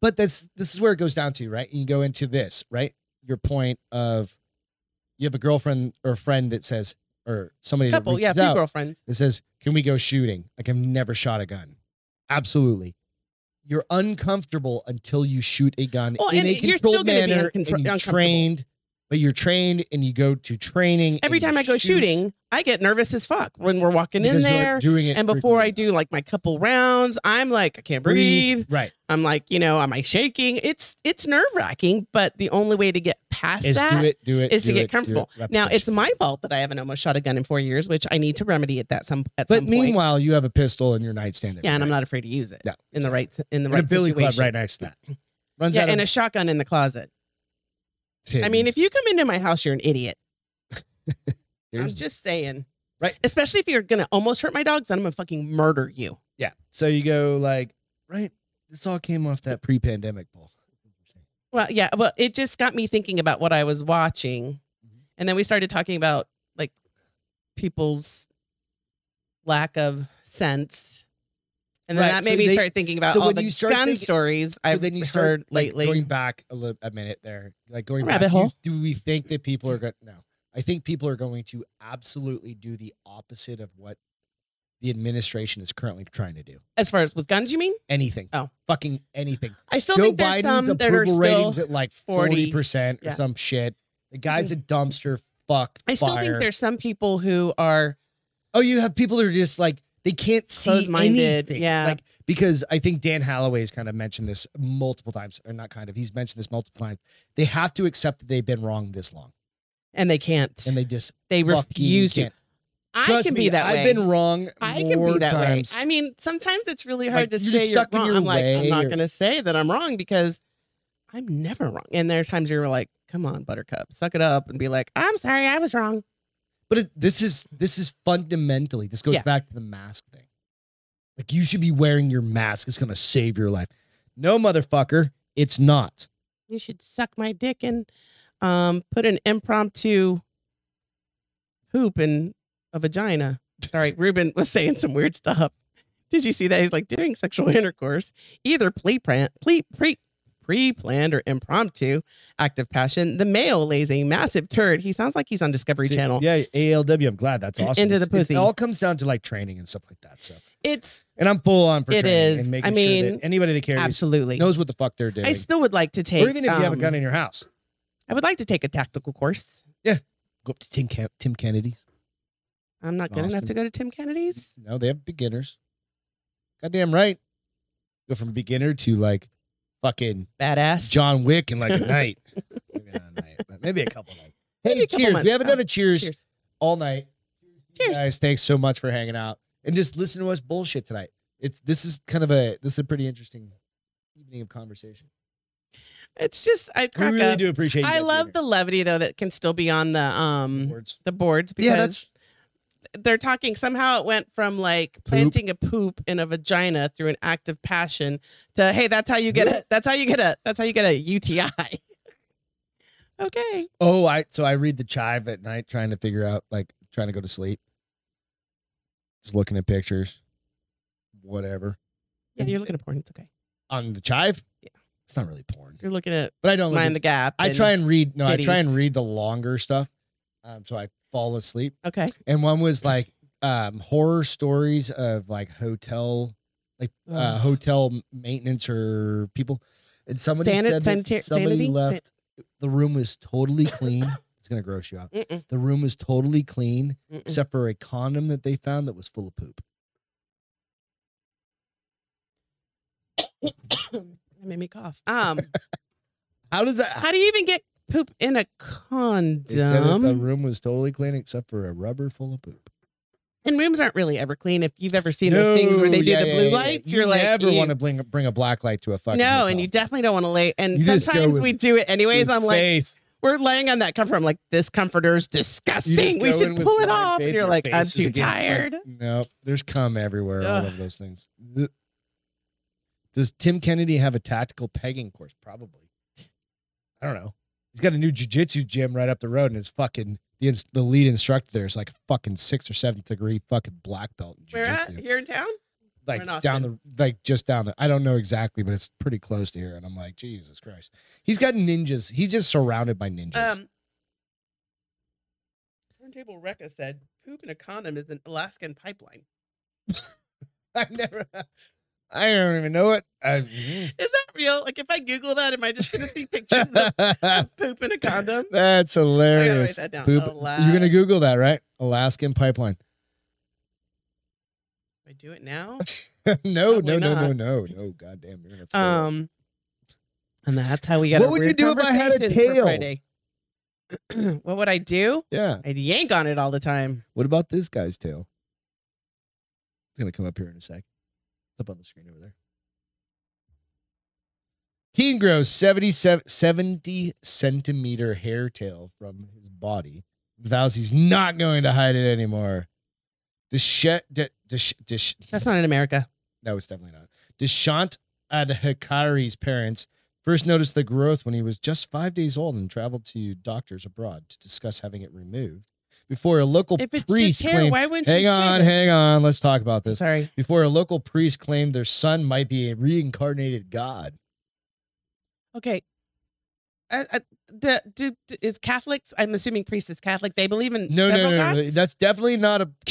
[SPEAKER 1] But this this is where it goes down to, right? You go into this, right? Your point of you have a girlfriend or a friend that says or somebody
[SPEAKER 2] Couple,
[SPEAKER 1] that
[SPEAKER 2] yeah,
[SPEAKER 1] reaches
[SPEAKER 2] few
[SPEAKER 1] out
[SPEAKER 2] girlfriends.
[SPEAKER 1] that says, "Can we go shooting?" Like I've never shot a gun. Absolutely. You're uncomfortable until you shoot a gun
[SPEAKER 2] Well,
[SPEAKER 1] in
[SPEAKER 2] and
[SPEAKER 1] a
[SPEAKER 2] you're still
[SPEAKER 1] controlled
[SPEAKER 2] gonna be
[SPEAKER 1] manner
[SPEAKER 2] uncontro-
[SPEAKER 1] and you're
[SPEAKER 2] uncomfortable.
[SPEAKER 1] trained, but you're trained and you go to training.
[SPEAKER 2] Every
[SPEAKER 1] and you
[SPEAKER 2] time I go
[SPEAKER 1] shoot
[SPEAKER 2] shooting, I get nervous as fuck when we're walking in
[SPEAKER 1] because you're
[SPEAKER 2] there.
[SPEAKER 1] doing it
[SPEAKER 2] And before I
[SPEAKER 1] frequently.
[SPEAKER 2] do like my couple rounds, I'm like, I can't breathe.
[SPEAKER 1] right,
[SPEAKER 2] I'm like, you know, am I shaking? It's it's nerve wracking, but the only way to get past
[SPEAKER 1] is
[SPEAKER 2] that
[SPEAKER 1] do it, do it,
[SPEAKER 2] is to
[SPEAKER 1] do
[SPEAKER 2] get
[SPEAKER 1] it, do
[SPEAKER 2] comfortable.
[SPEAKER 1] it,
[SPEAKER 2] Now it's
[SPEAKER 1] repetition.
[SPEAKER 2] my fault that I haven't almost shot a gun in four years, which I need to remedy at that some at
[SPEAKER 1] But
[SPEAKER 2] some point.
[SPEAKER 1] meanwhile, you have a pistol in your nightstand.
[SPEAKER 2] Yeah, and I'm not afraid to use it
[SPEAKER 1] No,
[SPEAKER 2] in the right in the
[SPEAKER 1] in
[SPEAKER 2] right
[SPEAKER 1] a billy
[SPEAKER 2] situation.
[SPEAKER 1] club right next to that. Runs
[SPEAKER 2] Yeah,
[SPEAKER 1] out
[SPEAKER 2] and
[SPEAKER 1] of
[SPEAKER 2] a shotgun in the closet.
[SPEAKER 1] tin.
[SPEAKER 2] I mean, if you come into my house, you're an idiot. I'm
[SPEAKER 1] Here's-
[SPEAKER 2] just saying.
[SPEAKER 1] Right.
[SPEAKER 2] Especially if you're gonna almost hurt my dogs, then I'm gonna fucking murder you.
[SPEAKER 1] yeah. So you go like, right? This all came off that pre-pandemic poll.
[SPEAKER 2] Well, yeah. Well, it just got me thinking about what I was watching,
[SPEAKER 1] Mm-hmm.
[SPEAKER 2] and then we started talking about like people's lack of sense, and then
[SPEAKER 1] Right,
[SPEAKER 2] that made
[SPEAKER 1] so
[SPEAKER 2] me
[SPEAKER 1] they-
[SPEAKER 2] start thinking about
[SPEAKER 1] so
[SPEAKER 2] all
[SPEAKER 1] when
[SPEAKER 2] the
[SPEAKER 1] you start
[SPEAKER 2] gun
[SPEAKER 1] thinking-
[SPEAKER 2] stories
[SPEAKER 1] so
[SPEAKER 2] I've
[SPEAKER 1] then you
[SPEAKER 2] heard
[SPEAKER 1] start like,
[SPEAKER 2] lately.
[SPEAKER 1] going back a, little, a minute there, like going
[SPEAKER 2] Rabbit
[SPEAKER 1] back.
[SPEAKER 2] hole.
[SPEAKER 1] Do we think that people are going? No, I think people are going to absolutely do the opposite of what the administration is currently trying to do.
[SPEAKER 2] as far as with guns, you mean?
[SPEAKER 1] Anything.
[SPEAKER 2] Oh.
[SPEAKER 1] fucking anything.
[SPEAKER 2] I still
[SPEAKER 1] Joe
[SPEAKER 2] think there's
[SPEAKER 1] Biden's
[SPEAKER 2] some that are
[SPEAKER 1] approval
[SPEAKER 2] still.
[SPEAKER 1] ratings at like
[SPEAKER 2] 40.
[SPEAKER 1] forty percent or
[SPEAKER 2] Yeah. Mm-hmm.
[SPEAKER 1] some shit. The guy's a dumpster fuck.
[SPEAKER 2] I still think
[SPEAKER 1] fire.
[SPEAKER 2] there's some people who are
[SPEAKER 1] Oh, you have people that are just like they can't see
[SPEAKER 2] Close-minded,
[SPEAKER 1] anything.
[SPEAKER 2] yeah.
[SPEAKER 1] Like because I think Dan Holloway's kind of mentioned this multiple times, or not kind of. He's mentioned this multiple times. They have to accept that they've been wrong this long,
[SPEAKER 2] and they can't.
[SPEAKER 1] and they just
[SPEAKER 2] they
[SPEAKER 1] fucking
[SPEAKER 2] refuse to.
[SPEAKER 1] can't.
[SPEAKER 2] I
[SPEAKER 1] Trust
[SPEAKER 2] can
[SPEAKER 1] me,
[SPEAKER 2] be that way.
[SPEAKER 1] I've been wrong.
[SPEAKER 2] I can
[SPEAKER 1] more
[SPEAKER 2] be that
[SPEAKER 1] times.
[SPEAKER 2] way. I mean, sometimes it's really
[SPEAKER 1] Like,
[SPEAKER 2] hard to
[SPEAKER 1] you're
[SPEAKER 2] say
[SPEAKER 1] just
[SPEAKER 2] you're
[SPEAKER 1] stuck in
[SPEAKER 2] wrong.
[SPEAKER 1] your
[SPEAKER 2] I'm like, I'm
[SPEAKER 1] way
[SPEAKER 2] not
[SPEAKER 1] or-
[SPEAKER 2] going to say that I'm wrong because I'm never wrong. And there are times you're like, come on, Buttercup, suck it up and be like, I'm sorry, I was wrong.
[SPEAKER 1] But it, this is this is fundamentally this goes
[SPEAKER 2] Yeah.
[SPEAKER 1] back to the mask thing. Like you should be wearing your mask. It's gonna save your life. No, motherfucker, it's not.
[SPEAKER 2] You should suck my dick and um, put an impromptu hoop in a vagina. Sorry, Ruben was saying some weird stuff. Did you see that? He's like during sexual intercourse, either pre-planned, pre pre pre-planned or impromptu act of passion. The male lays a massive turd. He sounds like he's on Discovery
[SPEAKER 1] See,
[SPEAKER 2] Channel.
[SPEAKER 1] Yeah, ALW. I'm glad that's awesome.
[SPEAKER 2] Into
[SPEAKER 1] It's-
[SPEAKER 2] the
[SPEAKER 1] it's-
[SPEAKER 2] pussy.
[SPEAKER 1] It all comes down to like training and stuff like that. So.
[SPEAKER 2] It's
[SPEAKER 1] And I'm full on for
[SPEAKER 2] It
[SPEAKER 1] training
[SPEAKER 2] is.
[SPEAKER 1] and making
[SPEAKER 2] I
[SPEAKER 1] sure
[SPEAKER 2] mean,
[SPEAKER 1] that anybody that carries
[SPEAKER 2] absolutely.
[SPEAKER 1] knows what the fuck they're doing.
[SPEAKER 2] I still would like to take.
[SPEAKER 1] or even if you have a
[SPEAKER 2] um,
[SPEAKER 1] gun in your house,
[SPEAKER 2] I would like to take a tactical course.
[SPEAKER 1] go up to Tim, Ken- Tim Kennedy's.
[SPEAKER 2] I'm not good enough
[SPEAKER 1] Austin.
[SPEAKER 2] to go to Tim Kennedy's.
[SPEAKER 1] No, they have beginners. Goddamn right. Go from beginner to like fucking
[SPEAKER 2] Badass.
[SPEAKER 1] John Wick in like a night. Maybe not a night, but maybe a couple nights. Hey,
[SPEAKER 2] Maybe a couple
[SPEAKER 1] cheers.
[SPEAKER 2] months. Oh,
[SPEAKER 1] we haven't done a cheers,
[SPEAKER 2] Cheers.
[SPEAKER 1] all night.
[SPEAKER 2] Cheers.
[SPEAKER 1] Guys, thanks so much for hanging out and just listen to us bullshit tonight. It's this is kind of a this is a pretty interesting evening of conversation.
[SPEAKER 2] It's just I
[SPEAKER 1] We
[SPEAKER 2] crack
[SPEAKER 1] really
[SPEAKER 2] up.
[SPEAKER 1] do appreciate you.
[SPEAKER 2] I
[SPEAKER 1] guys being
[SPEAKER 2] love
[SPEAKER 1] here.
[SPEAKER 2] the levity though that can still be on the um
[SPEAKER 1] Words.
[SPEAKER 2] the boards because
[SPEAKER 1] Yeah, that's
[SPEAKER 2] they're talking somehow it went from like planting a poop in a vagina through an act of passion to hey that's how you get a that's how you get a that's how you get a UTI. okay.
[SPEAKER 1] Oh, I so I read the chive at night trying to figure out like trying to go to sleep. Just looking at pictures. Whatever.
[SPEAKER 2] Yeah, you're looking at porn. It's okay.
[SPEAKER 1] On the chive?
[SPEAKER 2] Yeah.
[SPEAKER 1] It's not really porn.
[SPEAKER 2] You're looking at
[SPEAKER 1] But I don't look
[SPEAKER 2] mind
[SPEAKER 1] at,
[SPEAKER 2] the gap.
[SPEAKER 1] I
[SPEAKER 2] and-
[SPEAKER 1] try and read no, I try
[SPEAKER 2] titties.
[SPEAKER 1] and read the longer stuff. Um so I fall asleep.
[SPEAKER 2] Okay.
[SPEAKER 1] And one was like um horror stories of like hotel like uh, hotel maintenance or people, and somebody
[SPEAKER 2] Sanit-
[SPEAKER 1] said that
[SPEAKER 2] sanita-
[SPEAKER 1] somebody
[SPEAKER 2] sanity?
[SPEAKER 1] left. the room was totally clean. it's gonna gross you out.
[SPEAKER 2] Mm-mm,
[SPEAKER 1] The room was totally clean
[SPEAKER 2] mm-mm.
[SPEAKER 1] except for a condom that they found that was full of poop.
[SPEAKER 2] That made me cough. Um,
[SPEAKER 1] How does that?
[SPEAKER 2] how do you even get poop in
[SPEAKER 1] They
[SPEAKER 2] a
[SPEAKER 1] said that the
[SPEAKER 2] condom?
[SPEAKER 1] room was totally clean except for a rubber full of poop.
[SPEAKER 2] And rooms aren't really ever clean. If you've ever seen those things where they do
[SPEAKER 1] yeah,
[SPEAKER 2] the
[SPEAKER 1] yeah,
[SPEAKER 2] blue
[SPEAKER 1] yeah, yeah.
[SPEAKER 2] lights,
[SPEAKER 1] you
[SPEAKER 2] are like,
[SPEAKER 1] never
[SPEAKER 2] "Ew."
[SPEAKER 1] want to bring bring a black light to a fucking.
[SPEAKER 2] no,
[SPEAKER 1] hotel.
[SPEAKER 2] and you definitely don't want to lay. And
[SPEAKER 1] You just go
[SPEAKER 2] sometimes
[SPEAKER 1] with-
[SPEAKER 2] we do it anyways.
[SPEAKER 1] With
[SPEAKER 2] I'm like,
[SPEAKER 1] faith.
[SPEAKER 2] we're laying on that comforter. I'm like, this comforter's
[SPEAKER 1] You just
[SPEAKER 2] disgusting. We
[SPEAKER 1] go in
[SPEAKER 2] should
[SPEAKER 1] with
[SPEAKER 2] pull it
[SPEAKER 1] blind
[SPEAKER 2] off.
[SPEAKER 1] faith,
[SPEAKER 2] And you're
[SPEAKER 1] your
[SPEAKER 2] like, I'm
[SPEAKER 1] face is
[SPEAKER 2] too
[SPEAKER 1] against, like,
[SPEAKER 2] tired.
[SPEAKER 1] Nope, there's cum everywhere. All
[SPEAKER 2] Ugh.
[SPEAKER 1] of those things. Th- Does Tim Kennedy have a tactical pegging course? Probably. I don't know. He's got a new jujitsu gym right up the road, and his fucking the ins- the lead instructor there is like a fucking sixth or seventh degree fucking black belt in
[SPEAKER 2] We're at
[SPEAKER 1] jujitsu.
[SPEAKER 2] here in town.
[SPEAKER 1] Like
[SPEAKER 2] in Austin.
[SPEAKER 1] down the like just down the. I don't know exactly, but it's pretty close to here. And I'm like, Jesus Christ. He's got ninjas. He's just surrounded by ninjas.
[SPEAKER 2] Um, Turntable Recca said, poop in a condom is an Alaskan pipeline.
[SPEAKER 1] I never. I don't even know it. I- mm-hmm.
[SPEAKER 2] Is that real? Like, if I Google that, am I just going to see pictures of, of poop in a condom?
[SPEAKER 1] That's
[SPEAKER 2] I gotta write
[SPEAKER 1] hilarious.
[SPEAKER 2] that down.
[SPEAKER 1] Poop. You're gonna
[SPEAKER 2] Alas-
[SPEAKER 1] Google that, right? Alaskan pipeline.
[SPEAKER 2] I do it now.
[SPEAKER 1] no, no, no, no,
[SPEAKER 2] Probably
[SPEAKER 1] no,
[SPEAKER 2] not.
[SPEAKER 1] no, Goddamn, you're gonna. fail.
[SPEAKER 2] Um, and that's how we got.
[SPEAKER 1] What
[SPEAKER 2] a
[SPEAKER 1] would you
[SPEAKER 2] weird
[SPEAKER 1] do if I had a
[SPEAKER 2] conversation for
[SPEAKER 1] tail?
[SPEAKER 2] Friday. what would I do?
[SPEAKER 1] yeah.
[SPEAKER 2] I'd yank on it all the time.
[SPEAKER 1] What about this guy's tail? It's gonna come up here in a sec. It's up on the screen over there. Teen grows 77, 70 centimeter hair tail from his body. Vows he's not going to hide it anymore. Deshe, de, Deshe, Deshe,
[SPEAKER 2] That's not in America.
[SPEAKER 1] No, it's definitely not. Deshant Adhikari's parents first noticed the growth when he was just five days old and traveled to doctors abroad to discuss having it removed. Before a local
[SPEAKER 2] If it's
[SPEAKER 1] priest
[SPEAKER 2] just hair,
[SPEAKER 1] claimed,
[SPEAKER 2] why wouldn't
[SPEAKER 1] hang
[SPEAKER 2] you? shave
[SPEAKER 1] on,
[SPEAKER 2] it?
[SPEAKER 1] hang on, let's talk about this.
[SPEAKER 2] Sorry.
[SPEAKER 1] Before a local priest claimed their son might be a reincarnated god.
[SPEAKER 2] Okay. Uh, uh, the do, do- is Catholics? I'm assuming priest is Catholic. They believe in
[SPEAKER 1] No, no,
[SPEAKER 2] several
[SPEAKER 1] no, no, no,
[SPEAKER 2] gods?
[SPEAKER 1] that's definitely not a.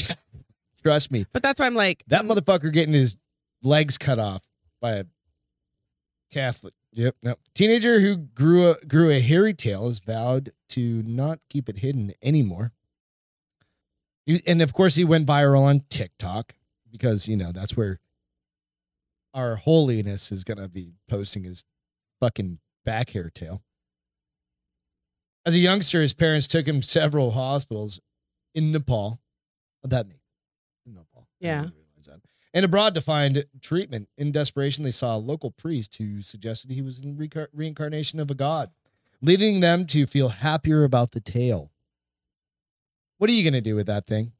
[SPEAKER 1] Trust me,
[SPEAKER 2] but that's why I'm like
[SPEAKER 1] that motherfucker getting his legs cut off by a Catholic. Yep. No. Teenager who grew a grew a hairy tail is vowed to not keep it hidden anymore. You- And of course, he went viral on TikTok because you know that's where our holiness is gonna be posting his fucking back hair tail. As a youngster, his parents took him to several hospitals in Nepal. What that mean? In Nepal. I
[SPEAKER 2] Yeah.
[SPEAKER 1] didn't realize that. And abroad to find treatment. In desperation, they saw a local priest who suggested he was in recar- reincarnation of a god, leading them to feel happier about the tail. What are you gonna do with that thing?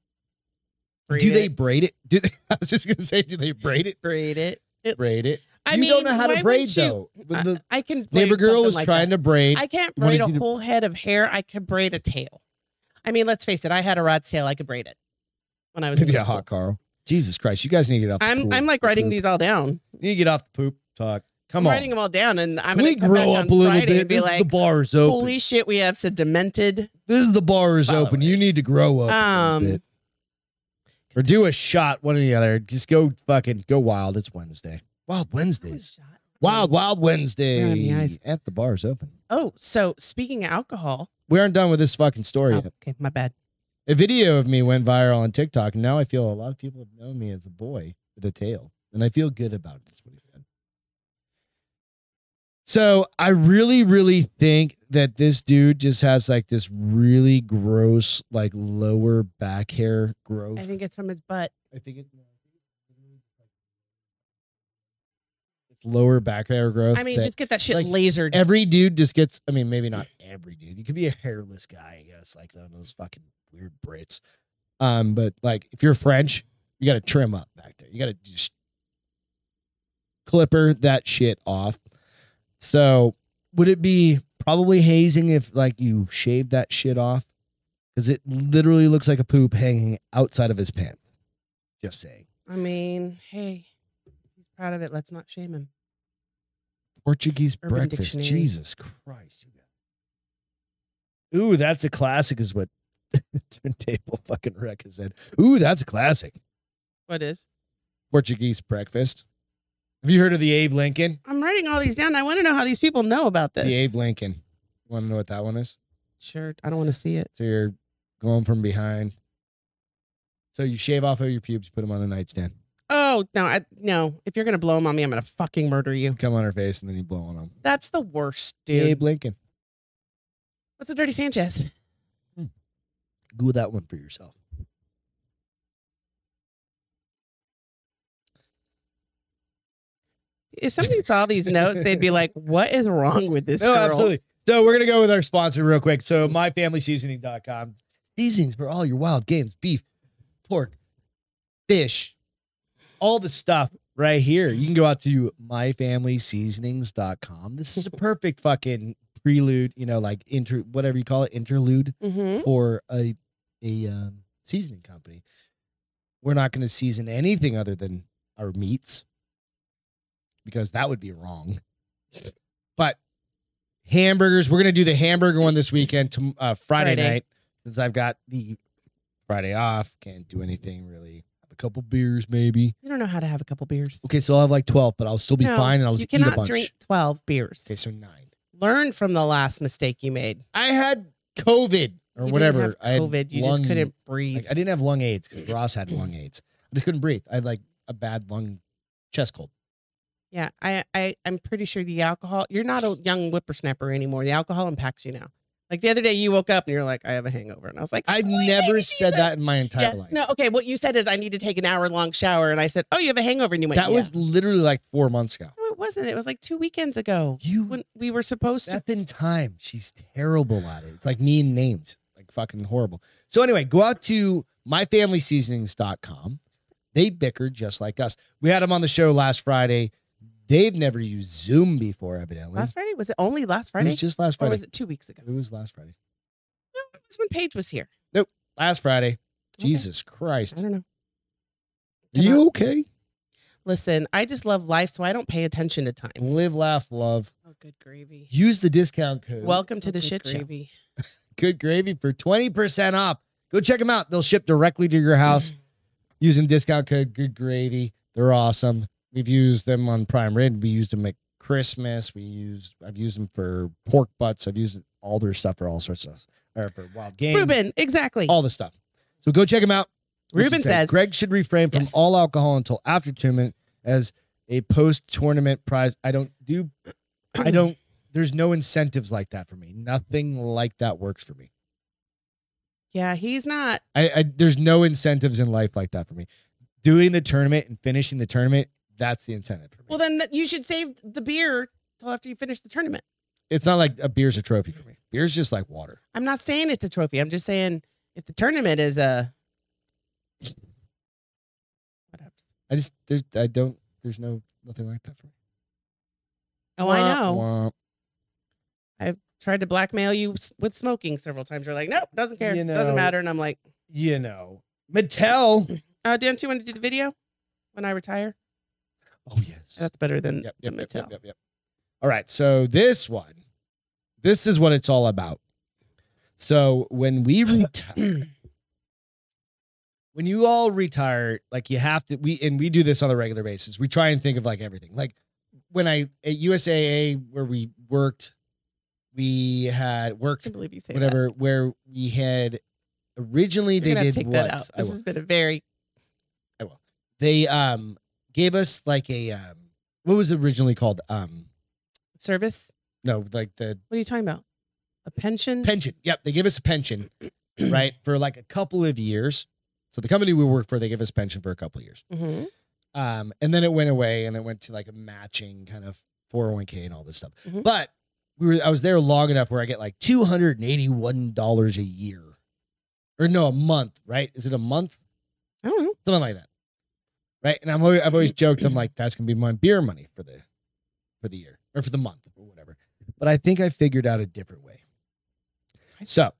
[SPEAKER 2] braid
[SPEAKER 1] do they
[SPEAKER 2] it,
[SPEAKER 1] braid it? Do they, I was just gonna say, do they braid it?
[SPEAKER 2] braid it?
[SPEAKER 1] Braid it.
[SPEAKER 2] I
[SPEAKER 1] you
[SPEAKER 2] mean,
[SPEAKER 1] don't know how
[SPEAKER 2] why
[SPEAKER 1] to braid
[SPEAKER 2] wouldn't you- uh,
[SPEAKER 1] though. But the
[SPEAKER 2] I, I can. braid
[SPEAKER 1] neighbor girl
[SPEAKER 2] something
[SPEAKER 1] was
[SPEAKER 2] like
[SPEAKER 1] trying
[SPEAKER 2] that.
[SPEAKER 1] to braid.
[SPEAKER 2] I can't
[SPEAKER 1] You wanted
[SPEAKER 2] braid a
[SPEAKER 1] you to-
[SPEAKER 2] whole head of hair. I could braid a tail. I mean, let's face it. I had a rod's tail. I could braid it when I was in
[SPEAKER 1] Maybe a
[SPEAKER 2] middle
[SPEAKER 1] hot Carl. Jesus Christ, you guys need to get off.
[SPEAKER 2] school. I'm
[SPEAKER 1] the poop.
[SPEAKER 2] I'm like writing
[SPEAKER 1] poop.
[SPEAKER 2] these all down.
[SPEAKER 1] You need to get off the poop talk. Come
[SPEAKER 2] I'm
[SPEAKER 1] on,
[SPEAKER 2] writing them all down, and I'm
[SPEAKER 1] we
[SPEAKER 2] gonna come back
[SPEAKER 1] grow
[SPEAKER 2] on
[SPEAKER 1] up a little
[SPEAKER 2] Friday
[SPEAKER 1] bit.
[SPEAKER 2] and be
[SPEAKER 1] This,
[SPEAKER 2] like,
[SPEAKER 1] the bar is open.
[SPEAKER 2] holy shit, we have said demented.
[SPEAKER 1] this is the bar is open. You
[SPEAKER 2] followers.
[SPEAKER 1] need to grow up. a
[SPEAKER 2] Um,
[SPEAKER 1] little bit. or do a shot, one or the other. Just go fucking go wild. It's Wednesday. Wild Wednesdays. Wild Wild
[SPEAKER 2] Grab me
[SPEAKER 1] Wednesday.
[SPEAKER 2] ice.
[SPEAKER 1] At the bar is open.
[SPEAKER 2] Oh, so speaking of alcohol,
[SPEAKER 1] We aren't done with this fucking story
[SPEAKER 2] oh,
[SPEAKER 1] yet.
[SPEAKER 2] okay, my bad.
[SPEAKER 1] A video of me went viral on TikTok, and now I feel a lot of people have known me as a boy with a tail, and I feel good about it. Is what he said. So I really, really think that this dude just has like this really gross, like lower back hair growth.
[SPEAKER 2] I think it's from his butt.
[SPEAKER 1] I think it- it's lower back hair growth.
[SPEAKER 2] I mean,
[SPEAKER 1] that-
[SPEAKER 2] just get that shit
[SPEAKER 1] like,
[SPEAKER 2] lasered.
[SPEAKER 1] every dude just gets i mean maybe not every dude you could be a hairless guy i guess like one of those fucking weird brits um but like if you're french you gotta trim up back there you gotta just clipper that shit off so would it be probably hazing if like you shaved that shit off because it literally looks like a poop hanging outside of his pants just saying
[SPEAKER 2] I mean, hey, he's proud of it. Let's not shame him.
[SPEAKER 1] Portuguese
[SPEAKER 2] Urban
[SPEAKER 1] breakfast.
[SPEAKER 2] Dictionary.
[SPEAKER 1] Jesus Christ. you guys. Ooh, that's a classic, is what Turntable fucking Wreck has said. Ooh, that's a classic.
[SPEAKER 2] What is?
[SPEAKER 1] Portuguese breakfast. Have you heard of the Abe Lincoln?
[SPEAKER 2] I'm writing all these down. I want to know how these people know about this.
[SPEAKER 1] The Abe Lincoln. Want to know what that one is?
[SPEAKER 2] Sure. I don't want to see it.
[SPEAKER 1] So you're going from behind. So you shave off all your pubes, put them on the nightstand,
[SPEAKER 2] Oh no, I no. If you're gonna blow them on me, I'm gonna fucking murder you.
[SPEAKER 1] come on her face, and then you blow on them.
[SPEAKER 2] That's the worst, dude.
[SPEAKER 1] Abe Lincoln.
[SPEAKER 2] What's a dirty Sanchez?
[SPEAKER 1] Google that one for yourself.
[SPEAKER 2] If somebody saw these notes, they'd be like, "What is wrong with this girl?"
[SPEAKER 1] So we're gonna go with our sponsor real quick. So myfamilyseasoning.com. Seasonings for all your wild games, beef, pork, fish, all the stuff right here. You can go out to myfamilyseasonings.com. This is a perfect fucking prelude, you know, like inter whatever you call it, interlude
[SPEAKER 2] Mm-hmm.
[SPEAKER 1] for a a um, seasoning company. We're not going to season anything other than our meats because that would be wrong. But hamburgers, we're going to do the hamburger one this weekend, to, uh, Friday,
[SPEAKER 2] Friday.
[SPEAKER 1] night, since I've got the Friday off. Can't do anything really. Have a couple beers maybe.
[SPEAKER 2] You don't know how to have a couple beers.
[SPEAKER 1] Okay, so I'll have like twelve, but I'll still be
[SPEAKER 2] No,
[SPEAKER 1] fine, and I'll
[SPEAKER 2] you
[SPEAKER 1] just eat a
[SPEAKER 2] cannot
[SPEAKER 1] bunch.
[SPEAKER 2] drink twelve beers.
[SPEAKER 1] Okay, so nine.
[SPEAKER 2] Learn from the last mistake you made.
[SPEAKER 1] I had COVID or
[SPEAKER 2] You didn't
[SPEAKER 1] whatever.
[SPEAKER 2] have
[SPEAKER 1] I had
[SPEAKER 2] COVID. you
[SPEAKER 1] lung-
[SPEAKER 2] just couldn't breathe.
[SPEAKER 1] Like, I didn't have lung aids because Ross had lung aids. I just couldn't breathe. I had like a bad lung chest cold.
[SPEAKER 2] yeah, I, I, I'm pretty sure the alcohol. You're not a young whippersnapper anymore. The alcohol impacts you now. Like the other day, you woke up and you're like, "I have a hangover," and I was like,
[SPEAKER 1] I've
[SPEAKER 2] "Sweet
[SPEAKER 1] never
[SPEAKER 2] baby
[SPEAKER 1] said
[SPEAKER 2] Jesus."
[SPEAKER 1] that in my entire
[SPEAKER 2] Yeah,
[SPEAKER 1] life.
[SPEAKER 2] No, okay. What you said is I need to take an hour long shower, and I said, "Oh, you have a hangover," and you went,
[SPEAKER 1] that
[SPEAKER 2] "Yeah."
[SPEAKER 1] was literally like four months ago.
[SPEAKER 2] No, it wasn't. It was like two weekends ago
[SPEAKER 1] You
[SPEAKER 2] when we were supposed to.
[SPEAKER 1] step in time. She's terrible at it. It's like me and names, like fucking horrible. So anyway, go out to myfamilyseasonings.com. They bicker just like us. We had them on the show last Friday. They've never used Zoom before, evidently.
[SPEAKER 2] Last Friday was it only last
[SPEAKER 1] It
[SPEAKER 2] Friday,
[SPEAKER 1] was just last
[SPEAKER 2] or
[SPEAKER 1] Friday.
[SPEAKER 2] was it two weeks ago?
[SPEAKER 1] it was last Friday.
[SPEAKER 2] No, it was when Paige was here.
[SPEAKER 1] Last Friday.
[SPEAKER 2] Okay.
[SPEAKER 1] Jesus
[SPEAKER 2] I
[SPEAKER 1] Christ.
[SPEAKER 2] don't know.
[SPEAKER 1] Are you okay?
[SPEAKER 2] Listen, I just love life, so I don't pay attention to time.
[SPEAKER 1] Live, laugh, love.
[SPEAKER 2] Oh, good gravy.
[SPEAKER 1] Use the discount code.
[SPEAKER 2] Welcome to
[SPEAKER 1] Oh,
[SPEAKER 2] the
[SPEAKER 1] good
[SPEAKER 2] shit
[SPEAKER 1] gravy. Good Gravy for 20% off. Go check them out. They'll ship directly to your
[SPEAKER 2] show.
[SPEAKER 1] house using discount code Good Gravy. They're awesome. We've used them on Prime Rib. We used them at Christmas. We used I've used them for pork butts. I've used all their stuff for all sorts of stuff. Or for wild game.
[SPEAKER 2] Ruben, exactly.
[SPEAKER 1] All the stuff. So go check them out. Richard
[SPEAKER 2] Ruben
[SPEAKER 1] said,
[SPEAKER 2] says-
[SPEAKER 1] Greg should refrain from
[SPEAKER 2] Yes.
[SPEAKER 1] all alcohol until after tournament as a post tournament prize. I don't do, I don't, there's no incentives like that for me. Nothing like that works for me.
[SPEAKER 2] yeah, he's not.
[SPEAKER 1] I, I there's no incentives in life like that for me. Doing the tournament and finishing the tournament, that's the incentive for me.
[SPEAKER 2] Well, then th- you should save the beer till after you finish the tournament.
[SPEAKER 1] it's not like a beer's a trophy for me. Beer's just like water.
[SPEAKER 2] I'm not saying it's a trophy. I'm just saying if the tournament is a. What up?
[SPEAKER 1] I just there's I don't there's no nothing like that for me.
[SPEAKER 2] Oh, I
[SPEAKER 1] Wah,
[SPEAKER 2] know.
[SPEAKER 1] wah.
[SPEAKER 2] Tried to blackmail you s- with smoking several times. You're like, nope, doesn't care,
[SPEAKER 1] You know-
[SPEAKER 2] doesn't matter. And I'm like,
[SPEAKER 1] You know. Mattel.
[SPEAKER 2] uh, don't you want to do the video when I retire?
[SPEAKER 1] Oh yes.
[SPEAKER 2] That's better than
[SPEAKER 1] yep,
[SPEAKER 2] the
[SPEAKER 1] yep, yep,
[SPEAKER 2] Mattel.
[SPEAKER 1] yep, yep, yep. All right. So this one, this is what it's all about. So when we retire, when you all retire, like you have to, we, and we do this on a regular basis. We try and think of like everything. Like when I, at USAA, where we worked, we had
[SPEAKER 2] I
[SPEAKER 1] worked,
[SPEAKER 2] can't believe you say that.
[SPEAKER 1] whatever, where we had originally
[SPEAKER 2] You're gonna
[SPEAKER 1] they did
[SPEAKER 2] have to take
[SPEAKER 1] what?
[SPEAKER 2] that out.
[SPEAKER 1] I
[SPEAKER 2] This
[SPEAKER 1] will
[SPEAKER 2] has been a very
[SPEAKER 1] they um gave us like a um what was it originally called um
[SPEAKER 2] service.
[SPEAKER 1] no like the
[SPEAKER 2] What are you talking about? A pension?
[SPEAKER 1] pension yep they give us a pension right for like a couple of years so the company we work for they give us pension for a couple of years
[SPEAKER 2] hmm
[SPEAKER 1] um and then it went away and it went to like a matching kind of 401k and all this stuff
[SPEAKER 2] Mhm.
[SPEAKER 1] but we were i was there long enough where i get like $281 a year or no a month right is it a month
[SPEAKER 2] I don't know.
[SPEAKER 1] something like that, right? And I'm always, I've always joked, I'm like, that's gonna be my beer money for the for the year or for the month or whatever. But I think I figured out a different way. So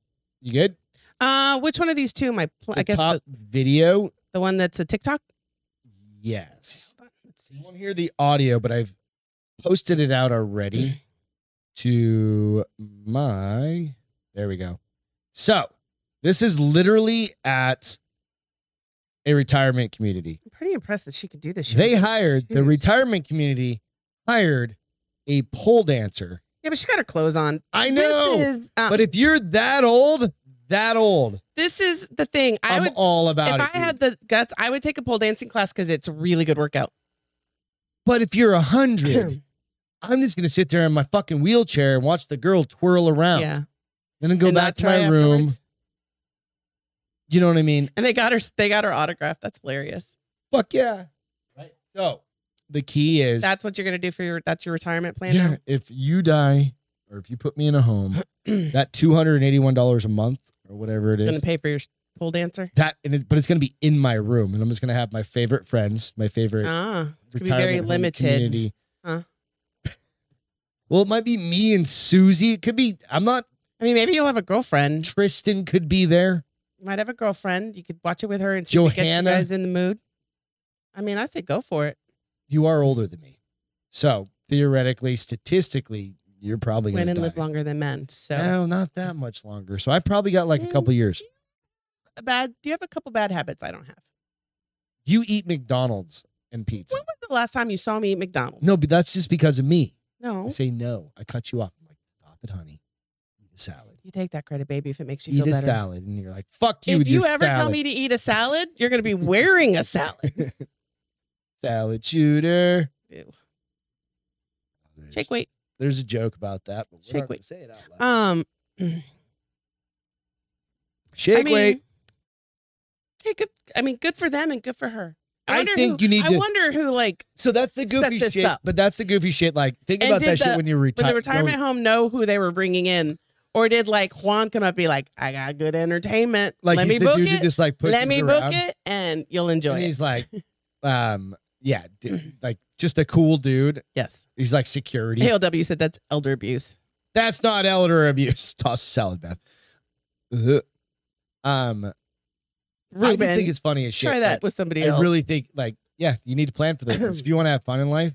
[SPEAKER 1] you good?
[SPEAKER 2] Uh, which one of these two? My pl-
[SPEAKER 1] The
[SPEAKER 2] I guess
[SPEAKER 1] top
[SPEAKER 2] the,
[SPEAKER 1] video,
[SPEAKER 2] the one that's a TikTok.
[SPEAKER 1] yes.
[SPEAKER 2] Let's
[SPEAKER 1] You
[SPEAKER 2] see.
[SPEAKER 1] won't hear the audio, but I've posted it out already to my. There we go. So this is literally at a retirement community.
[SPEAKER 2] I'm pretty impressed that she could do this. She
[SPEAKER 1] They
[SPEAKER 2] was-
[SPEAKER 1] hired the
[SPEAKER 2] Shoot.
[SPEAKER 1] retirement community hired a pole dancer.
[SPEAKER 2] yeah, but she got her clothes on.
[SPEAKER 1] I know,
[SPEAKER 2] This is, um,
[SPEAKER 1] but if you're that old, that old,
[SPEAKER 2] this is the thing. I
[SPEAKER 1] I'm
[SPEAKER 2] would,
[SPEAKER 1] all about
[SPEAKER 2] if
[SPEAKER 1] it.
[SPEAKER 2] I
[SPEAKER 1] dude.
[SPEAKER 2] had the guts, I would take a pole dancing class because it's a really good workout.
[SPEAKER 1] but if you're a hundred, I'm just gonna sit there in my fucking wheelchair and watch the girl twirl around.
[SPEAKER 2] Yeah.
[SPEAKER 1] Then I go
[SPEAKER 2] And
[SPEAKER 1] back
[SPEAKER 2] not
[SPEAKER 1] to my
[SPEAKER 2] try
[SPEAKER 1] room.
[SPEAKER 2] afterwards.
[SPEAKER 1] You know what I mean?
[SPEAKER 2] And they got her. They got her autograph. That's hilarious.
[SPEAKER 1] Fuck yeah. Right. So the key is
[SPEAKER 2] That's what you're gonna do for your. That's your retirement plan.
[SPEAKER 1] yeah,
[SPEAKER 2] now?
[SPEAKER 1] if you die or if you put me in a home, that two hundred and eighty one dollars a month or whatever it
[SPEAKER 2] It's
[SPEAKER 1] is.
[SPEAKER 2] gonna pay for your pole dancer.
[SPEAKER 1] That and it, but it's gonna be in my room, and I'm just gonna have my favorite friends, my favorite.
[SPEAKER 2] Ah, it's gonna be very
[SPEAKER 1] retirement home
[SPEAKER 2] limited.
[SPEAKER 1] community.
[SPEAKER 2] Huh.
[SPEAKER 1] well, it might be me and Susie. It could be. I'm not.
[SPEAKER 2] I mean, maybe you'll have a girlfriend.
[SPEAKER 1] Tristan could be there.
[SPEAKER 2] You might have a girlfriend. You could watch it with her and see if it gets you
[SPEAKER 1] Johanna.
[SPEAKER 2] guys in the mood. I mean, I say go for it.
[SPEAKER 1] You are older than me, so theoretically, statistically, you're probably gonna
[SPEAKER 2] Women
[SPEAKER 1] die.
[SPEAKER 2] live longer than men. So
[SPEAKER 1] No, not that much longer. So I probably got like a couple
[SPEAKER 2] Mm.
[SPEAKER 1] years.
[SPEAKER 2] A bad. Do you have a couple bad habits I don't have?
[SPEAKER 1] You eat McDonald's and pizza.
[SPEAKER 2] When was the last time you saw me eat McDonald's?
[SPEAKER 1] No, but that's just because of me. I
[SPEAKER 2] No.
[SPEAKER 1] say no. I cut you off. I'm like, stop it, honey. Eat a salad.
[SPEAKER 2] You take that credit, baby, if it makes you
[SPEAKER 1] Eat a
[SPEAKER 2] feel better.
[SPEAKER 1] salad. And you're like, fuck you.
[SPEAKER 2] if
[SPEAKER 1] with
[SPEAKER 2] you
[SPEAKER 1] your
[SPEAKER 2] ever tell
[SPEAKER 1] salad.
[SPEAKER 2] me to eat a salad, you're going to be wearing a salad.
[SPEAKER 1] salad shooter. Oh,
[SPEAKER 2] Ew.
[SPEAKER 1] There's,
[SPEAKER 2] Shake weight.
[SPEAKER 1] there's a joke about that, but we're
[SPEAKER 2] Shake
[SPEAKER 1] not gonna
[SPEAKER 2] weight.
[SPEAKER 1] say it out loud.
[SPEAKER 2] Um,
[SPEAKER 1] Shake
[SPEAKER 2] I mean,
[SPEAKER 1] weight.
[SPEAKER 2] Hey, good. I mean, good for them and good for her.
[SPEAKER 1] I
[SPEAKER 2] wonder
[SPEAKER 1] think
[SPEAKER 2] who,
[SPEAKER 1] you need
[SPEAKER 2] I
[SPEAKER 1] to-
[SPEAKER 2] wonder who, like,
[SPEAKER 1] So that's the
[SPEAKER 2] set
[SPEAKER 1] goofy
[SPEAKER 2] this
[SPEAKER 1] shit.
[SPEAKER 2] up.
[SPEAKER 1] But that's the goofy shit. Like think
[SPEAKER 2] And
[SPEAKER 1] about
[SPEAKER 2] did
[SPEAKER 1] that shit
[SPEAKER 2] the-
[SPEAKER 1] when you're
[SPEAKER 2] would
[SPEAKER 1] retired.
[SPEAKER 2] the retirement home know who they were bringing in, or did like Juan come up and be like, "I got good entertainment.
[SPEAKER 1] like
[SPEAKER 2] Let
[SPEAKER 1] he's
[SPEAKER 2] me
[SPEAKER 1] the
[SPEAKER 2] book
[SPEAKER 1] dude who
[SPEAKER 2] it.
[SPEAKER 1] just like pushes
[SPEAKER 2] Let me
[SPEAKER 1] around.
[SPEAKER 2] book it, and you'll enjoy
[SPEAKER 1] and
[SPEAKER 2] it."
[SPEAKER 1] he's like, um, yeah, d- like just a cool dude.
[SPEAKER 2] Yes.
[SPEAKER 1] He's like security.
[SPEAKER 2] ALW said that's elder abuse.
[SPEAKER 1] That's not elder abuse. Toss salad, Beth. Ugh. Um, I do
[SPEAKER 2] Ruben,
[SPEAKER 1] think it's funny as shit.
[SPEAKER 2] try that with somebody
[SPEAKER 1] Like, I
[SPEAKER 2] else.
[SPEAKER 1] really think, like, yeah, you need to plan for those things. If you want to have fun in life,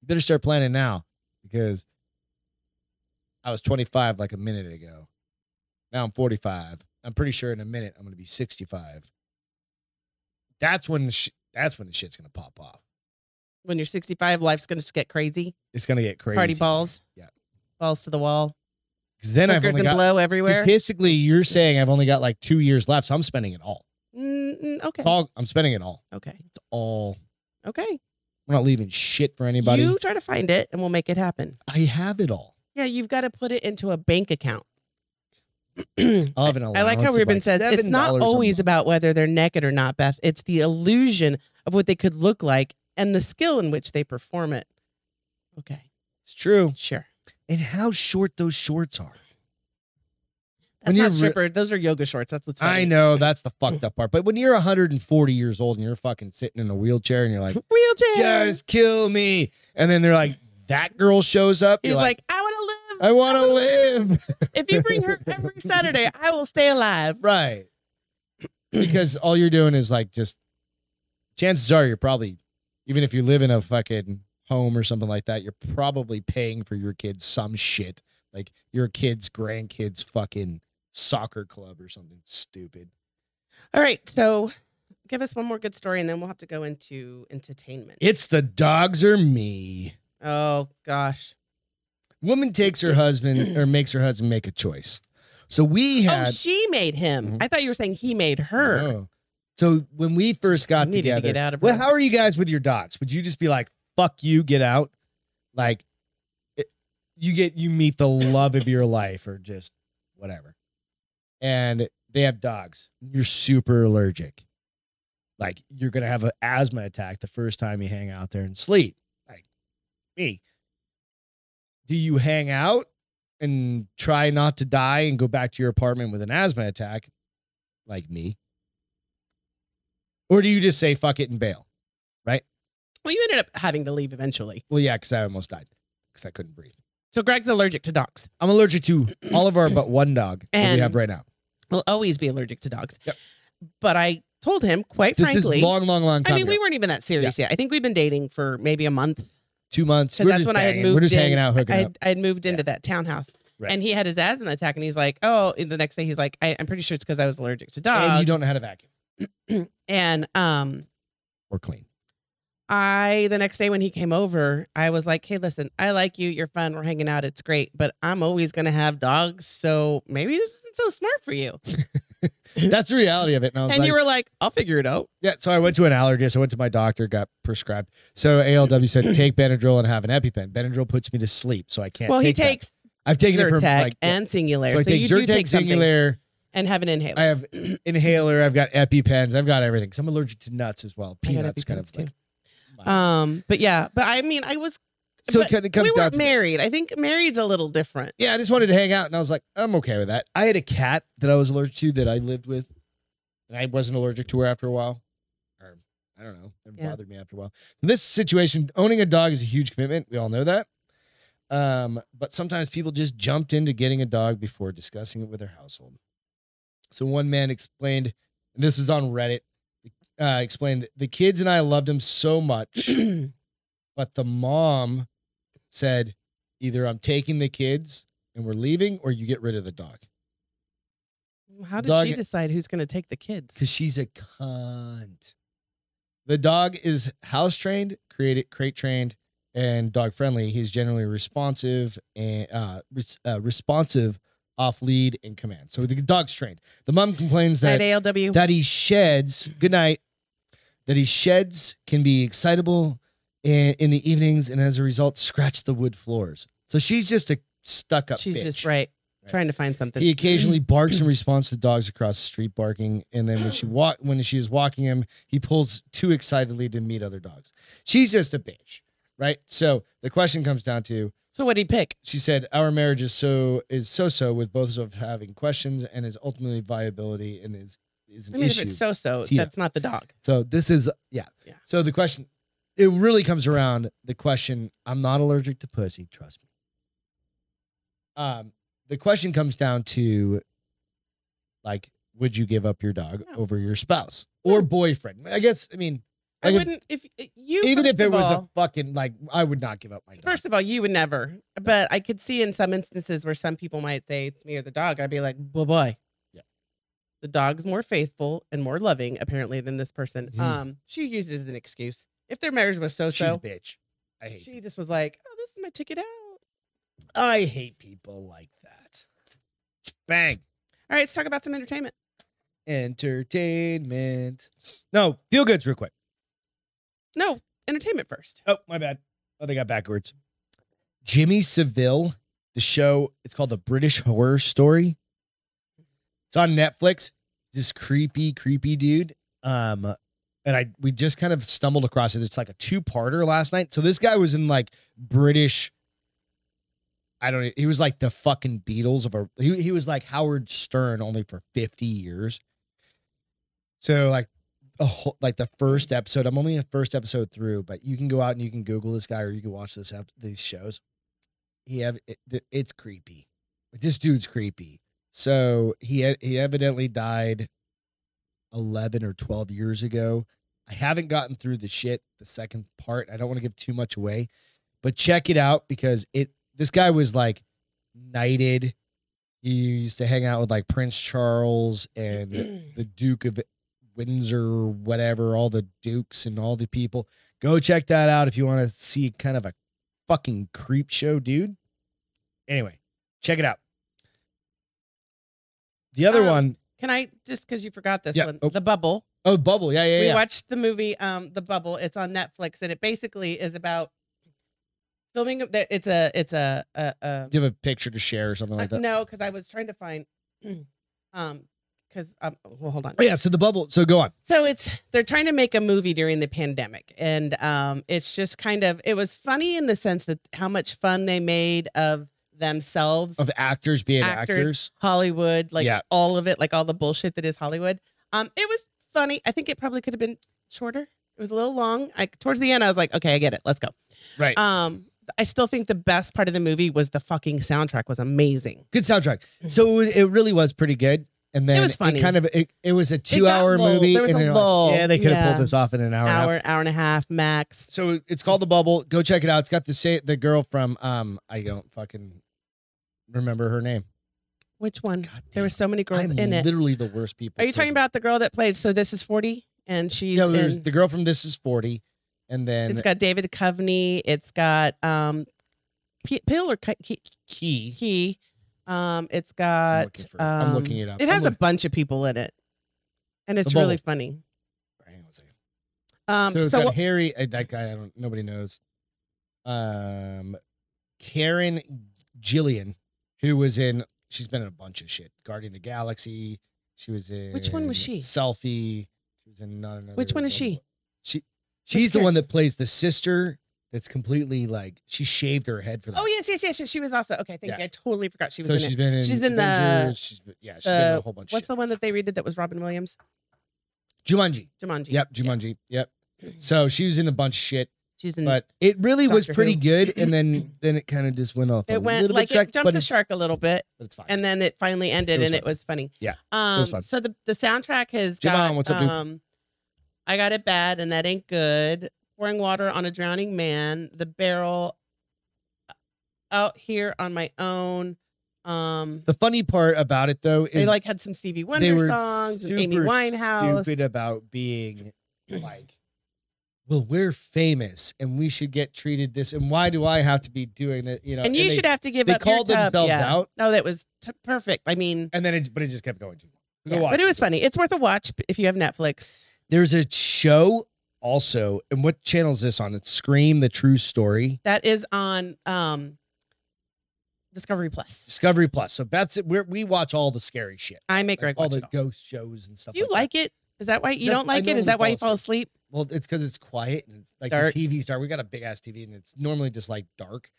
[SPEAKER 1] you better start planning now because I was 25 like a minute ago. Now I'm 45. I'm pretty sure in a minute I'm going to be 65. That's when the sh- that's when the shit's going to pop off.
[SPEAKER 2] when you're 65, life's going to get crazy.
[SPEAKER 1] It's going to get crazy.
[SPEAKER 2] Party balls.
[SPEAKER 1] Yeah.
[SPEAKER 2] Balls to the wall.
[SPEAKER 1] 'Cause then I've
[SPEAKER 2] Hookers
[SPEAKER 1] only
[SPEAKER 2] and
[SPEAKER 1] got
[SPEAKER 2] blow everywhere.
[SPEAKER 1] statistically, you're saying I've only got like two years left, so I'm spending it all.
[SPEAKER 2] Mm, mm, okay.
[SPEAKER 1] It's all I'm spending it all.
[SPEAKER 2] okay.
[SPEAKER 1] It's all.
[SPEAKER 2] Okay.
[SPEAKER 1] I'm not leaving shit for anybody.
[SPEAKER 2] You try to find it and we'll make it happen.
[SPEAKER 1] I have it all.
[SPEAKER 2] Yeah, you've got to put it into a bank account. I
[SPEAKER 1] I'll have an allowance.
[SPEAKER 2] like how
[SPEAKER 1] of,
[SPEAKER 2] Ruben
[SPEAKER 1] like,
[SPEAKER 2] says it's
[SPEAKER 1] $7
[SPEAKER 2] not
[SPEAKER 1] a
[SPEAKER 2] always
[SPEAKER 1] month.
[SPEAKER 2] about whether they're naked or not, Beth. It's the illusion of what they could look like and the skill in which they perform it. Okay.
[SPEAKER 1] It's true.
[SPEAKER 2] Sure.
[SPEAKER 1] And how short those shorts are. When
[SPEAKER 2] That's
[SPEAKER 1] you're
[SPEAKER 2] not
[SPEAKER 1] re-
[SPEAKER 2] stripper. Those are yoga shorts. That's what's funny.
[SPEAKER 1] I know that's the fucked up part. But when you're 140 years old and you're fucking sitting in a wheelchair and you're like,
[SPEAKER 2] Wheelchair.
[SPEAKER 1] just kill me. And then they're like, that girl shows up.
[SPEAKER 2] He's
[SPEAKER 1] you're
[SPEAKER 2] like, "Oh." I want to
[SPEAKER 1] I
[SPEAKER 2] live.
[SPEAKER 1] want to live.
[SPEAKER 2] If you bring her every Saturday, I will stay alive.
[SPEAKER 1] right. Because all you're doing is like just, chances are you're probably, even if you live in a fucking home or something like that, you're probably paying for your kids some shit. Like your kids, grandkids, fucking soccer club or something stupid.
[SPEAKER 2] All right, so give us one more good story, and then we'll have to go into entertainment.
[SPEAKER 1] It's the dogs or me.
[SPEAKER 2] oh gosh.
[SPEAKER 1] Woman takes her husband or makes her husband make a choice. So we had
[SPEAKER 2] oh, she made him.
[SPEAKER 1] Mhm.
[SPEAKER 2] I thought you were saying he made her.
[SPEAKER 1] Oh. So when we first got
[SPEAKER 2] We needed
[SPEAKER 1] together,
[SPEAKER 2] to get out of
[SPEAKER 1] well,
[SPEAKER 2] her.
[SPEAKER 1] how are you guys with your dogs? Would you just be like, "Fuck you, get out"? Like, it, you get you meet the love of your life, or just whatever. And they have dogs. You're super allergic. Like you're gonna have an asthma attack the first time you hang out there and sleep. Like me. Do you hang out and try not to die and go back to your apartment with an asthma attack, like me? Or do you just say fuck it and bail?
[SPEAKER 2] Well, you ended up having to leave eventually.
[SPEAKER 1] Well, yeah, because I almost died because I couldn't breathe.
[SPEAKER 2] So Greg's allergic to dogs.
[SPEAKER 1] I'm allergic to all of our but one dog that we
[SPEAKER 2] And-
[SPEAKER 1] have right now.
[SPEAKER 2] Will always be allergic to dogs.
[SPEAKER 1] Yep.
[SPEAKER 2] But I told him quite
[SPEAKER 1] This
[SPEAKER 2] frankly.
[SPEAKER 1] is long, long, long
[SPEAKER 2] I
[SPEAKER 1] time.
[SPEAKER 2] mean, we
[SPEAKER 1] ago.
[SPEAKER 2] weren't even that serious yet. I think we've been dating for maybe a month.
[SPEAKER 1] two months.
[SPEAKER 2] 'Cause
[SPEAKER 1] We're
[SPEAKER 2] that's
[SPEAKER 1] just
[SPEAKER 2] when I had
[SPEAKER 1] banging. We're
[SPEAKER 2] moved
[SPEAKER 1] just hanging
[SPEAKER 2] in.
[SPEAKER 1] out, hooking
[SPEAKER 2] I
[SPEAKER 1] up.
[SPEAKER 2] had, I had moved into that townhouse,
[SPEAKER 1] Right.
[SPEAKER 2] and he had his asthma attack, and he's like, "Oh!" And the next day, he's like, I, "I'm pretty sure it's because I was allergic to dogs."
[SPEAKER 1] And you don't know how to vacuum.
[SPEAKER 2] and um
[SPEAKER 1] or clean.
[SPEAKER 2] I the next day when he came over, I was like, "Hey, listen, I like you. You're fun. We're hanging out. It's great, but I'm always gonna have dogs, so maybe this isn't so smart for you."
[SPEAKER 1] That's the reality of it. And I was
[SPEAKER 2] And
[SPEAKER 1] like,
[SPEAKER 2] you were like, "I'll figure it out."
[SPEAKER 1] yeah. So I went to an allergist. I went to my doctor, got prescribed. So ALW said take Benadryl and have an EpiPen. Benadryl puts me to sleep, so I can't.
[SPEAKER 2] well, he
[SPEAKER 1] take that.
[SPEAKER 2] takes
[SPEAKER 1] I've taken it for
[SPEAKER 2] Zyrtec
[SPEAKER 1] like
[SPEAKER 2] and Singular,
[SPEAKER 1] so I
[SPEAKER 2] so,
[SPEAKER 1] take
[SPEAKER 2] you do
[SPEAKER 1] Zyrtec,
[SPEAKER 2] take something
[SPEAKER 1] Singulair.
[SPEAKER 2] and have an inhaler.
[SPEAKER 1] I have inhaler. I've got EpiPens. I've got everything. 'Cause I'm allergic to nuts as well.
[SPEAKER 2] I got
[SPEAKER 1] Peanuts, kind of.
[SPEAKER 2] EpiPens
[SPEAKER 1] Like,
[SPEAKER 2] too. Um, but yeah, but I mean, I was
[SPEAKER 1] so it
[SPEAKER 2] but
[SPEAKER 1] kind of comes
[SPEAKER 2] we
[SPEAKER 1] down
[SPEAKER 2] weren't
[SPEAKER 1] to this.
[SPEAKER 2] married. I think married's a little different.
[SPEAKER 1] yeah, I just wanted to hang out, and I was like, I'm okay with that. I had a cat that I was allergic to that I lived with, and I wasn't allergic to her after a while, or I don't know, it
[SPEAKER 2] Yeah.
[SPEAKER 1] bothered me after a while. In this situation, owning a dog is a huge commitment. We all know that. Um, but sometimes people just jumped into getting a dog before discussing it with their household. So one man explained, and this was on Reddit, uh, explained that the kids and I loved him so much but the mom said either I'm taking the kids and we're leaving or you get rid of the dog
[SPEAKER 2] How did
[SPEAKER 1] Dog-
[SPEAKER 2] she decide who's going to take the kids?
[SPEAKER 1] cuz she's a cunt. The dog is house trained, created crate trained and dog friendly. He's generally responsive and uh, res- uh responsive off lead and command. So the dog's trained. The mom complains
[SPEAKER 2] At
[SPEAKER 1] that
[SPEAKER 2] ALW,
[SPEAKER 1] that he sheds good night that he sheds can be excitable in, in the evenings and as a result scratch the wood floors so she's just a stuck up
[SPEAKER 2] she's
[SPEAKER 1] bitch.
[SPEAKER 2] just right, trying to find something.
[SPEAKER 1] he occasionally barks in response to dogs across the street barking and then when she walk when she is walking him he pulls too excitedly to meet other dogs she's just a bitch right so the question comes down to
[SPEAKER 2] so what would he pick?
[SPEAKER 1] she said our marriage is so is so so with both of us having questions and is ultimately viability and is is an
[SPEAKER 2] I mean,
[SPEAKER 1] issue
[SPEAKER 2] if it's so so,
[SPEAKER 1] Tina.
[SPEAKER 2] that's not the dog.
[SPEAKER 1] so this is yeah.
[SPEAKER 2] Yeah.
[SPEAKER 1] So the question, it really comes around the question. I'm not allergic to pussy. Trust me. Um, the question comes down to, like, would you give up your dog
[SPEAKER 2] No.
[SPEAKER 1] over your spouse or boyfriend? I guess I mean,
[SPEAKER 2] I
[SPEAKER 1] like, if-
[SPEAKER 2] wouldn't if you
[SPEAKER 1] even
[SPEAKER 2] first
[SPEAKER 1] if it
[SPEAKER 2] of
[SPEAKER 1] was
[SPEAKER 2] all-
[SPEAKER 1] a fucking like, I would not give up my dog.
[SPEAKER 2] First of all, you would never, but I could see in some instances where some people might say it's me or the dog. I'd be like, bye bye.
[SPEAKER 1] Yeah.
[SPEAKER 2] The dog's more faithful and more loving, apparently, than this person.
[SPEAKER 1] Mhm.
[SPEAKER 2] Um, she used it as an excuse. If their marriage was so
[SPEAKER 1] she's a
[SPEAKER 2] so,
[SPEAKER 1] bitch. I hate.
[SPEAKER 2] she just was like, oh, this is my ticket out.
[SPEAKER 1] I hate people like that. Bang.
[SPEAKER 2] All right, let's talk about some entertainment.
[SPEAKER 1] Entertainment. No, feel goods real quick.
[SPEAKER 2] No, entertainment first.
[SPEAKER 1] Oh, my bad. Oh, they got backwards. Jimmy Seville, the show, it's called The British Horror Story. It's on Netflix. This creepy, creepy dude. Um, and I we just kind of stumbled across it. It's like a two-parter last night. So this guy was in like British. I don't know. He was like the fucking Beatles of a he, he was like Howard Stern only for 50 years. So like a whole, like the first episode. I'm only a first episode through, but you can go out and you can Google this guy or you can watch this ep- these shows. He have it, th- it's creepy. This dude's creepy. So he e- he evidently died eleven or twelve years ago. I haven't gotten through the shit the second part. I don't want to give too much away, but check it out because it this guy was like knighted. He used to hang out with like Prince Charles and the Duke of Windsor, whatever, all the dukes and all the people. Go check that out if you want to see kind of a fucking creep show, dude. Anyway, check it out. The other
[SPEAKER 2] Um,
[SPEAKER 1] one,
[SPEAKER 2] Can I just because you forgot this
[SPEAKER 1] Yeah,
[SPEAKER 2] one?
[SPEAKER 1] oh.
[SPEAKER 2] The Bubble.
[SPEAKER 1] oh, Bubble. Yeah, yeah,
[SPEAKER 2] we
[SPEAKER 1] yeah.
[SPEAKER 2] watched the movie um the bubble it's on netflix and it basically is about filming that it's a it's a, a, a
[SPEAKER 1] Do you have a picture to share or something like
[SPEAKER 2] uh,
[SPEAKER 1] that?
[SPEAKER 2] no because i was trying to find um because um well hold on
[SPEAKER 1] Oh, yeah, so the Bubble. So go on.
[SPEAKER 2] so it's they're trying to make a movie during the pandemic, and um, it's just kind of it was funny in the sense that how much fun they made of themselves,
[SPEAKER 1] Of actors being actors.
[SPEAKER 2] Actors. Hollywood, like
[SPEAKER 1] Yeah.
[SPEAKER 2] all of it, like all the bullshit that is Hollywood. Um, it was funny. I think it probably could have been shorter. It was a little long. I towards the end, I was like, okay, I get it. Let's go.
[SPEAKER 1] Right.
[SPEAKER 2] Um, I still think the best part of the movie was the fucking soundtrack was amazing.
[SPEAKER 1] good soundtrack. So it it really was pretty good. And then
[SPEAKER 2] Mm-hmm. was funny.
[SPEAKER 1] kind of it, it was a two
[SPEAKER 2] got
[SPEAKER 1] hour
[SPEAKER 2] lulled.
[SPEAKER 1] movie.
[SPEAKER 2] There was
[SPEAKER 1] and
[SPEAKER 2] a
[SPEAKER 1] you're
[SPEAKER 2] lull.
[SPEAKER 1] yeah, they could have
[SPEAKER 2] Yeah.
[SPEAKER 1] pulled this off in an hour, and a half.
[SPEAKER 2] Hour, hour and a half max.
[SPEAKER 1] So it's called the bubble. Go check it out. It's got the same the girl from um I don't fucking remember her name.
[SPEAKER 2] Which one?
[SPEAKER 1] God damn
[SPEAKER 2] Mm, There were so many girls
[SPEAKER 1] I'm
[SPEAKER 2] in it.
[SPEAKER 1] literally the worst people.
[SPEAKER 2] Are you talking
[SPEAKER 1] person.
[SPEAKER 2] about the girl that played? So this is forty. and she's
[SPEAKER 1] No, there's
[SPEAKER 2] in,
[SPEAKER 1] the girl from This Is 40, and then
[SPEAKER 2] it's got David Coveney. It's got um, P- Pill or Ki- Ki-
[SPEAKER 1] Key.
[SPEAKER 2] Key. Um, it's
[SPEAKER 1] I'm
[SPEAKER 2] got.
[SPEAKER 1] looking, for it. I'm
[SPEAKER 2] um,
[SPEAKER 1] looking it up.
[SPEAKER 2] It
[SPEAKER 1] I'm
[SPEAKER 2] has a
[SPEAKER 1] look-
[SPEAKER 2] bunch of people in it, and it's
[SPEAKER 1] The
[SPEAKER 2] really
[SPEAKER 1] Bowl.
[SPEAKER 2] funny.
[SPEAKER 1] Hang on a second.
[SPEAKER 2] Um,
[SPEAKER 1] so
[SPEAKER 2] so
[SPEAKER 1] it's got
[SPEAKER 2] what-
[SPEAKER 1] Harry. uh, That guy, I don't. Nobody knows. Um, Karen Gillian, who was in. She's been in a bunch of shit. Guardian of the Galaxy. She was in.
[SPEAKER 2] Which one was she?
[SPEAKER 1] Selfie. She was in not another.
[SPEAKER 2] Which one is
[SPEAKER 1] blah, blah,
[SPEAKER 2] she?
[SPEAKER 1] blah. She. She's the
[SPEAKER 2] Karen?
[SPEAKER 1] one that plays the sister. That's completely like she shaved her head for that.
[SPEAKER 2] oh yes, yes, yes. yes, She was also okay. Thank
[SPEAKER 1] Yeah.
[SPEAKER 2] you. I totally forgot she was
[SPEAKER 1] so
[SPEAKER 2] in
[SPEAKER 1] she's
[SPEAKER 2] it.
[SPEAKER 1] been in.
[SPEAKER 2] She's in the-
[SPEAKER 1] Avengers, She's been, yeah. She's been in
[SPEAKER 2] the-
[SPEAKER 1] a whole bunch. Of
[SPEAKER 2] What's
[SPEAKER 1] shit.
[SPEAKER 2] the one that they redid that was Robin Williams?
[SPEAKER 1] Jumanji.
[SPEAKER 2] Jumanji.
[SPEAKER 1] Yep. Jumanji. Yep.
[SPEAKER 2] Mm-hmm.
[SPEAKER 1] So she was in a bunch of shit.
[SPEAKER 2] She's in.
[SPEAKER 1] but it really was
[SPEAKER 2] Mm. Doctor
[SPEAKER 1] pretty
[SPEAKER 2] Who.
[SPEAKER 1] good and then then it kind of just went off a
[SPEAKER 2] it went
[SPEAKER 1] little
[SPEAKER 2] like
[SPEAKER 1] bit track,
[SPEAKER 2] it jumped
[SPEAKER 1] but
[SPEAKER 2] the
[SPEAKER 1] it's,
[SPEAKER 2] shark a little bit,
[SPEAKER 1] but it's fine
[SPEAKER 2] and then it finally ended,
[SPEAKER 1] was
[SPEAKER 2] and it
[SPEAKER 1] fun.
[SPEAKER 2] was funny.
[SPEAKER 1] Yeah,
[SPEAKER 2] Um.
[SPEAKER 1] was fun.
[SPEAKER 2] So the the soundtrack has
[SPEAKER 1] Javon,
[SPEAKER 2] got.
[SPEAKER 1] what's up, dude?
[SPEAKER 2] um, I got it bad, and that ain't good. Pouring water on a drowning man. The barrel. uh, Out here on my own. Um.
[SPEAKER 1] the funny part about it though
[SPEAKER 2] They
[SPEAKER 1] is
[SPEAKER 2] like had some Stevie Wonder
[SPEAKER 1] were
[SPEAKER 2] songs, and Amy
[SPEAKER 1] super
[SPEAKER 2] Winehouse.
[SPEAKER 1] stupid about being like well we're famous and we should get treated this and why do i have to be doing that you know
[SPEAKER 2] and you
[SPEAKER 1] uh, they,
[SPEAKER 2] should have to give
[SPEAKER 1] they
[SPEAKER 2] up.
[SPEAKER 1] called
[SPEAKER 2] your tub.
[SPEAKER 1] themselves
[SPEAKER 2] yeah.
[SPEAKER 1] out
[SPEAKER 2] No, that was t- perfect. I mean,
[SPEAKER 1] and then it but it just kept going too long
[SPEAKER 2] yeah, but it was funny. It's worth a watch if you have Netflix.
[SPEAKER 1] there's a show also and what channel is this on it's scream the true story
[SPEAKER 2] That is on um Discovery Plus.
[SPEAKER 1] discovery plus so that's it We're, we watch all the scary shit
[SPEAKER 2] I make
[SPEAKER 1] like
[SPEAKER 2] Greg
[SPEAKER 1] all
[SPEAKER 2] watch
[SPEAKER 1] the
[SPEAKER 2] it all.
[SPEAKER 1] ghost shows and stuff
[SPEAKER 2] You
[SPEAKER 1] like that.
[SPEAKER 2] like it? Is that why you
[SPEAKER 1] That's-
[SPEAKER 2] don't
[SPEAKER 1] I
[SPEAKER 2] like it?
[SPEAKER 1] normally
[SPEAKER 2] Is that why you
[SPEAKER 1] fall
[SPEAKER 2] fall asleep?
[SPEAKER 1] Well, it's because it's quiet and it's like
[SPEAKER 2] Dark.
[SPEAKER 1] the TV's dark. We got a big ass TV and it's normally just like dark.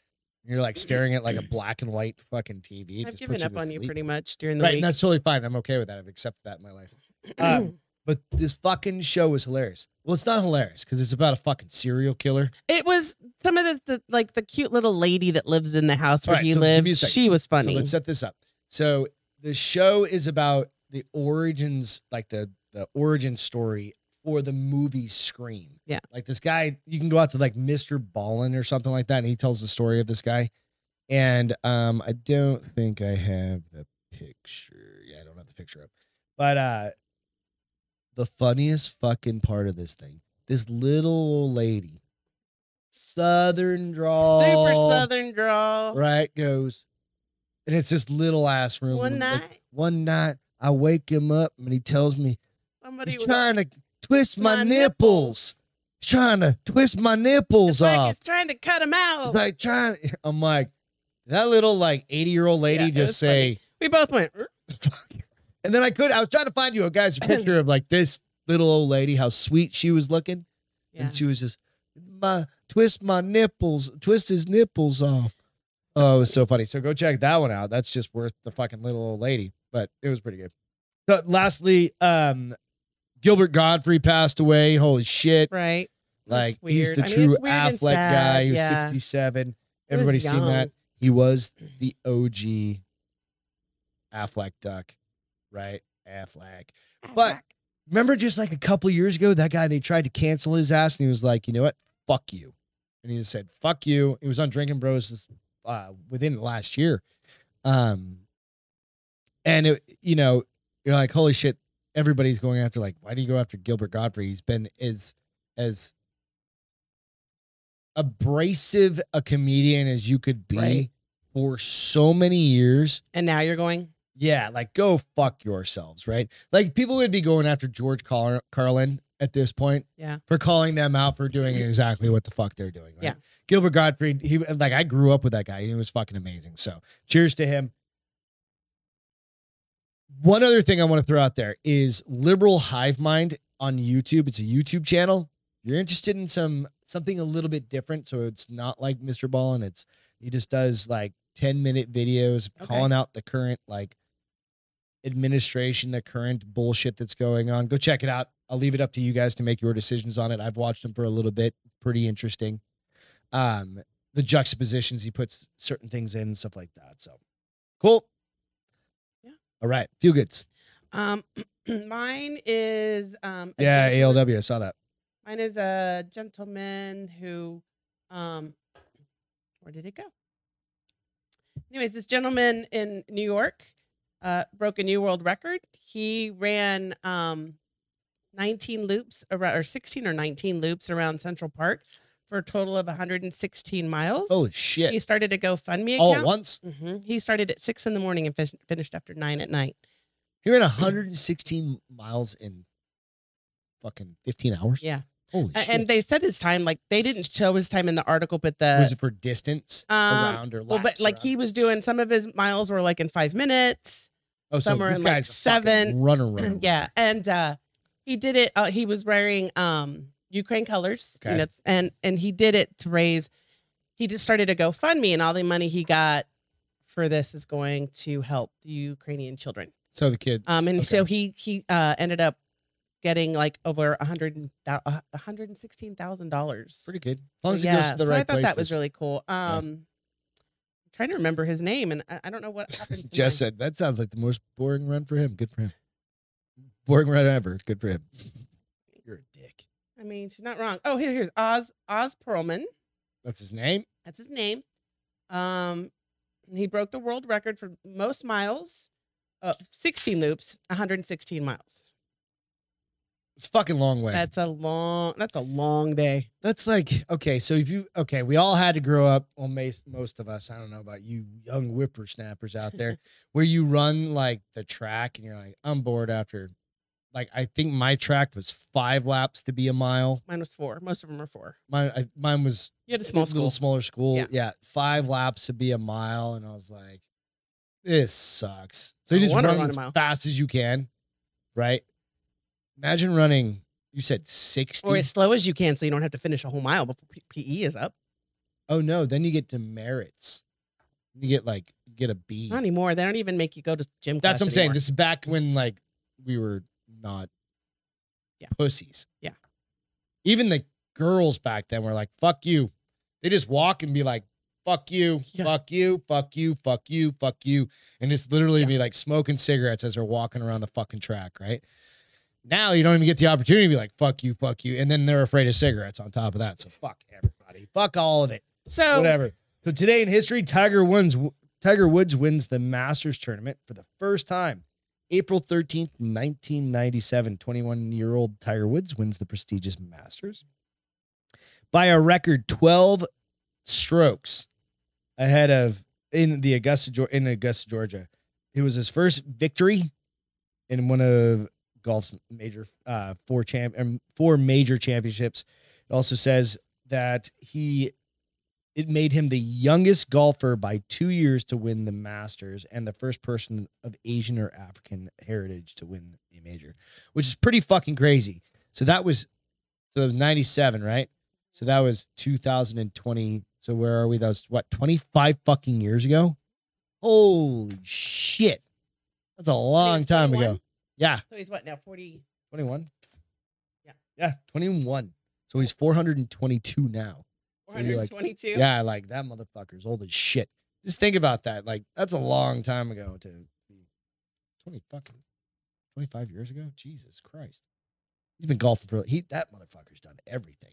[SPEAKER 1] And you're like staring at like a black and white fucking TV. It
[SPEAKER 2] Mm-hmm. I've
[SPEAKER 1] just
[SPEAKER 2] given
[SPEAKER 1] puts
[SPEAKER 2] up
[SPEAKER 1] to
[SPEAKER 2] on you
[SPEAKER 1] sleep.
[SPEAKER 2] pretty much during the
[SPEAKER 1] Right, and
[SPEAKER 2] week.
[SPEAKER 1] that's totally fine. I'm okay with that. I've accepted that in my life. Um, but this fucking show was hilarious. Well, it's not hilarious because it's about a fucking serial killer.
[SPEAKER 2] it was some of the, the like the cute little lady that lives in the house where
[SPEAKER 1] Alright,
[SPEAKER 2] he
[SPEAKER 1] so give me a
[SPEAKER 2] lives.
[SPEAKER 1] second.
[SPEAKER 2] She was
[SPEAKER 1] So
[SPEAKER 2] funny.
[SPEAKER 1] let's set this up. So the show is about the origins, like the the origin story for the movie Scream.
[SPEAKER 2] Yeah.
[SPEAKER 1] Like this guy, you can go out to like Mr. Ballin or something like that, and he tells the story of this guy. And um, I don't think I have the picture. Yeah, I don't have the picture up. But uh the funniest fucking part of this thing, this little old lady, southern drawl
[SPEAKER 2] Super Southern drawl.
[SPEAKER 1] right goes and it's this little ass room
[SPEAKER 2] One
[SPEAKER 1] like,
[SPEAKER 2] night,
[SPEAKER 1] one night i wake him up and he tells me
[SPEAKER 2] somebody
[SPEAKER 1] he's
[SPEAKER 2] was
[SPEAKER 1] trying to twist my,
[SPEAKER 2] my
[SPEAKER 1] nipples.
[SPEAKER 2] nipples.
[SPEAKER 1] He's trying to twist my
[SPEAKER 2] it's
[SPEAKER 1] nipples
[SPEAKER 2] like
[SPEAKER 1] off
[SPEAKER 2] he's trying to cut him
[SPEAKER 1] he's
[SPEAKER 2] out.
[SPEAKER 1] like trying i'm like that little like 80 year old lady
[SPEAKER 2] Yeah, it
[SPEAKER 1] just
[SPEAKER 2] was funny.
[SPEAKER 1] say
[SPEAKER 2] we both went. "Er."
[SPEAKER 1] and then i could i was trying to find you a guy's picture of like this little old lady how sweet she was looking
[SPEAKER 2] Yeah.
[SPEAKER 1] and she was just my twist my nipples, twist his nipples off. Oh, it was so funny. So go check that one out. That's just worth the fucking little old lady. But it was pretty good. So lastly, um, Gilbert Godfrey passed away. Holy shit!
[SPEAKER 2] Right.
[SPEAKER 1] Like
[SPEAKER 2] That's
[SPEAKER 1] he's
[SPEAKER 2] weird.
[SPEAKER 1] the
[SPEAKER 2] I mean,
[SPEAKER 1] true
[SPEAKER 2] it's weird and
[SPEAKER 1] Affleck guy.
[SPEAKER 2] sad,
[SPEAKER 1] He was
[SPEAKER 2] yeah.
[SPEAKER 1] sixty-seven.
[SPEAKER 2] He was
[SPEAKER 1] Everybody's seen
[SPEAKER 2] young.
[SPEAKER 1] that. He was the OG Affleck duck, right? Affleck. But- Remember just like a couple years ago, that guy they tried to cancel his ass and he was like, you know what? Fuck you. And he just said, fuck you. It was on Drinking Bros this, uh, within the last year. Um, and it, you know, you're like, holy shit, everybody's going after like, why do you go after Gilbert Godfrey? He's been as as abrasive a comedian as you could be
[SPEAKER 2] Right.
[SPEAKER 1] for so many years.
[SPEAKER 2] and now you're going.
[SPEAKER 1] Yeah, like go fuck yourselves, right? Like people would be going after George Car- Carlin at this point,
[SPEAKER 2] Yeah.
[SPEAKER 1] for calling them out for doing exactly what the fuck they're doing. Right?
[SPEAKER 2] Yeah.
[SPEAKER 1] Gilbert Gottfried, he like I grew up with that guy. He was fucking amazing. So cheers to him. One other thing I want to throw out there is Liberal Hive Mind on YouTube. It's a YouTube channel. If you're interested in some something a little bit different, so it's not like Mr. Ball and it's he just does like 10 minute videos
[SPEAKER 2] Okay.
[SPEAKER 1] calling out the current like administration, the current bullshit that's going on. Go check it out. I'll leave it up to you guys to make your decisions on it. I've watched them for a little bit. Pretty interesting. Um, the juxtapositions he puts certain things in and stuff like that. So cool.
[SPEAKER 2] Yeah.
[SPEAKER 1] All right. Feel goods.
[SPEAKER 2] Um, mine is um. a
[SPEAKER 1] Yeah.
[SPEAKER 2] gentleman-
[SPEAKER 1] ALW. I saw that.
[SPEAKER 2] Mine is a gentleman who, um, where did it go? Anyways, this gentleman in New York uh, broke a new world record. He ran um, 19 loops around, or 16 or 19 loops around Central Park for a total of 116 miles.
[SPEAKER 1] Holy
[SPEAKER 2] He
[SPEAKER 1] shit! Oh,
[SPEAKER 2] started a GoFundMe
[SPEAKER 1] All at
[SPEAKER 2] account.
[SPEAKER 1] once.
[SPEAKER 2] hmm He started at six in the morning and fin- finished after nine at night.
[SPEAKER 1] You're in 116 miles in fucking 15 hours.
[SPEAKER 2] Yeah.
[SPEAKER 1] Holy
[SPEAKER 2] A-
[SPEAKER 1] shit!
[SPEAKER 2] And they said his time, like they didn't show his time in the article, but the
[SPEAKER 1] was it for distance
[SPEAKER 2] um,
[SPEAKER 1] around or laps
[SPEAKER 2] well, but like
[SPEAKER 1] around?
[SPEAKER 2] he was doing some of his miles were like in five minutes.
[SPEAKER 1] oh, so
[SPEAKER 2] somewhere
[SPEAKER 1] this
[SPEAKER 2] in, like,
[SPEAKER 1] guy's a fucking
[SPEAKER 2] seven-
[SPEAKER 1] runner runner
[SPEAKER 2] yeah, and uh, he did it. Uh, he was wearing um, Ukraine colors, you
[SPEAKER 1] Okay.
[SPEAKER 2] know, and and he did it to raise. He just started a GoFundMe, and all the money he got for this is going to help the Ukrainian children.
[SPEAKER 1] So the kids.
[SPEAKER 2] Um, and
[SPEAKER 1] okay.
[SPEAKER 2] so he he uh, ended up getting like over a hundred and thou- a a hundred and sixteen thousand dollars.
[SPEAKER 1] pretty good. As long as it goes
[SPEAKER 2] yeah,
[SPEAKER 1] to the
[SPEAKER 2] so
[SPEAKER 1] right
[SPEAKER 2] I thought
[SPEAKER 1] places.
[SPEAKER 2] that was really cool. Um, I'm trying to remember his name, and I, I don't know what happened. to
[SPEAKER 1] Jess
[SPEAKER 2] mine.
[SPEAKER 1] said that sounds like the most boring run for him. Good for him. Boring run ever. Good for him. You're a dick.
[SPEAKER 2] I mean, she's not wrong. Oh, here, here's Oz Oz Perlman.
[SPEAKER 1] That's his name.
[SPEAKER 2] That's his name. Um, he broke the world record for most miles, uh, 16 loops, 116 miles.
[SPEAKER 1] It's a fucking long way.
[SPEAKER 2] That's a long. That's a long day.
[SPEAKER 1] that's like okay. So if you okay, we all had to grow up. Well, most most of us. I don't know about you, young whippersnappers out there, where you run like the track and you're like, I'm bored after. Like I think my track was five laps to be a mile.
[SPEAKER 2] Mine was four. Most of them are four.
[SPEAKER 1] Mine I, mine was
[SPEAKER 2] You had a small school.
[SPEAKER 1] little smaller school.
[SPEAKER 2] Yeah.
[SPEAKER 1] Yeah. five laps would be a mile, and I was like, "This sucks." So you
[SPEAKER 2] No
[SPEAKER 1] just
[SPEAKER 2] wonder I
[SPEAKER 1] run
[SPEAKER 2] run a
[SPEAKER 1] as
[SPEAKER 2] mile.
[SPEAKER 1] fast as you can, right? Imagine running. You said sixty.
[SPEAKER 2] Or as slow as you can, so you don't have to finish a whole mile before P- PE is up.
[SPEAKER 1] oh no! Then you get to merits. You get like you get a B.
[SPEAKER 2] Not anymore. They don't even make you go to gym.
[SPEAKER 1] That's
[SPEAKER 2] class
[SPEAKER 1] what I'm saying.
[SPEAKER 2] anymore.
[SPEAKER 1] This is back when like we were not
[SPEAKER 2] Yeah.
[SPEAKER 1] pussies.
[SPEAKER 2] Yeah.
[SPEAKER 1] Even the girls back then were like, fuck you. They just walk and be like, fuck you,
[SPEAKER 2] Yeah.
[SPEAKER 1] fuck you, fuck you, fuck you, fuck you. And it's literally
[SPEAKER 2] Yeah.
[SPEAKER 1] be like smoking cigarettes as they're walking around the fucking track, right? Now you don't even get the opportunity to be like, fuck you, fuck you. And then they're afraid of cigarettes on top of that. So fuck everybody. Fuck all of it
[SPEAKER 2] so
[SPEAKER 1] whatever. So today in history, Tiger wins. Tiger Woods wins the Masters tournament for the first time. April 13th, 1997, 21 year old Tiger Woods wins the prestigious Masters by a record 12 strokes ahead of in the Augusta Geor- in Augusta, Georgia. It was his first victory in one of golf's major uh, four champ um, four major championships. It also says that he it made him the youngest golfer by two years to win the Masters and the first person of Asian or African heritage to win a major, which is pretty fucking crazy. So that was so that was ninety seven, right? So that was two thousand and twenty. So where are we? That was what twenty five fucking years ago. Holy shit, that's a long time
[SPEAKER 2] 21?
[SPEAKER 1] ago. Yeah,
[SPEAKER 2] so he's what now? Forty.
[SPEAKER 1] 21.
[SPEAKER 2] Yeah.
[SPEAKER 1] Yeah, 21. So he's 422 now. So you're like-
[SPEAKER 2] 422.
[SPEAKER 1] Yeah, like that motherfucker's old as shit. Just think about that. Like that's a long time ago to be 20 fucking 25 years ago. Jesus Christ. He's been golfing for he that motherfucker's done everything.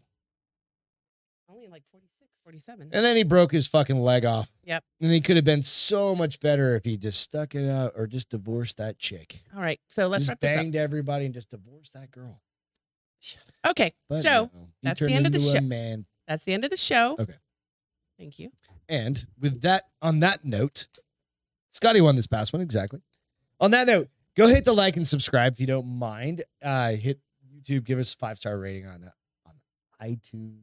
[SPEAKER 2] Only like 46, 47.
[SPEAKER 1] And then he broke his fucking leg off.
[SPEAKER 2] Yep.
[SPEAKER 1] And he could have been so much better if he just stuck it out or just divorced that chick.
[SPEAKER 2] All right. So let's
[SPEAKER 1] just
[SPEAKER 2] wrap this up.
[SPEAKER 1] banged everybody and just divorced that girl.
[SPEAKER 2] Okay.
[SPEAKER 1] But no,
[SPEAKER 2] so
[SPEAKER 1] he
[SPEAKER 2] that's the
[SPEAKER 1] turned
[SPEAKER 2] end of the
[SPEAKER 1] into a
[SPEAKER 2] show.
[SPEAKER 1] Man
[SPEAKER 2] that's the end of the show.
[SPEAKER 1] Okay.
[SPEAKER 2] Thank you.
[SPEAKER 1] And with that, on that note, Scotty won this past one exactly. On that note, go hit the like and subscribe if you don't mind. Uh, hit YouTube, give us five star rating on uh, on iTunes,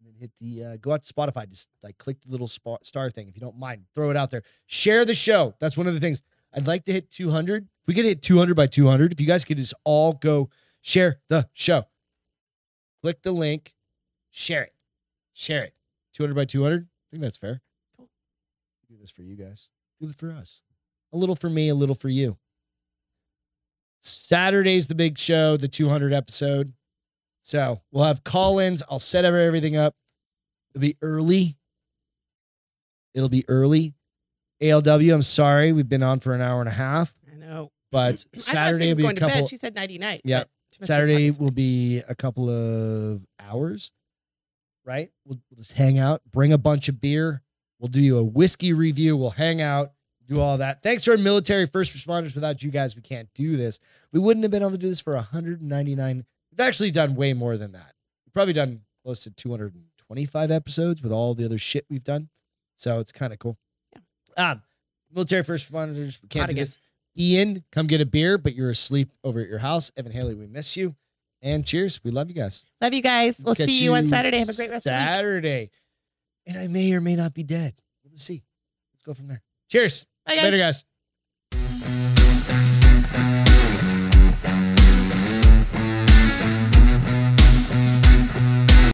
[SPEAKER 1] and then hit the uh, go out to Spotify. Just like click the little spa- star thing if you don't mind. Throw it out there. Share the show. That's one of the things I'd like to hit 200. We could hit 200 by 200. If you guys could just all go share the show, click the link, share it, share it. 200 by 200. I think that's fair.
[SPEAKER 2] Cool.
[SPEAKER 1] Do this for you guys. Do this for us. A little for me, a little for you. Saturday's the big show, the 200 episode. So we'll have call ins. I'll set up everything up. It'll be early. It'll be early. ALW, I'm sorry. We've been on for an hour and a half,
[SPEAKER 2] I know.
[SPEAKER 1] but
[SPEAKER 2] I thought she
[SPEAKER 1] Uh, Saturday will
[SPEAKER 2] was
[SPEAKER 1] be a
[SPEAKER 2] going to bed.
[SPEAKER 1] couple.
[SPEAKER 2] She said nighty night.
[SPEAKER 1] Yeah.
[SPEAKER 2] but she must be
[SPEAKER 1] Saturday
[SPEAKER 2] tired.
[SPEAKER 1] will be a couple of hours, right? We'll, we'll just hang out, bring a bunch of beer. We'll do a whiskey review. We'll hang out, do all that. Thanks to our military first responders. Without you guys, we can't do this. We wouldn't have been able to do this for 199. We've actually done way more than that. We've probably done close to 225 episodes with all the other shit we've done. So it's kind of cool. Um, military first responders, we can't
[SPEAKER 2] Not
[SPEAKER 1] do
[SPEAKER 2] again.
[SPEAKER 1] this. Ian, come get a beer, but you're asleep over at your house. Evan Haley, we miss you. And cheers. We love you guys.
[SPEAKER 2] Love you guys. We'll
[SPEAKER 1] Catch
[SPEAKER 2] see you, on Saturday. Have a great rest of the week.
[SPEAKER 1] Saturday. And I may or may not be dead. We'll see. Let's go from there. Cheers.
[SPEAKER 2] Bye, guys.
[SPEAKER 1] Later, guys.